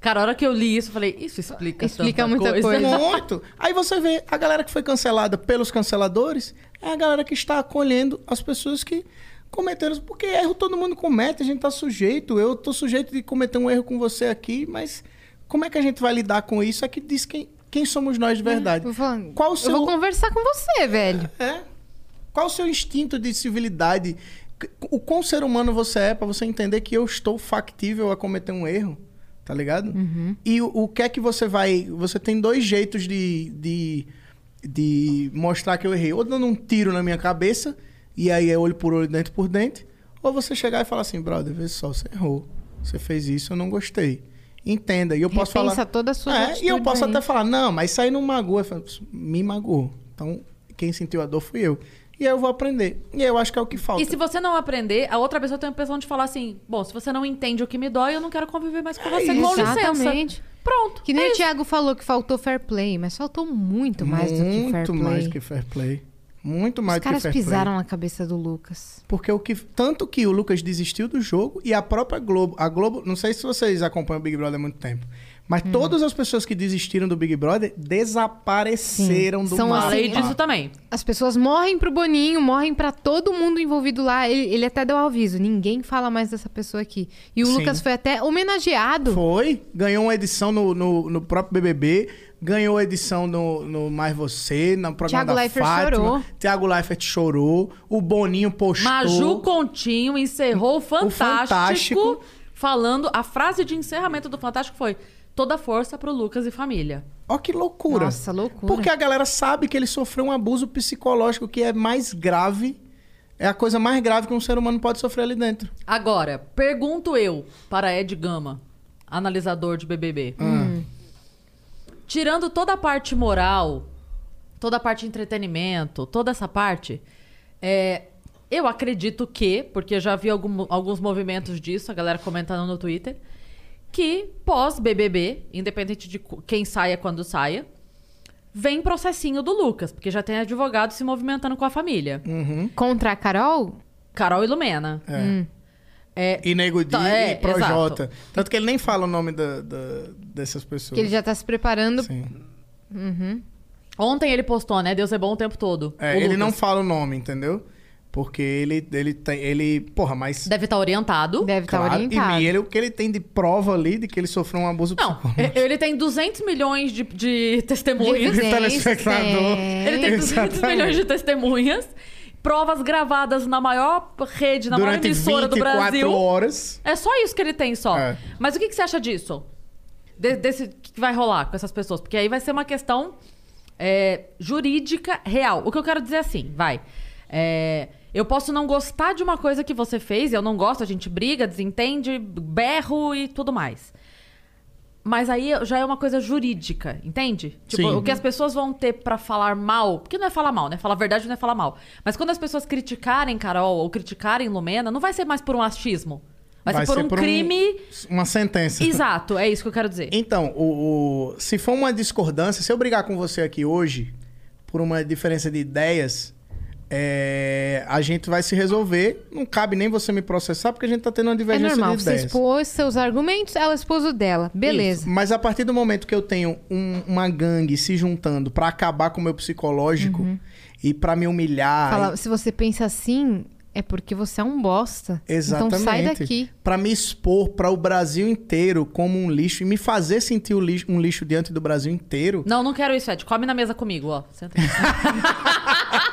Cara, a hora que eu li isso, eu falei, isso explica Explica tanta muita coisa. é. Muito. Aí você vê a galera que foi cancelada pelos canceladores é a galera que está acolhendo as pessoas que cometeram. Porque erro todo mundo comete, a gente tá sujeito. Eu tô sujeito de cometer um erro com você aqui, mas como é que a gente vai lidar com isso? É que diz quem, quem somos nós de verdade. Vou falando, Qual o Eu seu vou conversar com você, velho. é. Qual o seu instinto de civilidade? C- O quão ser humano você é pra você entender que eu estou factível a cometer um erro? Tá ligado? Uhum. E o, o que é que você vai. Você tem dois jeitos de, de, de mostrar que eu errei. Ou dando um tiro na minha cabeça, e aí é olho por olho, dente por dente. Ou você chegar e falar assim, brother, vê só, você errou. Você fez isso, eu não gostei. Entenda. E eu posso Repensa falar. toda a sua É, e eu atitude posso aí. até falar, não, mas isso aí não magoa. Eu falo, "Pss, Me magoou. Então, quem sentiu a dor fui eu. E aí eu vou aprender. E aí eu acho que é o que falta. E se você não aprender, a outra pessoa tem a impressão de falar assim: bom, se você não entende o que me dói, eu não quero conviver mais com É você. Com licença. Exatamente. Pronto. é Que nem o Thiago falou que faltou fair play, mas faltou muito é mais do que fair Muito play. mais que fair play. Muito mais Os do que caras fair pisaram play. na cabeça do Lucas. Porque o que. Tanto que o Lucas desistiu do jogo e a própria Globo. A Globo. Não sei se vocês acompanham o Big Brother há muito tempo. Mas Hum. todas as pessoas que desistiram do Big Brother desapareceram do São mapa. Falei disso também. As pessoas morrem pro Boninho, morrem pra todo mundo envolvido lá. Ele, ele até deu aviso, ninguém fala mais dessa pessoa aqui. E o Sim. Lucas foi até homenageado. Foi, ganhou uma edição no, no, no próprio BBB, ganhou a edição no, no Mais Você, no programa Thiago da Leifert Fátima. chorou. Thiago Leifert chorou, o Boninho postou. Maju Continho encerrou o Fantástico, Fantástico. falando. A frase de encerramento do Fantástico foi: toda força pro Lucas e família. Ó que loucura. Nossa, loucura. Porque a galera sabe que ele sofreu um abuso psicológico que é mais grave, é a coisa mais grave que um ser humano pode sofrer ali dentro. Agora, pergunto eu para Ed Gama, analisador de BBB. Tirando toda a parte moral, toda a parte entretenimento, toda essa parte, é, eu acredito que, porque eu já vi algum- alguns movimentos disso, a galera comentando no Twitter, que pós-BBB, independente de cu- quem saia quando saia, vem processinho do Lucas, porque já tem advogado se movimentando com a família. Contra a Carol? Carol e Lumena. É. É, Hum. E Nego Di Tá, é, e Projota. exato. Tanto que ele nem fala o nome da- da- dessas pessoas. Que ele já tá se preparando. Uhum. Sim. Ontem ele postou, né? Deus é bom o tempo todo. É, O ele Lucas. não fala o nome, entendeu? Porque ele, ele tem. Ele. Porra, mas. Deve estar orientado. Deve estar Claro, orientado. É E ele, o que ele tem de prova ali de que ele sofreu um abuso Não, e- ele tem 200 milhões de, de testemunhas. Evidências, é telespectador. é. Ele tem 200 milhões de testemunhas. Provas gravadas na maior rede, na maior durante emissora do 24 Brasil. horas. É só isso que ele tem, só. É. Mas o que, que você acha disso? De- desse que vai rolar com essas pessoas? Porque aí vai ser uma questão é, jurídica real. O que eu quero dizer é assim, vai. É, eu posso não gostar de uma coisa que você fez, eu não gosto, a gente briga, desentende, berro e tudo mais. Mas aí já é uma coisa jurídica, entende? Tipo, Sim. o que as pessoas vão ter pra falar mal, porque não é falar mal, né? Falar a verdade não é falar mal. Mas quando as pessoas criticarem Carol ou criticarem Lumena, não vai ser mais por um achismo. Vai, ser por um crime. Uma sentença. Exato, é isso que eu quero dizer. Então, o, o- se for uma discordância, se eu brigar com você aqui hoje por uma diferença de ideias, é, a gente vai se resolver. Não cabe nem você me processar, porque a gente tá tendo uma É divergência normal, de você ideias. expôs seus argumentos, ela expôs o dela. Beleza. Isso. Mas a partir do momento que eu tenho um- uma gangue se juntando pra acabar com o meu psicológico e pra me humilhar, Uhum. Fala, se você pensa assim, é porque você é um bosta. Exatamente. Então sai daqui. Pra me expor pra o Brasil inteiro como um lixo e me fazer sentir o lixo- um lixo diante do Brasil inteiro. Não, não quero isso, Ed. Come na mesa comigo, ó. Senta.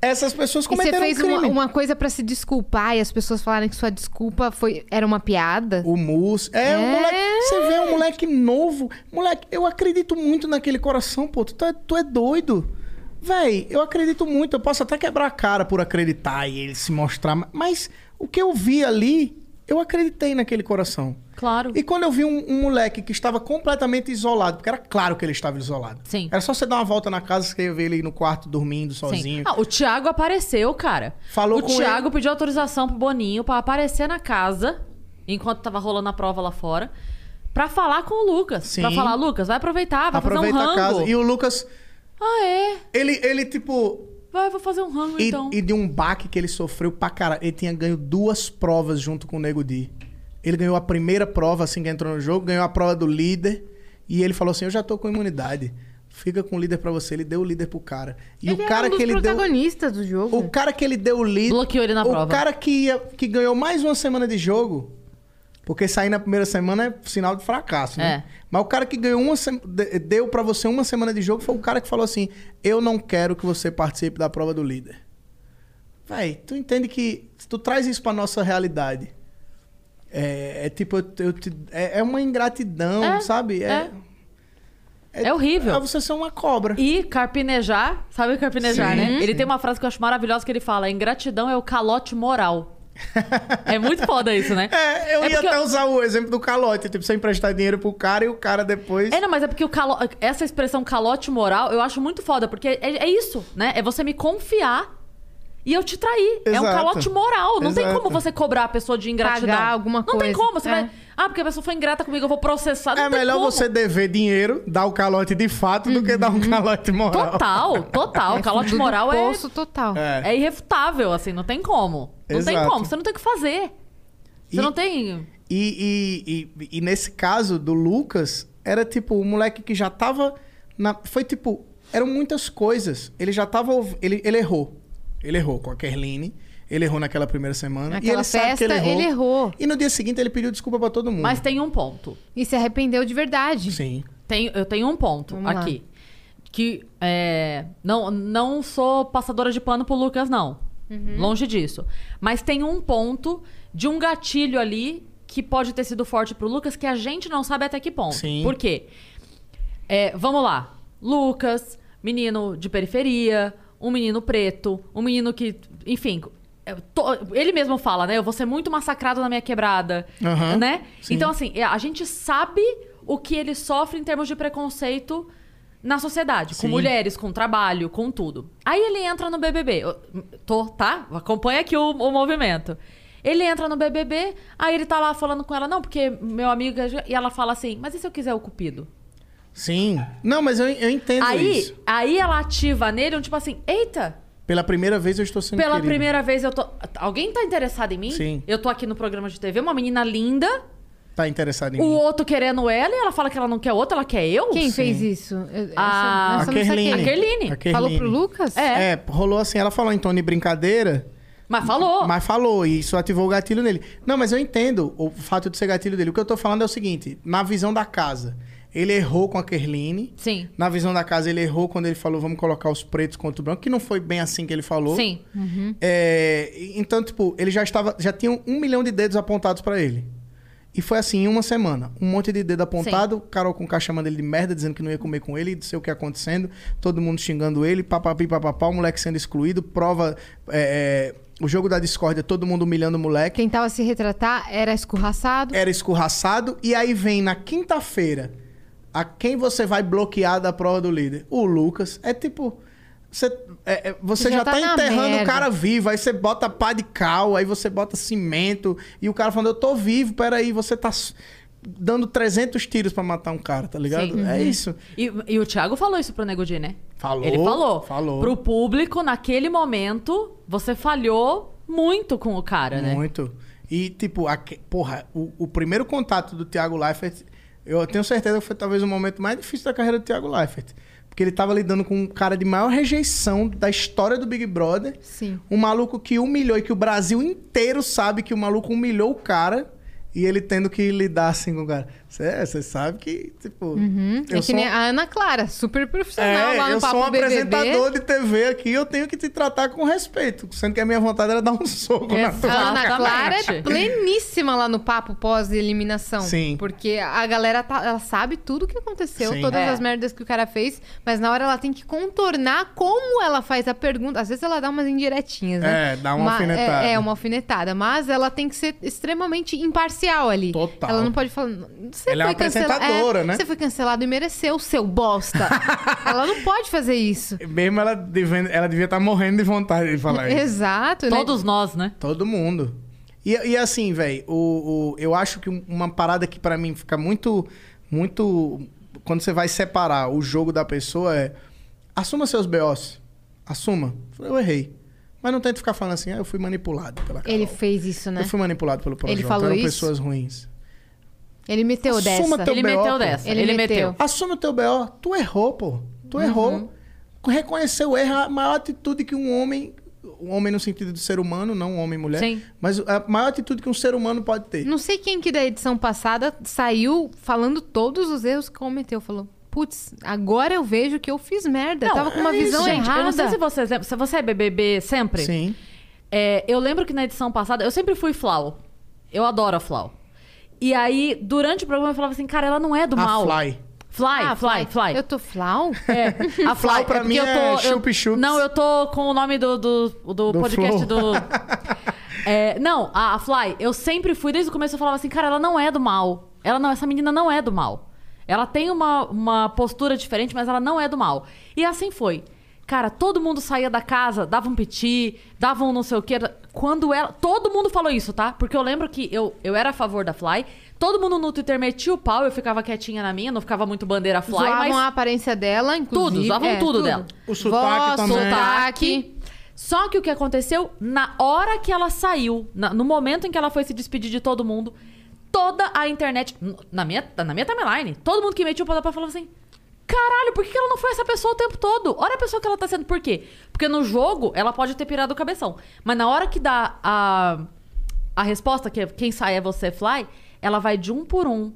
Essas pessoas E você cometeram fez um crime. uma, uma coisa pra se desculpar e as pessoas falarem que sua desculpa foi, era uma piada. O Mus. É, um É. moleque. Você vê um moleque novo. Moleque, eu acredito muito naquele coração, pô. Tu, tá- tu é doido. Véi, eu acredito muito. Eu posso até quebrar a cara por acreditar e ele se mostrar. ma- Mas o que eu vi ali, eu acreditei naquele coração. Claro. E quando eu vi um, um moleque que estava completamente isolado, porque era claro que ele estava isolado. Sim. Era só você dar uma volta na casa, você ia ver ele no quarto dormindo sozinho. Sim. Ah, o Thiago apareceu, cara. Falou o com Thiago pediu autorização pro Boninho pra aparecer na casa, enquanto tava rolando a prova lá fora, pra falar com o Lucas. Sim. Pra falar, Lucas, vai aproveitar, vai fazer Aproveita um a rango. casa. E o Lucas, Ah, é? ele, ele tipo. Vai, vou fazer um rango E, então. e de um baque que ele sofreu pra caralho. Ele tinha ganho duas provas junto com o Nego Di. Ele ganhou a primeira prova assim que entrou no jogo, ganhou a prova do líder. E ele falou assim: Eu já tô com imunidade. Fica com o líder pra você. Ele deu o líder pro cara. E Ele o era cara um dos que ele deu. protagonistas do jogo. É O cara que ele deu o líder. Bloqueou ele na o prova. cara que, ia- que ganhou mais uma semana de jogo. Porque sair na primeira semana é sinal de fracasso, né? É. Mas o cara que ganhou uma sem- de- deu pra você uma semana de jogo foi o cara que falou assim: "Eu não quero que você participe da prova do líder". Véi, tu entende que se tu traz isso pra nossa realidade. É, é tipo, eu, te- eu te- é, é uma ingratidão, É, sabe? é. É horrível. É você ser uma cobra. E carpinejar, sabe carpinejar, Sim, né? Ele sim. tem uma frase que eu acho maravilhosa que ele fala: ingratidão é o calote moral. é muito foda isso, né? É, eu É ia porque até eu- usar o exemplo do calote. Tipo, você emprestar dinheiro pro cara e o cara depois. É, não, mas é porque o calo... essa expressão calote moral eu acho muito foda, porque é, é isso, né? É você me confiar e eu te trair. É um Exato. calote moral. Não tem Exato. como você cobrar a pessoa de ingratidão. Pagar alguma Não tem coisa, como. Você é. vai. Ah, porque a pessoa foi ingrata comigo, eu vou processar. Não É tem melhor como. Uhum. você dever dinheiro, dar o calote de fato, do que dar um calote moral. Total, total. calote fundo do moral é, Bolso total. É. é irrefutável, assim, não tem como. Não tem Exato. como, você não tem o que fazer. Você E- não tem. E, e- e- e nesse caso do Lucas, era tipo, o moleque que já tava. Na... Foi tipo, eram muitas coisas. Ele já tava. ouv- Ele, ele errou. Ele errou com a Kerline. Ele errou naquela primeira semana. e Naquela ele sabe que ele festa, errou. ele errou. E no dia seguinte ele pediu desculpa pra todo mundo. Mas tem um ponto. E se arrependeu de verdade. Sim. Tem, eu tenho um ponto Vamos lá. aqui. Que é, não, não sou passadora de pano pro Lucas, não. Uhum. Longe disso. Mas tem um ponto de um gatilho ali que pode ter sido forte pro Lucas que a gente não sabe até que ponto. Sim. Por quê? É, vamos lá. Lucas, menino de periferia, um menino preto, um menino que. Enfim. eu tô- ele mesmo fala, né? Eu vou ser muito massacrado na minha quebrada. Aham, Né? sim. Então, assim, é, a gente sabe o que ele sofre em termos de preconceito na sociedade, com Sim. mulheres, com trabalho, com tudo. Aí ele entra no BBB. Eu- tô, tá? Acompanha aqui o, o movimento. Ele entra no BBB, aí ele tá lá falando com ela, não, porque meu amigo. E ela fala assim: mas e se eu quiser o Cupido? Sim. Não, mas eu, eu entendo Aí, isso. aí ela ativa nele um tipo assim, eita, Pela primeira vez eu estou sendo pela querido. primeira vez eu tô. Alguém tá interessado em mim? Sim. Eu tô aqui no programa de TV, uma menina linda, Tá interessado em o mim. outro querendo ela, e ela fala que ela não quer outra, ela quer eu? Quem Sim. fez isso? Eu- Ah. A- essa- essa A não saquei. Kerline. é Kerline. A Kerline. Falou pro Lucas? É. É, rolou assim. Ela falou em tom de brincadeira, Mas falou. mas falou. E isso ativou o gatilho nele. Não, mas eu entendo o fato de ser gatilho dele. O que eu tô falando é o seguinte. Na visão da casa, ele errou com a Kerline. Sim. Na visão da casa, ele errou quando ele falou vamos colocar os pretos contra o branco. Que não foi bem assim que ele falou. Sim. É, então, tipo, ele já estava. Já tinha um milhão de dedos apontados pra ele. E foi assim, em uma semana. Um monte de dedo apontado, Carol com K chamando ele de merda, dizendo que não ia comer com ele, não sei o que acontecendo, todo mundo xingando ele, papapi, papapá, o moleque sendo excluído, prova. é, é, o jogo da discórdia, todo mundo humilhando o moleque. Quem tava se retratar era escorraçado. Era escorraçado, e aí vem na quinta-feira a quem você vai bloquear da prova do líder? O Lucas. É tipo. Você, é, é, você Já já, tá tá, na enterrando merda. o cara vivo, aí você bota pá de cal, aí você bota cimento, e o cara falando, eu tô vivo, peraí, você tá s- dando 300 tiros pra matar um cara, tá ligado? Sim. Uhum. É isso. E, e o Thiago falou isso pro Nego Di, né? Falou, Ele falou. falou. Pro público, naquele momento, você falhou muito com o cara, né? Muito. E, tipo, a, que- porra, o, o primeiro contato do Thiago Leifert, eu tenho certeza que foi talvez o momento mais difícil da carreira do Thiago Leifert. Porque ele tava lidando com um cara de maior rejeição da história do Big Brother. Sim. Um maluco que humilhou e que o Brasil inteiro sabe que o maluco humilhou o cara. E ele tendo que lidar assim com o cara. Você sabe que, tipo. Uhum. É eu que sou- nem a Ana Clara, super profissional É, lá no eu Papo sou um BBB. apresentador de TV aqui, eu tenho que te tratar com respeito. Sendo que a minha vontade era dar um soco É na tua A cara. Ana Clara é pleníssima lá no papo pós-eliminação. Sim. Porque a galera tá- ela sabe tudo o que aconteceu, Sim. todas É. as merdas que o cara fez, mas na hora ela tem que contornar como ela faz a pergunta. Às vezes ela dá umas indiretinhas, né? É, dá uma Ma- alfinetada. É, é, uma alfinetada. Mas ela tem que ser extremamente imparcial ali. Total. Ela não pode falar. Você Ela é foi uma cancela- apresentadora, é, né? Você foi cancelado e mereceu, seu bosta. ela não pode fazer isso. Mesmo ela devia, ela devia estar morrendo de vontade de falar é isso. Exato, né? Todos nós, né? Todo mundo. E, e assim, velho, o, o- eu acho que um- uma parada que pra mim fica muito. Muito. Quando você vai separar o jogo da pessoa é. Assuma seus B.O.s. Assuma. Eu errei. Mas não tenta ficar falando assim, ah, eu fui manipulado pela Carol. Ele fez isso, né? Eu fui manipulado pelo Projota. Ele falou Eram isso? pessoas ruins. Ele meteu Assuma dessa. teu BO, pô. Assume Assume o teu BO. Tu errou, pô. Tu errou. Uhum. Reconhecer o erro é a maior atitude que um homem... Um homem no sentido de ser humano, não um homem e mulher. Sim. Mas a maior atitude que um ser humano pode ter. Não sei quem que da edição passada saiu falando todos os erros que cometeu. Falou, putz, agora eu vejo que eu fiz merda. eu tava com uma é isso, visão gente. errada. Eu não sei se vocês lembram. Se você é BBB sempre? É, Sim. eu lembro que na edição passada, eu sempre fui Flau. Eu adoro a Flau. E aí, durante o programa, eu falava assim, cara, ela não é do A mal. Ah, Fly. Fly, Ah, fly, fly. Eu tô flau? É, a Fly. Flau pra porque mim eu tô, é eu- chup-chups. Não, eu tô com o nome do, do, do podcast Flow. do... É, não, a, a Fly, eu sempre fui, desde o começo eu falava assim, cara, ela não é do mal. Ela não, essa menina não é do mal. Ela tem uma, uma postura diferente, mas ela não é do mal. E assim foi. Cara, todo mundo saía da casa, dava um piti, dava um não sei o quê. Quando ela. Todo mundo falou isso, tá? Porque eu lembro que eu, eu era a favor da Fly. Todo mundo no Twitter metia o pau, eu ficava quietinha na minha, não ficava muito bandeira Fly, zoavam mas. a aparência dela, inclusive. Tudo, zoavam É, tudo, dela. O sotaque Voz, também. sotaque. Só que o que aconteceu, na hora que ela saiu, na- no momento em que ela foi se despedir de todo mundo, toda a internet, n- na minha, na minha timeline, todo mundo que metiu o pau pra falava assim: caralho, por que que ela não foi essa pessoa o tempo todo? Olha a pessoa que ela tá sendo, por quê? Porque no jogo ela pode ter pirado o cabeção, mas na hora que dá a, a resposta, que é quem sai é você, Fly, ela vai de um por um.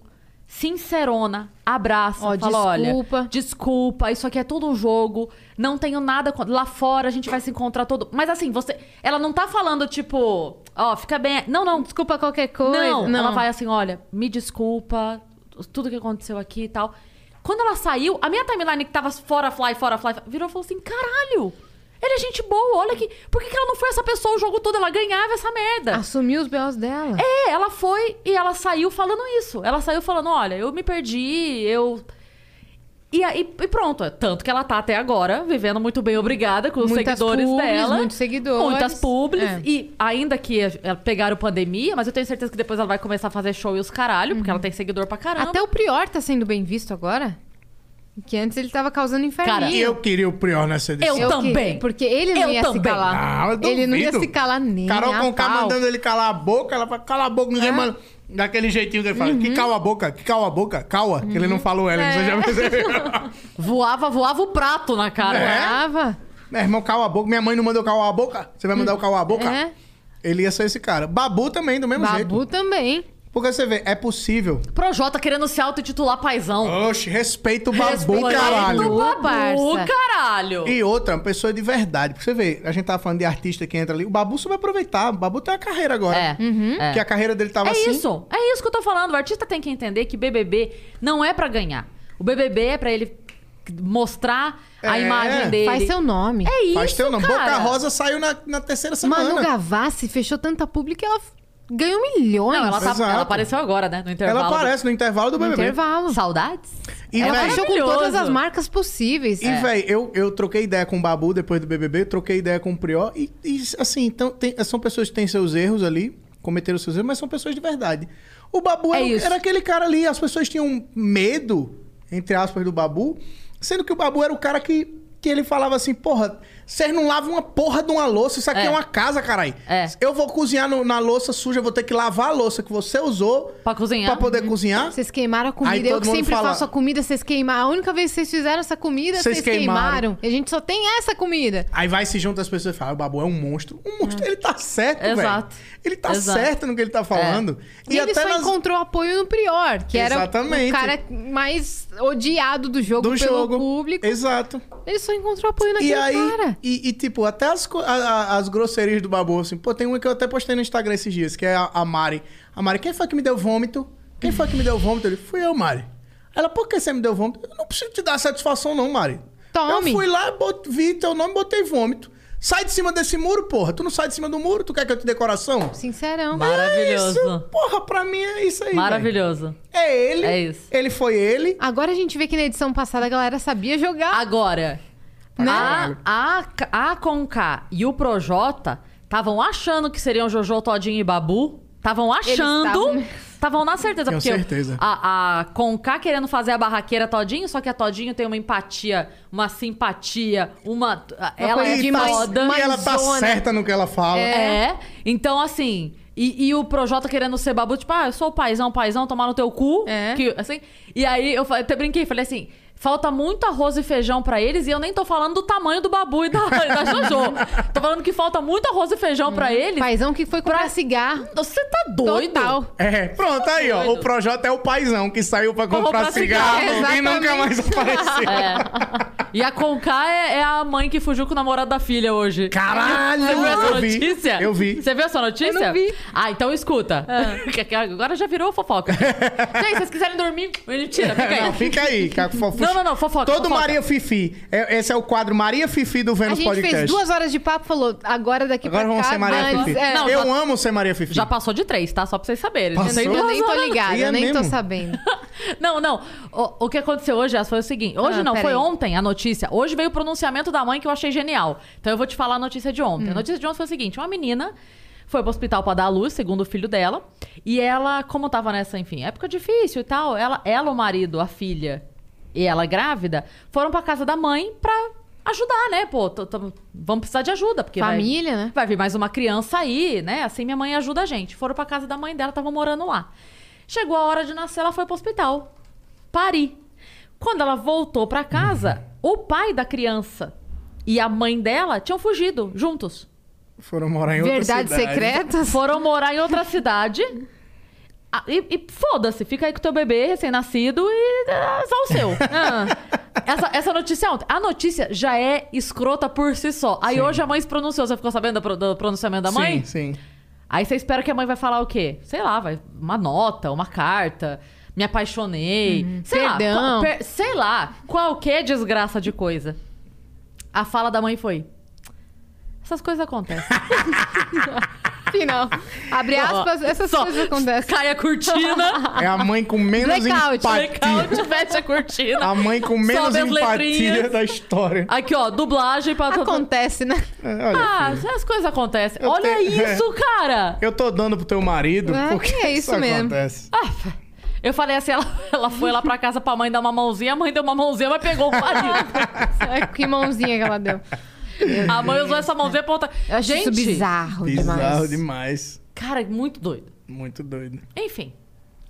Sincerona, abraça, Ó, fala, desculpa. olha, desculpa, isso aqui é todo um jogo, não tenho nada contra. Lá fora a gente vai se encontrar todo. Mas assim, você. Ela não tá falando, tipo, ó, fica bem. Não, não. Desculpa qualquer coisa. Não, Não. ela vai assim, olha, me desculpa, tudo que aconteceu aqui e tal. Quando ela saiu, a minha timeline que tava fora fly, fora fly, virou e falou assim: caralho! Ele é gente boa, olha que. Por que, que ela não foi essa pessoa o jogo todo? Ela ganhava essa merda. Assumiu os B.O.s dela. É, ela foi e ela saiu falando isso. Ela saiu falando: olha, eu me perdi, eu. E, aí, e pronto, tanto que ela tá até agora vivendo muito bem, obrigada, com os Muitas seguidores publis, dela. muitos seguidores. Muitas publis. É. E ainda que eh, pegaram pandemia, mas eu tenho certeza que depois ela vai começar a fazer show e os caralho, porque ela tem seguidor pra caramba. Uhum. Até o Prior tá sendo bem visto agora. Que antes ele tava causando inferninho. E eu queria o Prior nessa edição. Eu que- porque ele não Eu ia se também. calar. Ah, eu ele não ia duvido. se calar nem. Carol a Conká pau. mandando ele calar a boca, ela fala, cala a boca, ninguém manda. Daquele jeitinho que ele fala, Uhum. que cala a boca, que cala a boca, cala, que ele não falou ela, você É. já percebeu? Voava, voava o prato na cara. É? Tava. Meu irmão, cala a boca, minha mãe não mandou calar a boca, você vai mandar eu calar a boca? É. Ele ia ser esse cara. Babu também, do mesmo um jeito. Babu também. Porque você vê, é possível. Projota querendo se auto-intitular paizão. Oxe, respeita o Babu, Respeita caralho. o Babu, parça. caralho. E outra, uma pessoa de verdade. Porque você vê, a gente tava falando de artista que entra ali. O Babu soube aproveitar. O Babu tem uma carreira agora. É, Uhum. é. Que a carreira dele tava É assim. isso, é isso que eu tô falando. O artista tem que entender que BBB não é pra ganhar. O BBB é pra ele mostrar a É. imagem dele. Faz seu nome. É isso, Faz teu nome. cara. Boca Rosa saiu na, na terceira semana. Manu Gavassi fechou tanta pública que ela f- ganhou milhões. Não, ela, tá- Exato. ela apareceu agora, né? No intervalo. Ela do- aparece no intervalo do No BBB. intervalo. Saudades? E, ela véi, fechou com todas as maravilhoso. marcas possíveis. E, É. véi, eu, eu troquei ideia com o Babu depois do BBB, troquei ideia com o Prior. E, e, assim, então, tem- são pessoas que têm seus erros ali, cometeram seus erros, mas são pessoas de verdade. O Babu É era, isso. era aquele cara ali, as pessoas tinham medo, entre aspas, do Babu, sendo que o Babu era o cara que, que ele falava assim, porra, Vocês não lavam uma porra de uma louça. Isso aqui é, É. uma casa, caralho. É. Eu vou cozinhar no- na louça suja, eu vou ter que lavar a louça que você usou Pra cozinhar. pra poder cozinhar. Vocês queimaram a Aí comida. Eu todo que mundo sempre fala- faço a comida, vocês queimaram. A única vez que vocês fizeram essa comida, Vocês vocês queimaram. queimaram. E a gente só tem essa comida. Aí vai se junta as pessoas e fala: "Ah, o Babu é um monstro. Um monstro, ele tá certo, velho. Exato. Ele tá Exato. certo no que ele tá falando. É. E, ele só encontrou apoio no Prior, que era Exatamente. o cara mais odiado do jogo do pelo jogo. público. Exato. Ele só encontrou apoio naquele E aí, cara. e, e, tipo, até as, co- a- a- as grosserias do Babu, assim, pô, tem uma que eu até postei no Instagram esses dias, que é a, a Mari. A Mari, quem foi que me deu vômito? Quem foi que me deu vômito? Ele, fui eu, Mari. Ela, por que você me deu vômito? Eu não preciso te dar satisfação, não, Mari. Tome. Eu fui lá, bot- vi teu nome, botei vômito. Sai de cima desse muro, porra. Tu não sai de cima do muro? Tu quer que eu te dê coração? Sincerão. Isso, Maravilhoso. porra, pra mim é isso aí. velho. Maravilhoso. É ele. É isso. Ele foi ele. Agora a gente vê que na edição passada a galera sabia jogar. Agora, Né? a, a, a Conká e o Projota estavam achando que seriam Jojo, Todinho e Babu. Estavam achando. estavam- Estavam na certeza. Tenho porque certeza. A, a Conká querendo fazer a barraqueira Todinho, só que a Todinho tem uma empatia, uma simpatia, uma. ela é e tá- foda. E ela tá Mãezona. certa no que ela fala. É. Então, assim. E, e o Projota querendo ser babu, tipo, ah, eu sou o paizão, paizão, tomar no teu cu. É. Que, assim, e aí eu fa- até brinquei, falei assim. Falta muito arroz e feijão pra eles e eu nem tô falando do tamanho do babu e da, da Jojo. tô falando que falta muito arroz e feijão pra eles. Uhum. Paizão que foi comprar cigarro. Você tá doido? Total. É, pronto, aí, ó. O Projota é o paizão que saiu pra comprar, Tá comprar cigarro, cigarro, É, e exatamente. nunca mais apareceu. E a Conká é, é a mãe que fugiu com o namorado da filha hoje. Caralho! Você viu essa eu vi. notícia? Eu vi. Você viu essa notícia? Eu não vi. Ah. Ah, então escuta. Que- que Agora já virou fofoca. Gente, se vocês quiserem dormir, mentira, então fica aí. É, Não, fica aí. que a fofo- Não, não, não, fofoca, Todo fofoca. Maria Fifi. É- esse é o quadro Maria Fifi do A Vênus gente Podcast. fez duas horas de papo falou, agora daqui Agora pra vamos cá... ser Maria antes- Fifi. é, Não, eu já- amo ser Maria Fifi. Já passou de três, tá? Só pra vocês saberem. Passou? Entendeu? eu nem tô ligada, E é eu nem tô mesmo? sabendo. Não, não. O, o que aconteceu hoje Jess, foi o seguinte. Hoje Ah, não, foi peraí. ontem a notícia. Hoje veio o pronunciamento da mãe que eu achei genial. Então eu vou te falar a notícia de ontem. A notícia de ontem foi o seguinte: uma menina foi pro hospital pra dar à luz, segundo o filho dela. E ela, como tava nessa, enfim, época difícil e tal, ela, ela o marido, a filha e ela grávida, foram pra casa da mãe pra ajudar, né? Pô, tô- tô- vamos precisar de ajuda, porque vai- Família, né? Vai vir mais uma criança aí, né? Assim minha mãe ajuda a gente. Foram pra casa da mãe dela, estavam morando lá. Chegou a hora de nascer, ela foi pro hospital. Pari. Quando ela voltou pra casa, o pai da criança e a mãe dela tinham fugido juntos. Foram morar em outra Verdades cidade. secretas? Foram morar em outra cidade. Ah, E, e foda-se, fica aí com teu bebê recém-nascido e ah, só o seu. Ah. Essa, essa notícia ontem. A notícia já é escrota por si só. Aí hoje a mãe se pronunciou. Você ficou sabendo do pro- do pronunciamento da mãe? Sim, sim. Aí você espera que a mãe vai falar o quê? Sei lá, vai uma nota, uma carta, me apaixonei, sei Uhum. perdão. lá, qual- per- sei lá, qualquer desgraça de coisa. A fala da mãe foi: essas coisas acontecem. Final. Abre aspas, essas Só coisas acontecem. Cai a cortina, É a mãe com menos Blackout, empatia. blackout, fecha a cortina. A mãe com menos Sobe as empatia letrinhas. da história. Aqui, ó, dublagem pra Acontece, né? É, Olha, Ah, filho, as coisas acontecem. Eu Olha tenho- isso, cara! eu tô dando pro teu marido É, porque é isso mesmo. acontece. Eu falei assim, ela, ela foi lá pra casa pra mãe dar uma mãozinha, a mãe deu uma mãozinha, mas pegou o marido. Ai, que mãozinha que ela deu. A mãe usou essa mãozinha pra outra. Eu achei isso bizarro, Bizarro demais. demais. Cara, muito doido. Muito doido. Enfim.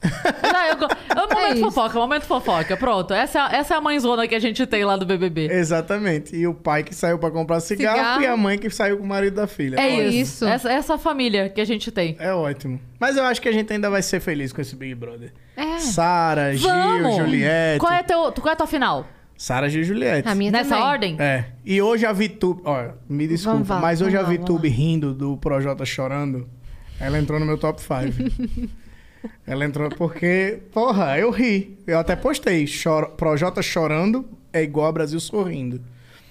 Não, eu go- é o momento isso. fofoca, é o momento fofoca. Pronto, essa, é- essa é a mãezona que a gente tem lá do BBB. Exatamente. E o pai que saiu pra comprar cigarro, Cigarro. e a mãe que saiu com o marido da filha. É, É isso. isso. Essa, essa família que a gente tem. É ótimo. Mas eu acho que a gente ainda vai ser feliz com esse Big Brother. É. Sara, Gil, Vamos! Juliette. Qual é, teu, qual é a tua final? Sara, Gil, Juliette. A minha Nessa também. ordem? É. E hoje a VTube. Olha, me desculpa, Vamos lá, mas hoje vamos a lá, VTube rindo do Projota chorando, ela entrou no meu top 5. ela entrou porque, porra, eu ri. Eu até postei. Choro, Projota chorando é igual a Brasil sorrindo.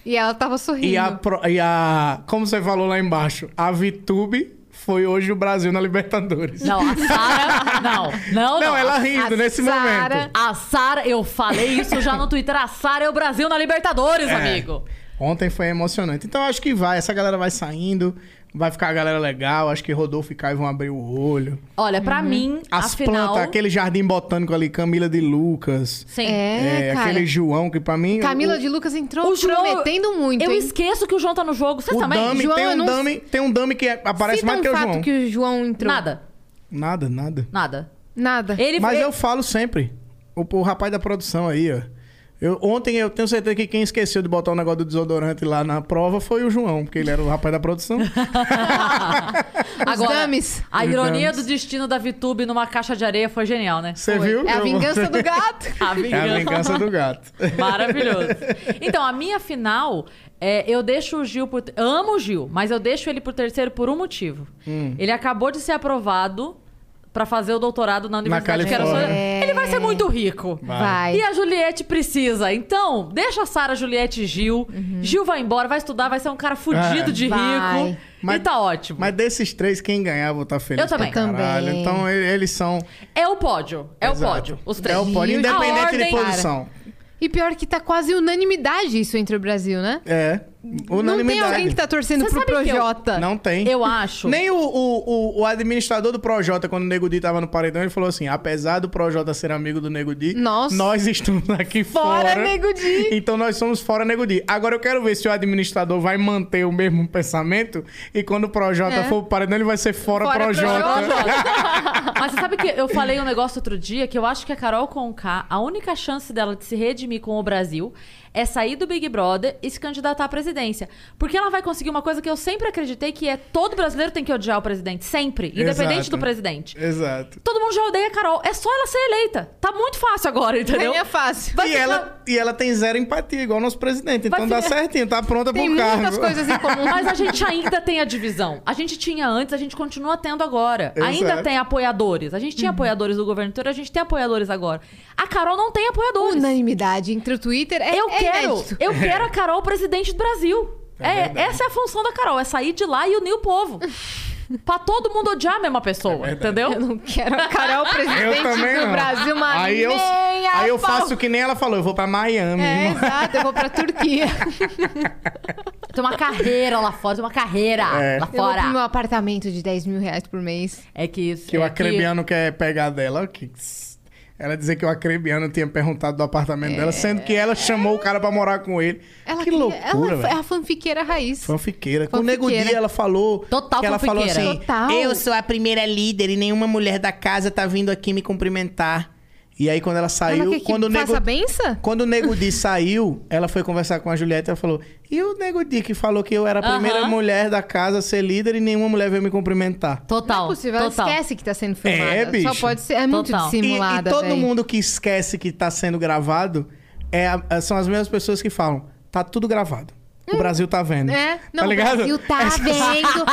E ela tava sorrindo. E a, pro- e a. Como você falou lá embaixo, a VTube foi hoje o Brasil na Libertadores. Não, a Sara. não, não, não. Não, ela a rindo nesse Sara- momento. A Sara, eu falei isso já no Twitter. A Sara é o Brasil na Libertadores, amigo. Ontem foi emocionante. Então acho que vai, essa galera vai saindo, vai ficar a galera legal, acho que Rodolfo e Caio vão abrir o olho. Olha, Uhum. pra mim, As afinal... plantas, aquele jardim botânico ali, Camila de Lucas. Sim. É, É, cara. aquele João que pra mim. Camila o, de Lucas entrou João- prometendo muito. Eu hein? esqueço que o João tá no jogo. Vocês o também? Dami, João, tem eu um não- dame, tem um dame que é- aparece Cita mais um que o fato João. que o João entrou. Nada, Nada, nada. nada. Nada. Ele Mas ele- eu falo sempre. O, o rapaz da produção aí, ó. Eu, ontem eu tenho certeza que quem esqueceu de botar o negócio do desodorante lá na prova foi o João, porque ele era o rapaz da produção. Agora, dames. a ironia dames. do destino da VTube numa caixa de areia foi genial, né? Você viu? É a Eu- vingança do gato. A É a vingança do gato. Maravilhoso. Então, a minha final, é, eu deixo o Gil por. Amo o Gil, mas eu deixo ele por terceiro por um motivo. Hum. Ele acabou de ser aprovado pra fazer o doutorado na universidade que era só... Califórnia. Ele vai ser muito rico. É. Vai. E a Juliette precisa. Então, deixa a Sara, Juliette e Gil. Uhum. Gil vai embora, vai estudar, vai ser um cara fudido É. de Vai. rico. Mas- e tá ótimo. Mas desses três, quem ganhar, vou estar feliz. Eu também. pra caralho. Também. Então e- eles são. É o pódio. É Exato. o pódio. Os três. É o pódio, E o de independente ordem, de produção. E pior que tá quase unanimidade isso entre o Brasil, né? É. Não tem Unanimidade. alguém que tá torcendo Você pro sabe que eu- Projota. Não tem. Eu acho. Nem o, o, o, o administrador do Projota, quando o Nego Di tava no paredão, ele falou assim: apesar do Projota ser amigo do Nego Di, Nossa. nós estamos aqui Fora fora. Nego Di. Então nós somos fora Nego Di. Agora eu quero ver se o administrador vai manter o mesmo pensamento e quando o Projota É. for pro paredão, ele vai ser fora, Fora Projota. Mas você sabe que eu falei um negócio outro dia que eu acho que a Carol Conká, a única chance dela de se redimir com o Brasil é sair do Big Brother e se candidatar à presidência. Porque ela vai conseguir uma coisa que eu sempre acreditei que é todo brasileiro tem que odiar o presidente. Sempre. Independente Exato. do presidente. Exato. Todo mundo já odeia a Carol. É só ela ser eleita. Tá muito fácil agora, entendeu? Ganha é fácil. Vai E ficar- ela, e ela tem zero empatia, igual o nosso presidente. Então dá ficar- certinho, tá pronta Tem pro cargo. muitas coisas em comum. Mas a gente ainda tem a divisão. A gente tinha antes, a gente continua tendo agora. Exato. Ainda tem apoiadores. A gente Uhum. tinha apoiadores do governo inteiro, a gente tem apoiadores agora. A Carol não tem apoiadores. Unanimidade entre o Twitter é Eu é quero, inédito. eu quero a Carol presidente do Brasil. É É, verdade. essa é a função da Carol, é sair de lá e unir o povo. pra todo mundo odiar a mesma É pessoa, entendeu? Eu não quero a Carol Eu presidente também do não. Brasil, mas aí eu, nem a aí eu pau. faço assim. que nem ela falou, eu vou pra Miami. É, irmão. exato, eu vou pra Turquia. Tem uma carreira lá fora, tem uma carreira É. lá Eu vou fora. pro meu apartamento de 10 mil reais por mês. É que isso. Que o é acrebiano quer pegar dela. Que... Ela dizer que o acrebiano tinha perguntado do apartamento dela, sendo que ela chamou o cara pra morar com ele. Ela que queria- loucura, Ela é velho. a fanfiqueira raiz. Fanfiqueira. Com o Nego Fanfiqueira. Di, ela falou. Total que ela falou fanfiqueira. assim: Total. Eu sou a primeira líder e nenhuma mulher da casa tá vindo aqui me cumprimentar. E aí, quando ela saiu. ela quer que quando, o faça a nego, benção? quando o Nego Di saiu, ela foi conversar com a Juliette, ela falou: E o Nego Di que falou que eu era a primeira Aham. mulher da casa a ser líder e nenhuma mulher veio me cumprimentar. Não Total. é possível, ela total. esquece que tá sendo filmada. É, Só bicho. pode ser. É muito Total. E- dissimulada. E, todo véi. mundo que esquece que tá sendo gravado é a- a- são as mesmas pessoas que falam: tá tudo gravado. O Brasil tá vendo. Hum. É, não, tá ligado? o Brasil tá Essa- vendo,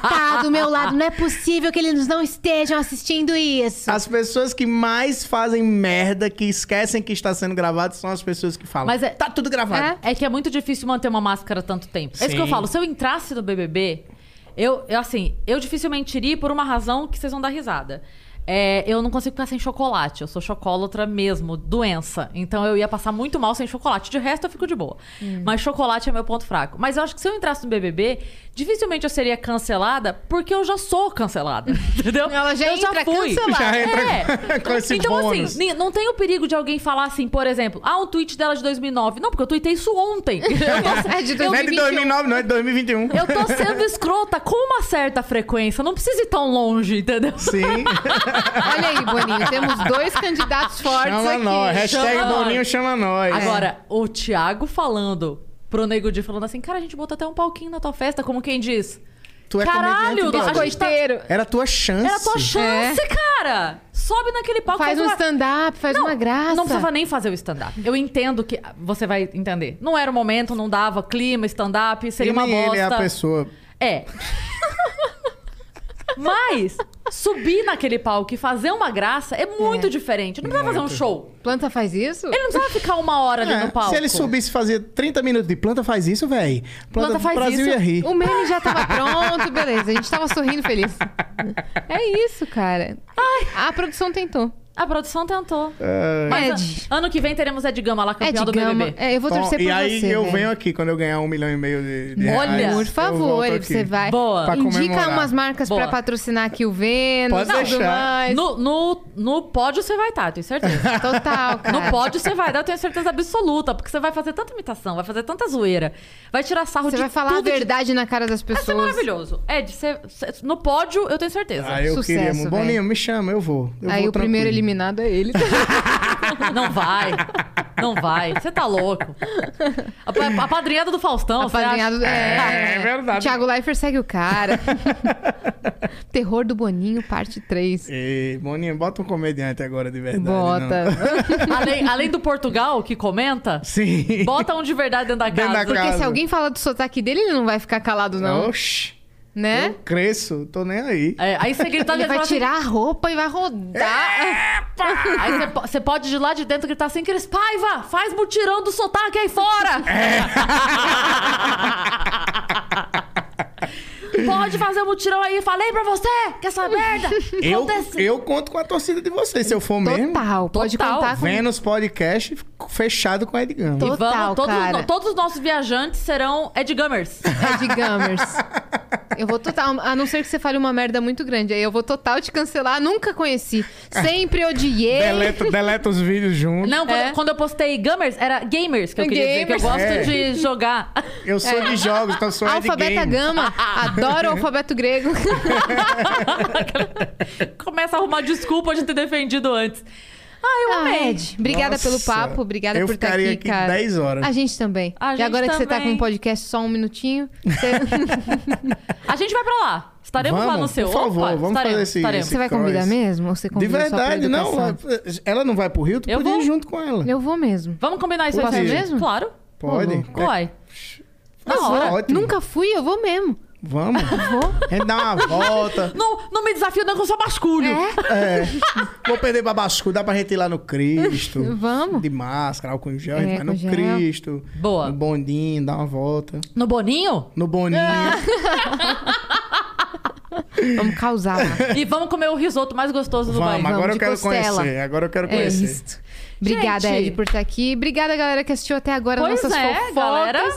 Tá do meu lado, não é possível que eles não estejam assistindo isso. As pessoas que mais fazem merda, que esquecem que está sendo gravado, são as pessoas que falam. Mas é- Tá tudo gravado. É que é muito difícil manter uma máscara tanto tempo. É isso que eu Sim. falo. Se eu entrasse no BBB, eu, eu, assim, eu dificilmente iria por uma razão que vocês vão dar risada. É, eu não consigo ficar sem chocolate. Eu sou chocólatra mesmo, doença. Então eu ia passar muito mal sem chocolate. De resto, eu fico de boa. Hum. Mas chocolate é meu ponto fraco. Mas eu acho que se eu entrasse no BBB, dificilmente eu seria cancelada, porque eu já sou cancelada. Entendeu? Ela já eu entra já fui. cancelada. Já entra É. com esse então, bônus. assim, nem- não tem o perigo de alguém falar assim, por exemplo, ah, um tweet dela de 2009. Não, porque eu tuitei isso ontem. Eu tô, É de não é de 2021. 2009, não, é de 2021. eu tô sendo escrota com uma certa frequência. Não precisa ir tão longe, entendeu? Sim. Olha aí, Boninho, temos dois candidatos fortes chama aqui. nós. Hashtag Chama nós. Boninho chama nós. Agora, o Thiago falando pro Nego Di, falando assim, cara, a gente botou até um palquinho na tua festa, como quem diz. Tu é Caralho, comediante, a brother. gente tá... Biscoiteiro. Era a tua chance. Era a tua chance, cara! Sobe naquele palco. Faz um uma- stand-up, faz uma graça. Não precisava nem fazer o stand-up. Eu entendo que. Você vai entender. Não era o momento, não dava clima, stand-up, seria e uma nem bosta. ele é a pessoa. É. Mas subir naquele palco e fazer uma graça é muito diferente. Não precisa fazer um show. Planta faz isso? Ele não precisava ficar uma hora ali É, no palco. Se ele subisse e fazia 30 minutos de planta, faz isso, velho. Planta, Planta faz do Brasil isso. ia rir. O meme já tava pronto, beleza. A gente tava sorrindo feliz. É isso, cara. A produção tentou. A produção tentou. É. Mas a- ano que vem teremos Ed Gama lá, campeão do BBB. É, Tom, E aí eu venho aqui quando eu ganhar um milhão e meio de, de Olha, reais. por eu favor, volto aqui. você vai. Pra Indica comemorar. umas marcas Boa. pra patrocinar aqui o Vênus Não, tudo mais. No, no, no pódio você vai estar, tenho certeza. Total, cara. No pódio você vai dar, eu tenho certeza absoluta, porque você vai fazer tanta imitação, vai fazer tanta zoeira, vai tirar sarro Você de vai falar a tudo, de verdade na cara das Vai ser pessoas. maravilhoso. Ed, você- você- no pódio, eu tenho certeza. Ah, eu queria muito. Boninho, me chama, eu vou. Eu Aí vou o primeiro tranquilo. eliminado é ele. Não vai. Não vai. Você tá louco. A, pa- a padrinhada do Faustão. você acha? Apadrinhado. É, verdade. Thiago Leifert segue o cara. Terror do Boninho, parte 3. E, Boninho, bota um comediante agora de verdade. Bota. não. Além, além do Portugal, que comenta, Sim. bota um de verdade dentro da Dentro casa. da Porque se alguém falar do sotaque dele, ele não vai ficar calado, não. Oxi. Né? Eu cresço, tô nem aí. É, aí você grita Ele dentro vai da- tirar a roupa e vai É. rodar. Aí você po- você pode de lá de dentro gritar sem querer, Paiva, faz mutirão do sotaque aí fora! pode fazer mutirão aí, falei pra você que essa merda Eu, acontece. eu conto com a torcida de vocês, se eu for mesmo. Total, pode Total. contar com Vênus Podcast fechado com Ed Gama. E Total, todos, cara. no- todos os nossos viajantes serão Ed Gummers. Ed Gummers. Eu vou total, a não ser que você fale uma merda muito grande. Aí eu vou total te cancelar, nunca conheci. Sempre odiei. Deleta, deleta os vídeos junto. Não, quando, É. quando eu postei Gummers, era Gamers que eu queria dizer, que eu gosto Gamers. de jogar. Eu sou é. de jogos, então sou Ed Alfabeta Gamer. Gama, adoro o alfabeto grego. Começa a arrumar desculpa de ter defendido antes. Ah, eu Ah, amei. Ed, obrigada Nossa, pelo papo, obrigada eu por estar ficaria aqui, aqui cara. 10 horas. A gente também. A e gente agora que você tá com também. um podcast só um minutinho, você, A gente vai pra lá. Estaremos lá Vamos, no seu. por favor, Opa, vamos estaremos, fazer esse- estaremos. você vai Cross. convidar mesmo? Ou você De convida só verdade, pela não. é, educação? Ela não vai pro Rio, tu Eu podia vou. ir junto com ela. Eu vou mesmo. Vamos combinar isso aí, Posso ir Sérgio? mesmo? Claro. Pode. é? Uai. Tá Na hora. ótimo. Nunca fui, eu vou mesmo. Vamos. A gente dá uma volta. Não, não me desafio não com seu basculho. É. Vou perder babascu, dá pra gente ir lá no Cristo. Vamos. De máscara, álcool em gel, a gente É, vai com no gel. Cristo. Boa. No bondinho, dá uma volta. No Boninho? No boninho. Ah, Vamos causar lá. E vamos comer o risoto mais gostoso do Vamos, país. agora de eu quero costela. conhecer. Agora eu quero É conhecer. isto. Obrigada, Gente. Ed, por estar aqui. Obrigada, galera, que assistiu até agora Pois nossas é, fofocas. galera.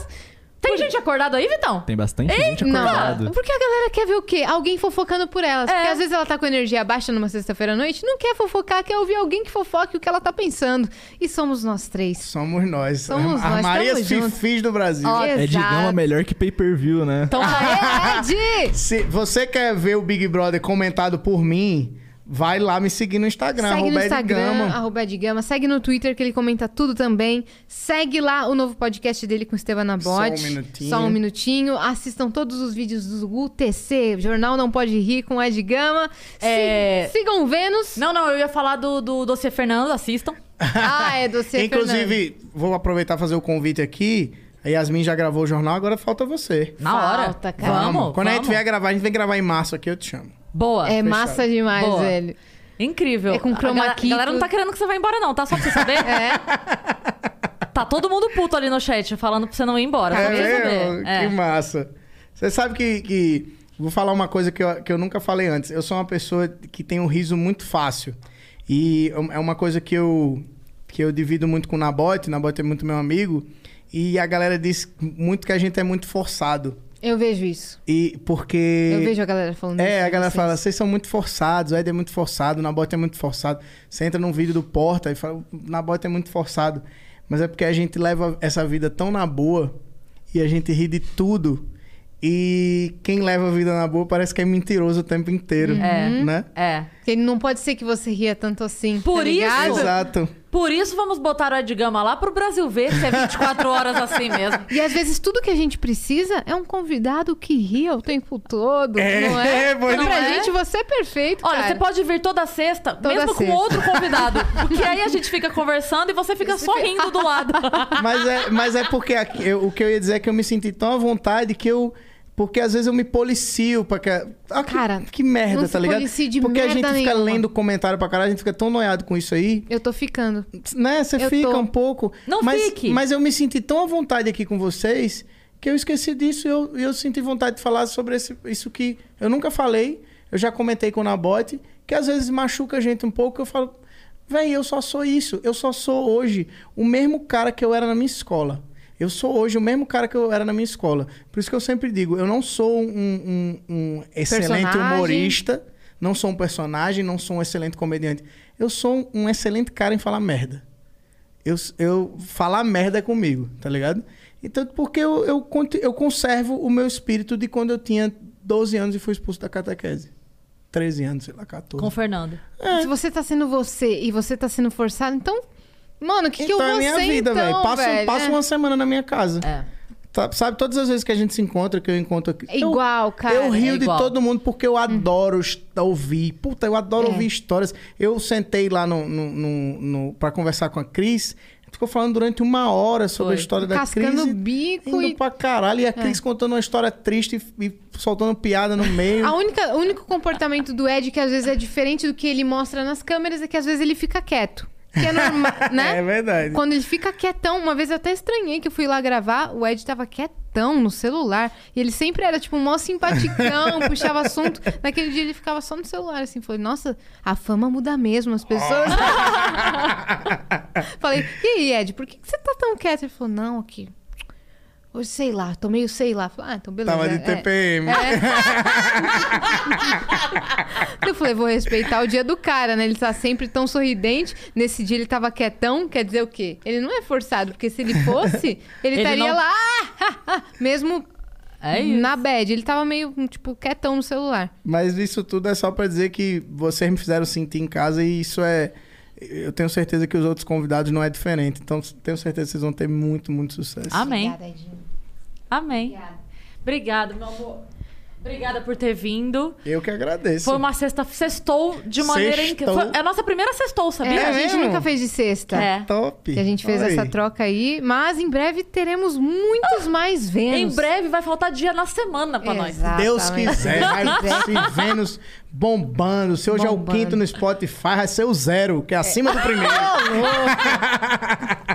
Tem gente acordada aí, Vitão? Tem bastante gente Não, acordado. porque a galera quer ver o quê? Alguém fofocando por elas. É. Porque às vezes ela tá com energia baixa numa sexta-feira à noite, não quer fofocar, quer ouvir alguém que fofoque o que ela tá pensando. E somos nós três. Somos nós. Somos As nós, Marias tamo junto. Fifis do Brasil. É de gama melhor que pay-per-view, né? Então, Aê, Ed! Se você quer ver o Big Brother comentado por mim, vai lá me seguir no Instagram. Segue no arroba Ed Instagram, Gama. arroba Ed Gama. Segue no Twitter, que ele comenta tudo também. Segue lá o novo podcast dele com Esteban Nabote. Só um minutinho. Só um minutinho. Assistam todos os vídeos do UTC, Jornal Não Pode Rir, com Ed Gama. Si- É. Sigam o Vênus. não, não, eu ia falar do, do dossiê Fernando, assistam. Ah, é você, Fernando. Inclusive, vou aproveitar e fazer o convite aqui. A Yasmin já gravou o jornal, agora falta você. Na Falta, hora. cara. Vamos. Quando a gente vamos. vier gravar, a gente vem gravar em março aqui, eu te chamo. Boa. É massa demais, Boa. velho. Incrível. É com chroma a galera, key, a galera não tá tudo. querendo que você vá embora, não, tá? Só pra você saber. é. Tá todo mundo puto ali no chat, falando pra você não ir embora. Só pra você mesmo? saber. É. Que massa. Você sabe que, que- Vou falar uma coisa que eu, que eu nunca falei antes. Eu sou uma pessoa que tem um riso muito fácil. E é uma coisa que eu, que eu divido muito com o Nabote. Nabote é muito meu amigo. E a galera diz muito que a gente é muito forçado. Eu vejo isso. E porque. Eu vejo a galera falando isso. É, a pra galera vocês. fala, vocês são muito forçados, o Ed é muito forçado, o Nabote é muito forçado. Você entra num vídeo do Porta e fala, o Nabote é muito forçado. Mas é porque a gente leva essa vida tão na boa e a gente ri de tudo. E quem leva a vida na boa parece que é mentiroso o tempo inteiro, É. né? É. Porque não pode ser que você ria tanto assim. Por tá ligado? isso- Exato. Por isso vamos botar o Ed Gama lá pro Brasil ver se é 24 horas assim mesmo. E às vezes tudo que a gente precisa é um convidado que ria o tempo todo, É, não é? é, pois então, pra é. gente você é perfeito, Olha, cara. você pode vir toda sexta, mesmo com sexta. outro convidado. Porque aí a gente fica conversando e você fica sorrindo do lado. Mas é, mas é porque aqui- eu- o que eu ia dizer é que eu me senti tão à vontade que eu. Porque às vezes eu me policio pra que. Ah, que- Cara, que, merda, não se tá ligado? policie de porque a merda gente fica nenhuma. lendo comentário pra caralho, a gente fica tão noiado com isso aí. Eu tô ficando. Né? Você Eu fica tô. um pouco. Não mas, fique. Mas eu me senti tão à vontade aqui com vocês que eu esqueci disso e eu, e eu senti vontade de falar sobre esse- isso que eu nunca falei. Eu já comentei com o Nabote, que às vezes machuca a gente um pouco. Eu falo, Véi, eu só sou isso. Eu só sou hoje o mesmo cara que eu era na minha escola. Eu sou hoje o mesmo cara que eu era na minha escola. Por isso que eu sempre digo, eu não sou um, um- um excelente Personagem. humorista, não sou um personagem, não sou um excelente comediante. Eu sou um excelente cara em falar merda. Eu, eu falar merda é comigo, tá ligado? Então, porque eu, eu, conti- eu conservo o meu espírito de quando eu tinha 12 anos e fui expulso da catequese. 13 anos, sei lá, 14. Com o Fernando. É. Se você tá sendo você e você tá sendo forçado, então. Mano, o que, que eu Então vou é minha ser, vida, então, velho. Passo, velho? passo É. uma semana na minha casa. É. Tá- Sabe, todas as vezes que a gente se encontra, que eu encontro aqui. É eu- igual, cara. Eu rio é de igual. todo mundo porque eu adoro est- ouvir. Puta, eu adoro É. ouvir histórias. Eu sentei lá no, no, no, no- pra conversar com a Cris. Ficou falando durante uma hora sobre a Foi. história da Cris. Cascando o e- bico Indo e. É. pra caralho. E a Cris contando uma história triste e, e soltando piada no meio. A única, o único comportamento do Ed que às vezes é diferente do que ele mostra nas câmeras é que às vezes ele fica quieto. Que é normal, né? É verdade. Quando ele fica quietão, uma vez eu até estranhei que eu fui lá gravar, o Ed tava quietão no celular. E ele sempre era, tipo, mó simpaticão, puxava assunto. Naquele dia ele ficava só no celular, assim. Falei, nossa, a fama muda mesmo, as pessoas. Falei, e aí, Ed, por que que você tá tão quieto? Ele falou, não, aqui. Hoje, sei lá, tô meio sei lá. Falei, ah, então beleza. Tava de é. TPM. Eu falei, vou respeitar o dia do cara, né? Ele tá sempre tão sorridente. Nesse dia ele tava quietão, quer dizer o quê? Ele não é forçado, porque se ele fosse, ele Ele estaria não- lá, ah, ah, ah, mesmo É isso. na bad. Ele tava meio, tipo, quietão no celular. Mas isso tudo é só pra dizer que vocês me fizeram sentir em casa e isso é. Eu tenho certeza que os outros convidados não é diferente. Então, tenho certeza que vocês vão ter muito, muito sucesso. Amém. Obrigada, Edinho. Amém. Obrigada. meu amor. Obrigada por ter vindo. Eu que agradeço. Foi uma sexta. Sextou de maneira Sextou. incrível. Foi- É a nossa primeira sextou, É, sabia? a gente mesmo? nunca fez de sexta. É. top. Que a gente fez Olha essa aí. troca aí. Mas em breve teremos muitos mais Em Vênus. breve vai faltar dia na semana pra nós. Exatamente. Deus quiser, vai se Vênus bombando. Se hoje é o Bombando. quinto no Spotify, vai ser o zero, que é acima do primeiro. é.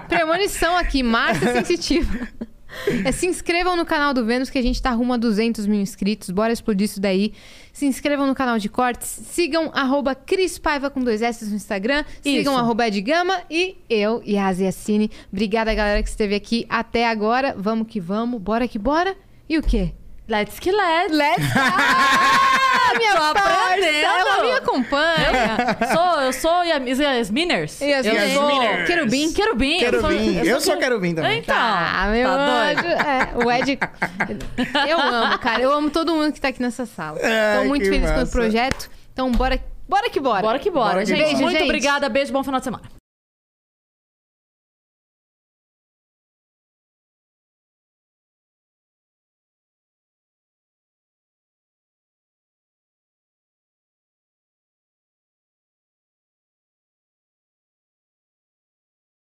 Premonição aqui, Marta Sensitiva. É, se inscrevam no canal do Vênus, que a gente tá rumo a 200 mil inscritos. Bora explodir isso daí. Se inscrevam no canal de cortes. Sigam arroba Cris Paiva com dois S no Instagram. Sigam Isso. arroba Ed Gama. E eu, Yazi Assini. Obrigada, galera, que esteve aqui até agora. Vamos que vamos. Bora que bora. E o quê? Let's que let's. Let's go! Ah, minha Tô parça, aprendendo. Ela me acompanha. Ah, sou, eu sou Yas- Yasminers. Yasmin. Eu sou Yasminers. Querubim. Querubim. Quero sou- vir. Eu, sou só quero vir também. Então, Ah, meu tá doido. anjo. É, o Ed. Eu amo, cara. Eu amo todo mundo que tá aqui nessa sala. Ai, Tô muito que feliz com massa. o projeto. Então, bora, bora que bora. Bora que bora, Bora que gente. bora. Beijo, Muito gente. obrigada. Beijo, bom final de semana.